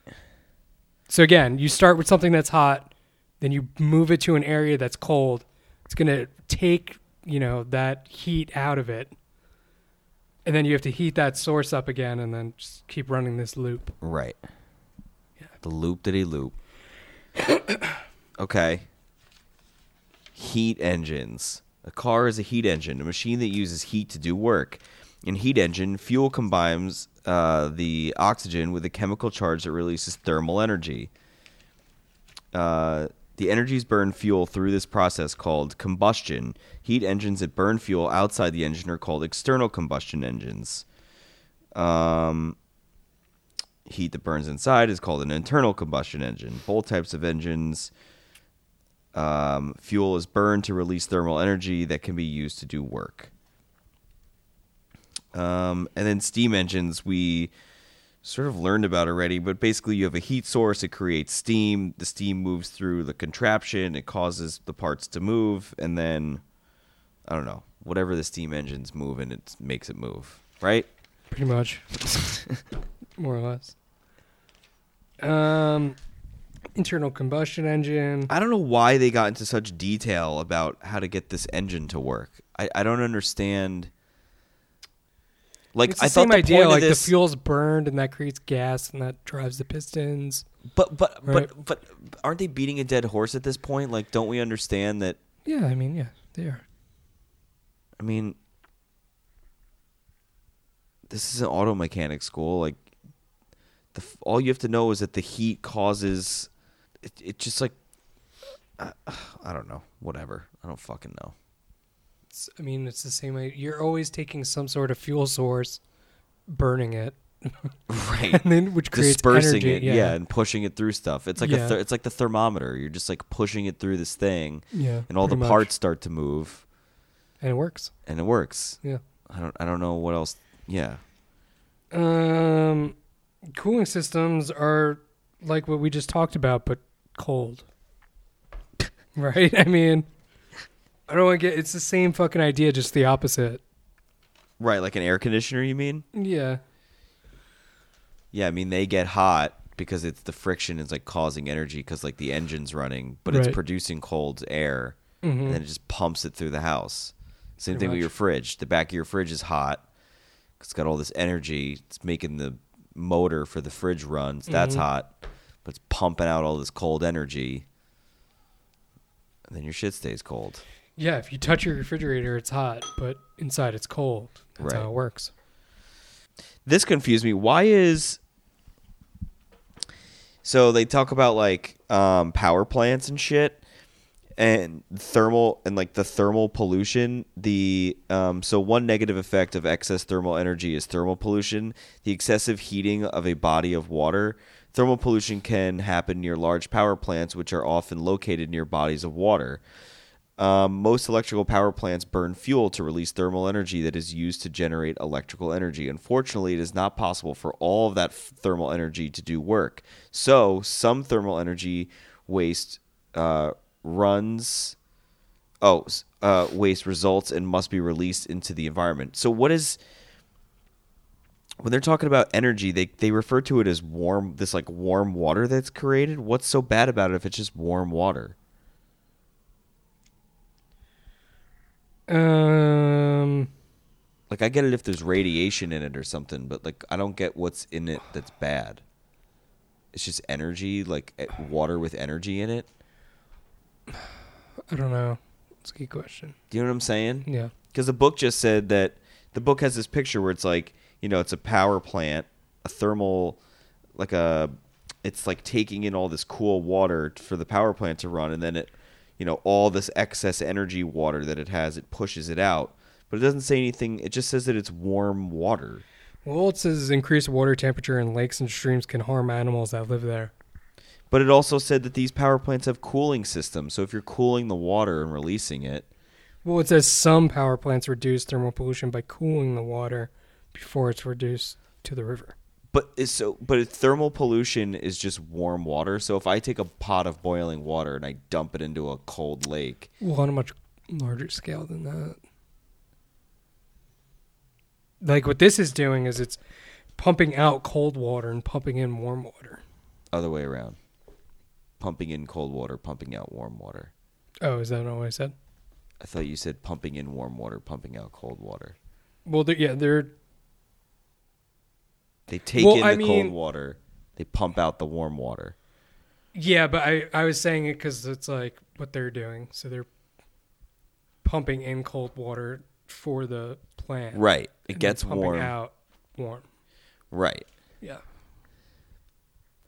Speaker 1: So again, you start with something that's hot, then you move it to an area that's cold. It's going to take, you know, that heat out of it. And then you have to heat that source up again and then just keep running this loop.
Speaker 2: Right. The loop did he loop. [COUGHS] okay. Heat engines. A car is a heat engine, a machine that uses heat to do work. In heat engine, fuel combines uh, the oxygen with a chemical charge that releases thermal energy. Uh, the energies burn fuel through this process called combustion. Heat engines that burn fuel outside the engine are called external combustion engines. heat that burns inside is called an internal combustion engine. Both types of engines, um, fuel is burned to release thermal energy that can be used to do work. Um, and then steam engines, we sort of learned about already, but basically you have a heat source, it creates steam. The steam moves through the contraption, it causes the parts to move, and then, I don't know, whatever the steam engine's moving, it makes it move, right?
Speaker 1: Pretty
Speaker 2: [LAUGHS]
Speaker 1: much. More or less. Um internal combustion engine.
Speaker 2: I don't know why they got into such detail about how to get this engine to work. I, I don't understand. Like
Speaker 1: It's the
Speaker 2: I thought
Speaker 1: same
Speaker 2: the
Speaker 1: idea
Speaker 2: point
Speaker 1: like
Speaker 2: of this,
Speaker 1: the fuel's burned and that creates gas and that drives the pistons.
Speaker 2: but but
Speaker 1: Right.
Speaker 2: but but aren't they beating a dead horse at this point? Like, don't we understand that?
Speaker 1: Yeah, I mean, yeah, they are.
Speaker 2: I mean, this is an auto mechanic school. Like, the f- all you have to know is that the heat causes. It, it just like, uh, [SIGHS] I, I don't know. Whatever. I don't fucking know. [LAUGHS]
Speaker 1: It's, I mean, it's the same way. You're always taking some sort of fuel source, burning it, [LAUGHS]
Speaker 2: Right.
Speaker 1: and then which creates
Speaker 2: dispersing
Speaker 1: energy.
Speaker 2: it, yeah. and pushing it through stuff. It's like a
Speaker 1: Yeah.
Speaker 2: ther- it's like the thermometer. You're just like pushing it through this thing,
Speaker 1: Yeah,
Speaker 2: and all the
Speaker 1: pretty much.
Speaker 2: parts start to move,
Speaker 1: and it works.
Speaker 2: and it works.
Speaker 1: Yeah.
Speaker 2: I don't I don't know what else. Yeah,
Speaker 1: Um, cooling systems are like what we just talked about, but cold. [LAUGHS] right? I mean, I don't want to get. It's the same fucking idea, just the opposite.
Speaker 2: right. Like an air conditioner, you mean?
Speaker 1: Yeah.
Speaker 2: Yeah, I mean they get hot because it's the friction is like causing energy because like the engine's running, but it's
Speaker 1: Right. Mm-hmm.
Speaker 2: producing cold air, and then it just pumps it through the house. Same
Speaker 1: Pretty
Speaker 2: thing with
Speaker 1: much.
Speaker 2: your fridge. The back of your fridge is hot. 'cause It's got all this energy. It's making the motor for the fridge run. So
Speaker 1: Mm-hmm.
Speaker 2: that's hot, but it's pumping out all this cold energy, and then your shit stays cold.
Speaker 1: Yeah, if you touch your refrigerator, it's hot, but inside it's cold. That's
Speaker 2: Right.
Speaker 1: how it works.
Speaker 2: this confused me. Why is so they talk about like um, power plants and shit and thermal and like the thermal pollution the um, so one negative effect of excess thermal energy is thermal pollution the excessive heating of a body of water thermal pollution can happen near large power plants which are often located near bodies of water um, most electrical power plants burn fuel to release thermal energy that is used to generate electrical energy. Unfortunately, it is not possible for all of that f- thermal energy to do work. So, some thermal energy waste uh, runs. Oh, s- uh, waste results and must be released into the environment. So what is when they're talking about energy? They they refer to it as warm. This like warm water that's created. What's so bad about it if it's just warm water?
Speaker 1: Um,
Speaker 2: Like I get it if there's radiation in it or something, but like I don't get what's in it that's bad. It's just energy, like eh, water with energy in it.
Speaker 1: I don't know. It's a good question.
Speaker 2: Do you know what I'm saying?
Speaker 1: Yeah.
Speaker 2: Because the book just said that the book has this picture where it's like you know it's a power plant, a thermal, like a, it's like taking in all this cool water t- for the power plant to run, and then it, you know, all this excess energy water that it has, it pushes it out. But it doesn't say anything. It just says that it's warm water.
Speaker 1: Well, it says increased water temperature in lakes and streams can harm animals that live there.
Speaker 2: But it also said that these power plants have cooling systems. So if you're cooling the water and releasing it,
Speaker 1: Well, it says some power plants reduce thermal pollution by cooling the water before it's reduced to the river.
Speaker 2: but is so but if thermal pollution is just warm water. So if I take a pot of boiling water and I dump it into a cold lake,
Speaker 1: Well, on a much larger scale than that. Like what this is doing is it's pumping out cold water and pumping in warm water.
Speaker 2: other way around. Pumping in cold water, pumping out warm water.
Speaker 1: Oh, is that not what I said?
Speaker 2: I thought you said pumping in warm water, pumping out cold water.
Speaker 1: Well, they're, yeah, they're
Speaker 2: They take
Speaker 1: Well,
Speaker 2: in the
Speaker 1: I
Speaker 2: cold
Speaker 1: mean-
Speaker 2: water, they pump out the warm water.
Speaker 1: yeah, but I I was saying it because it's like what they're doing. So they're pumping in cold water for the plant.
Speaker 2: Right. It
Speaker 1: and then
Speaker 2: gets
Speaker 1: pumping
Speaker 2: warm.
Speaker 1: out warm.
Speaker 2: Right.
Speaker 1: Yeah.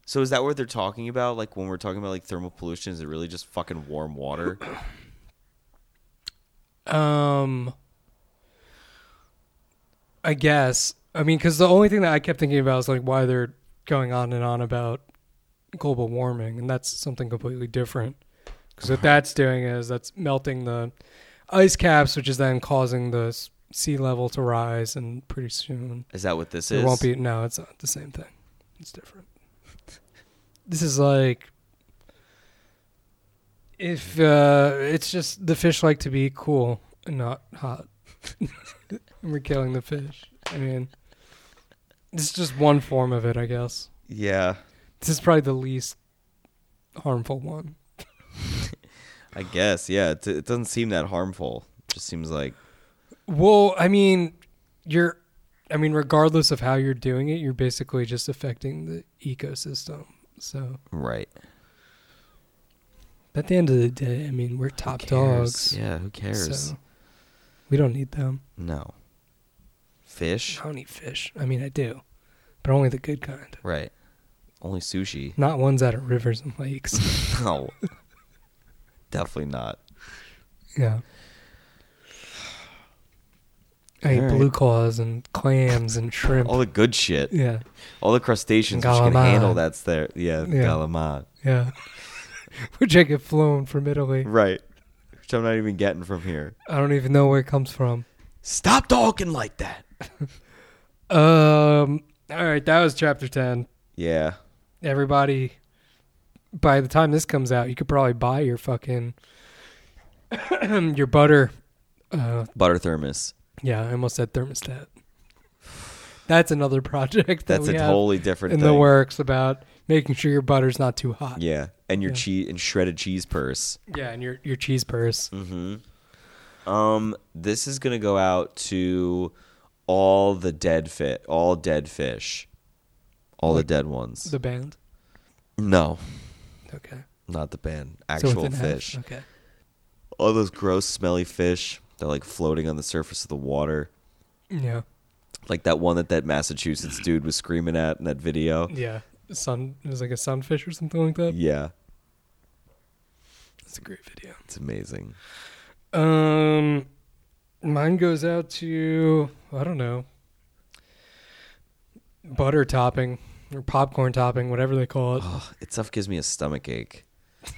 Speaker 2: So is that what they're talking about? Like when we're talking about like thermal pollution, is it really just fucking warm water?
Speaker 1: Um, I guess. I mean, because the only thing that I kept thinking about is like why they're going on and on about global warming, and that's something completely different. Because
Speaker 2: [LAUGHS]
Speaker 1: what that's doing is that's melting the ice caps, which is then causing the s- sea level to rise, and pretty soon
Speaker 2: Is that what this
Speaker 1: there
Speaker 2: is?
Speaker 1: won't be. No, it's not the same thing. It's different. [LAUGHS] this is like if uh, it's just the fish like to be cool and not hot, [LAUGHS] and we're killing the fish. I mean, this is just one form of it, I guess.
Speaker 2: Yeah,
Speaker 1: This is probably the least harmful one.
Speaker 2: I guess. Yeah, it, it doesn't seem that harmful. It just seems like
Speaker 1: Well, I mean, you're. I mean, regardless of how you're doing it, you're basically just affecting the ecosystem. So.
Speaker 2: right.
Speaker 1: At the end of the day, I mean, we're top dogs.
Speaker 2: Yeah, who cares?
Speaker 1: So we don't need them.
Speaker 2: No. Fish.
Speaker 1: I don't eat fish. I mean, I do, but only the good kind.
Speaker 2: Right. Only sushi.
Speaker 1: [LAUGHS]
Speaker 2: [LAUGHS]
Speaker 1: Not ones out of rivers and lakes.
Speaker 2: No. Definitely not.
Speaker 1: yeah. I eat
Speaker 2: All right.
Speaker 1: blue claws and clams and shrimp.
Speaker 2: All the good shit.
Speaker 1: yeah.
Speaker 2: All the crustaceans which can
Speaker 1: Calamari.
Speaker 2: handle that's there. Yeah,
Speaker 1: Yeah.
Speaker 2: calamari.
Speaker 1: Yeah. [LAUGHS] Which I get flown from Italy.
Speaker 2: Right. Which I'm not even getting from here.
Speaker 1: I don't even know where it comes from.
Speaker 2: Stop talking like that.
Speaker 1: Um. All right, that was chapter 10.
Speaker 2: Yeah.
Speaker 1: everybody by the time this comes out you could probably buy your fucking [CLEARS THROAT] your butter uh
Speaker 2: Butter thermos.
Speaker 1: yeah i almost said thermostat that's another [LAUGHS] project that
Speaker 2: That's
Speaker 1: we
Speaker 2: a
Speaker 1: have
Speaker 2: totally different
Speaker 1: in
Speaker 2: thing.
Speaker 1: the works about making sure your butter's not too hot yeah,
Speaker 2: Yeah, and your
Speaker 1: Yeah.
Speaker 2: cheese and shredded cheese purse.
Speaker 1: and your your cheese purse
Speaker 2: Mm-hmm. Um, this is gonna go out to all the dead fit, all dead fish, all
Speaker 1: Like
Speaker 2: the dead ones.
Speaker 1: the band
Speaker 2: no,
Speaker 1: okay
Speaker 2: not the band.
Speaker 1: So
Speaker 2: Actual
Speaker 1: within half,
Speaker 2: fish.
Speaker 1: okay
Speaker 2: All those gross, smelly fish. They're like floating on the surface of the water,
Speaker 1: yeah
Speaker 2: like that one that that Massachusetts dude was screaming at in that video.
Speaker 1: yeah sun it was like a sunfish or something like that
Speaker 2: Yeah,
Speaker 1: it's a great video
Speaker 2: it's amazing.
Speaker 1: Um, mine goes out to I don't know, butter topping or popcorn topping, whatever they call it.
Speaker 2: Oh, it stuff gives me a stomach ache.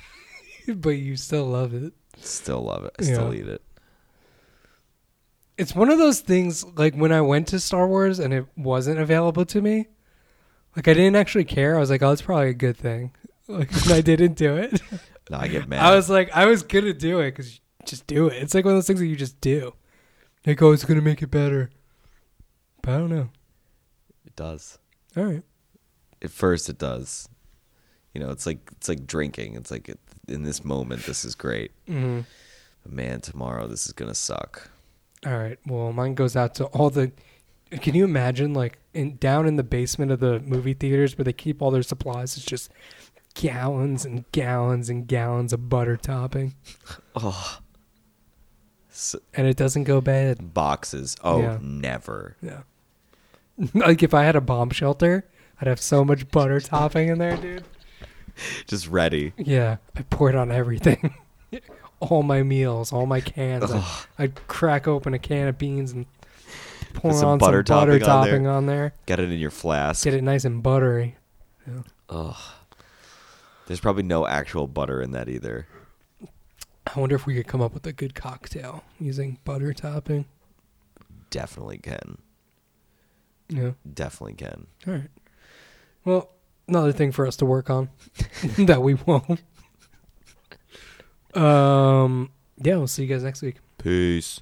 Speaker 1: [LAUGHS] but you still love it.
Speaker 2: Still love it. I still
Speaker 1: Yeah.
Speaker 2: eat it.
Speaker 1: It's one of those things. Like when I went to Star Wars and it wasn't available to me, like I didn't actually care. I was like, oh, it's probably a good thing. [LAUGHS] Like, and I didn't do it.
Speaker 2: No, I get mad.
Speaker 1: I was like, I was gonna do it because just do it. It's like one of those things that you just do. They go, it's gonna make it better. But I don't know.
Speaker 2: it does.
Speaker 1: All right.
Speaker 2: At first, it does. You know, it's like it's like drinking. It's like it, in this moment, this is great.
Speaker 1: Mhm.
Speaker 2: But man, tomorrow this is gonna suck.
Speaker 1: All right. Well, mine goes out to all the. Can you imagine, like, in down in the basement of the movie theaters where they keep all their supplies? It's just gallons and gallons and gallons of butter topping,
Speaker 2: Oh, S-
Speaker 1: and it doesn't go bad. [LAUGHS]
Speaker 2: boxes. Oh,
Speaker 1: Yeah.
Speaker 2: never.
Speaker 1: Yeah. like if I had a bomb shelter, I'd have so much butter topping in there, dude.
Speaker 2: Just ready.
Speaker 1: Yeah, I pour it on everything. [LAUGHS] all my meals, all my cans. I'd, I'd crack open a can of beans and pour
Speaker 2: some
Speaker 1: on
Speaker 2: butter
Speaker 1: some butter
Speaker 2: topping on there.
Speaker 1: topping on there.
Speaker 2: Get it in your flask.
Speaker 1: Get it nice and buttery.
Speaker 2: There's probably no actual butter in that either.
Speaker 1: I wonder if we could come up with a good cocktail using butter topping.
Speaker 2: Definitely can.
Speaker 1: Yeah.
Speaker 2: Definitely can.
Speaker 1: All right. Well, another thing for us to work on [LAUGHS] that we [LAUGHS] won't. Um. Yeah, we'll see you guys next week.
Speaker 2: Peace.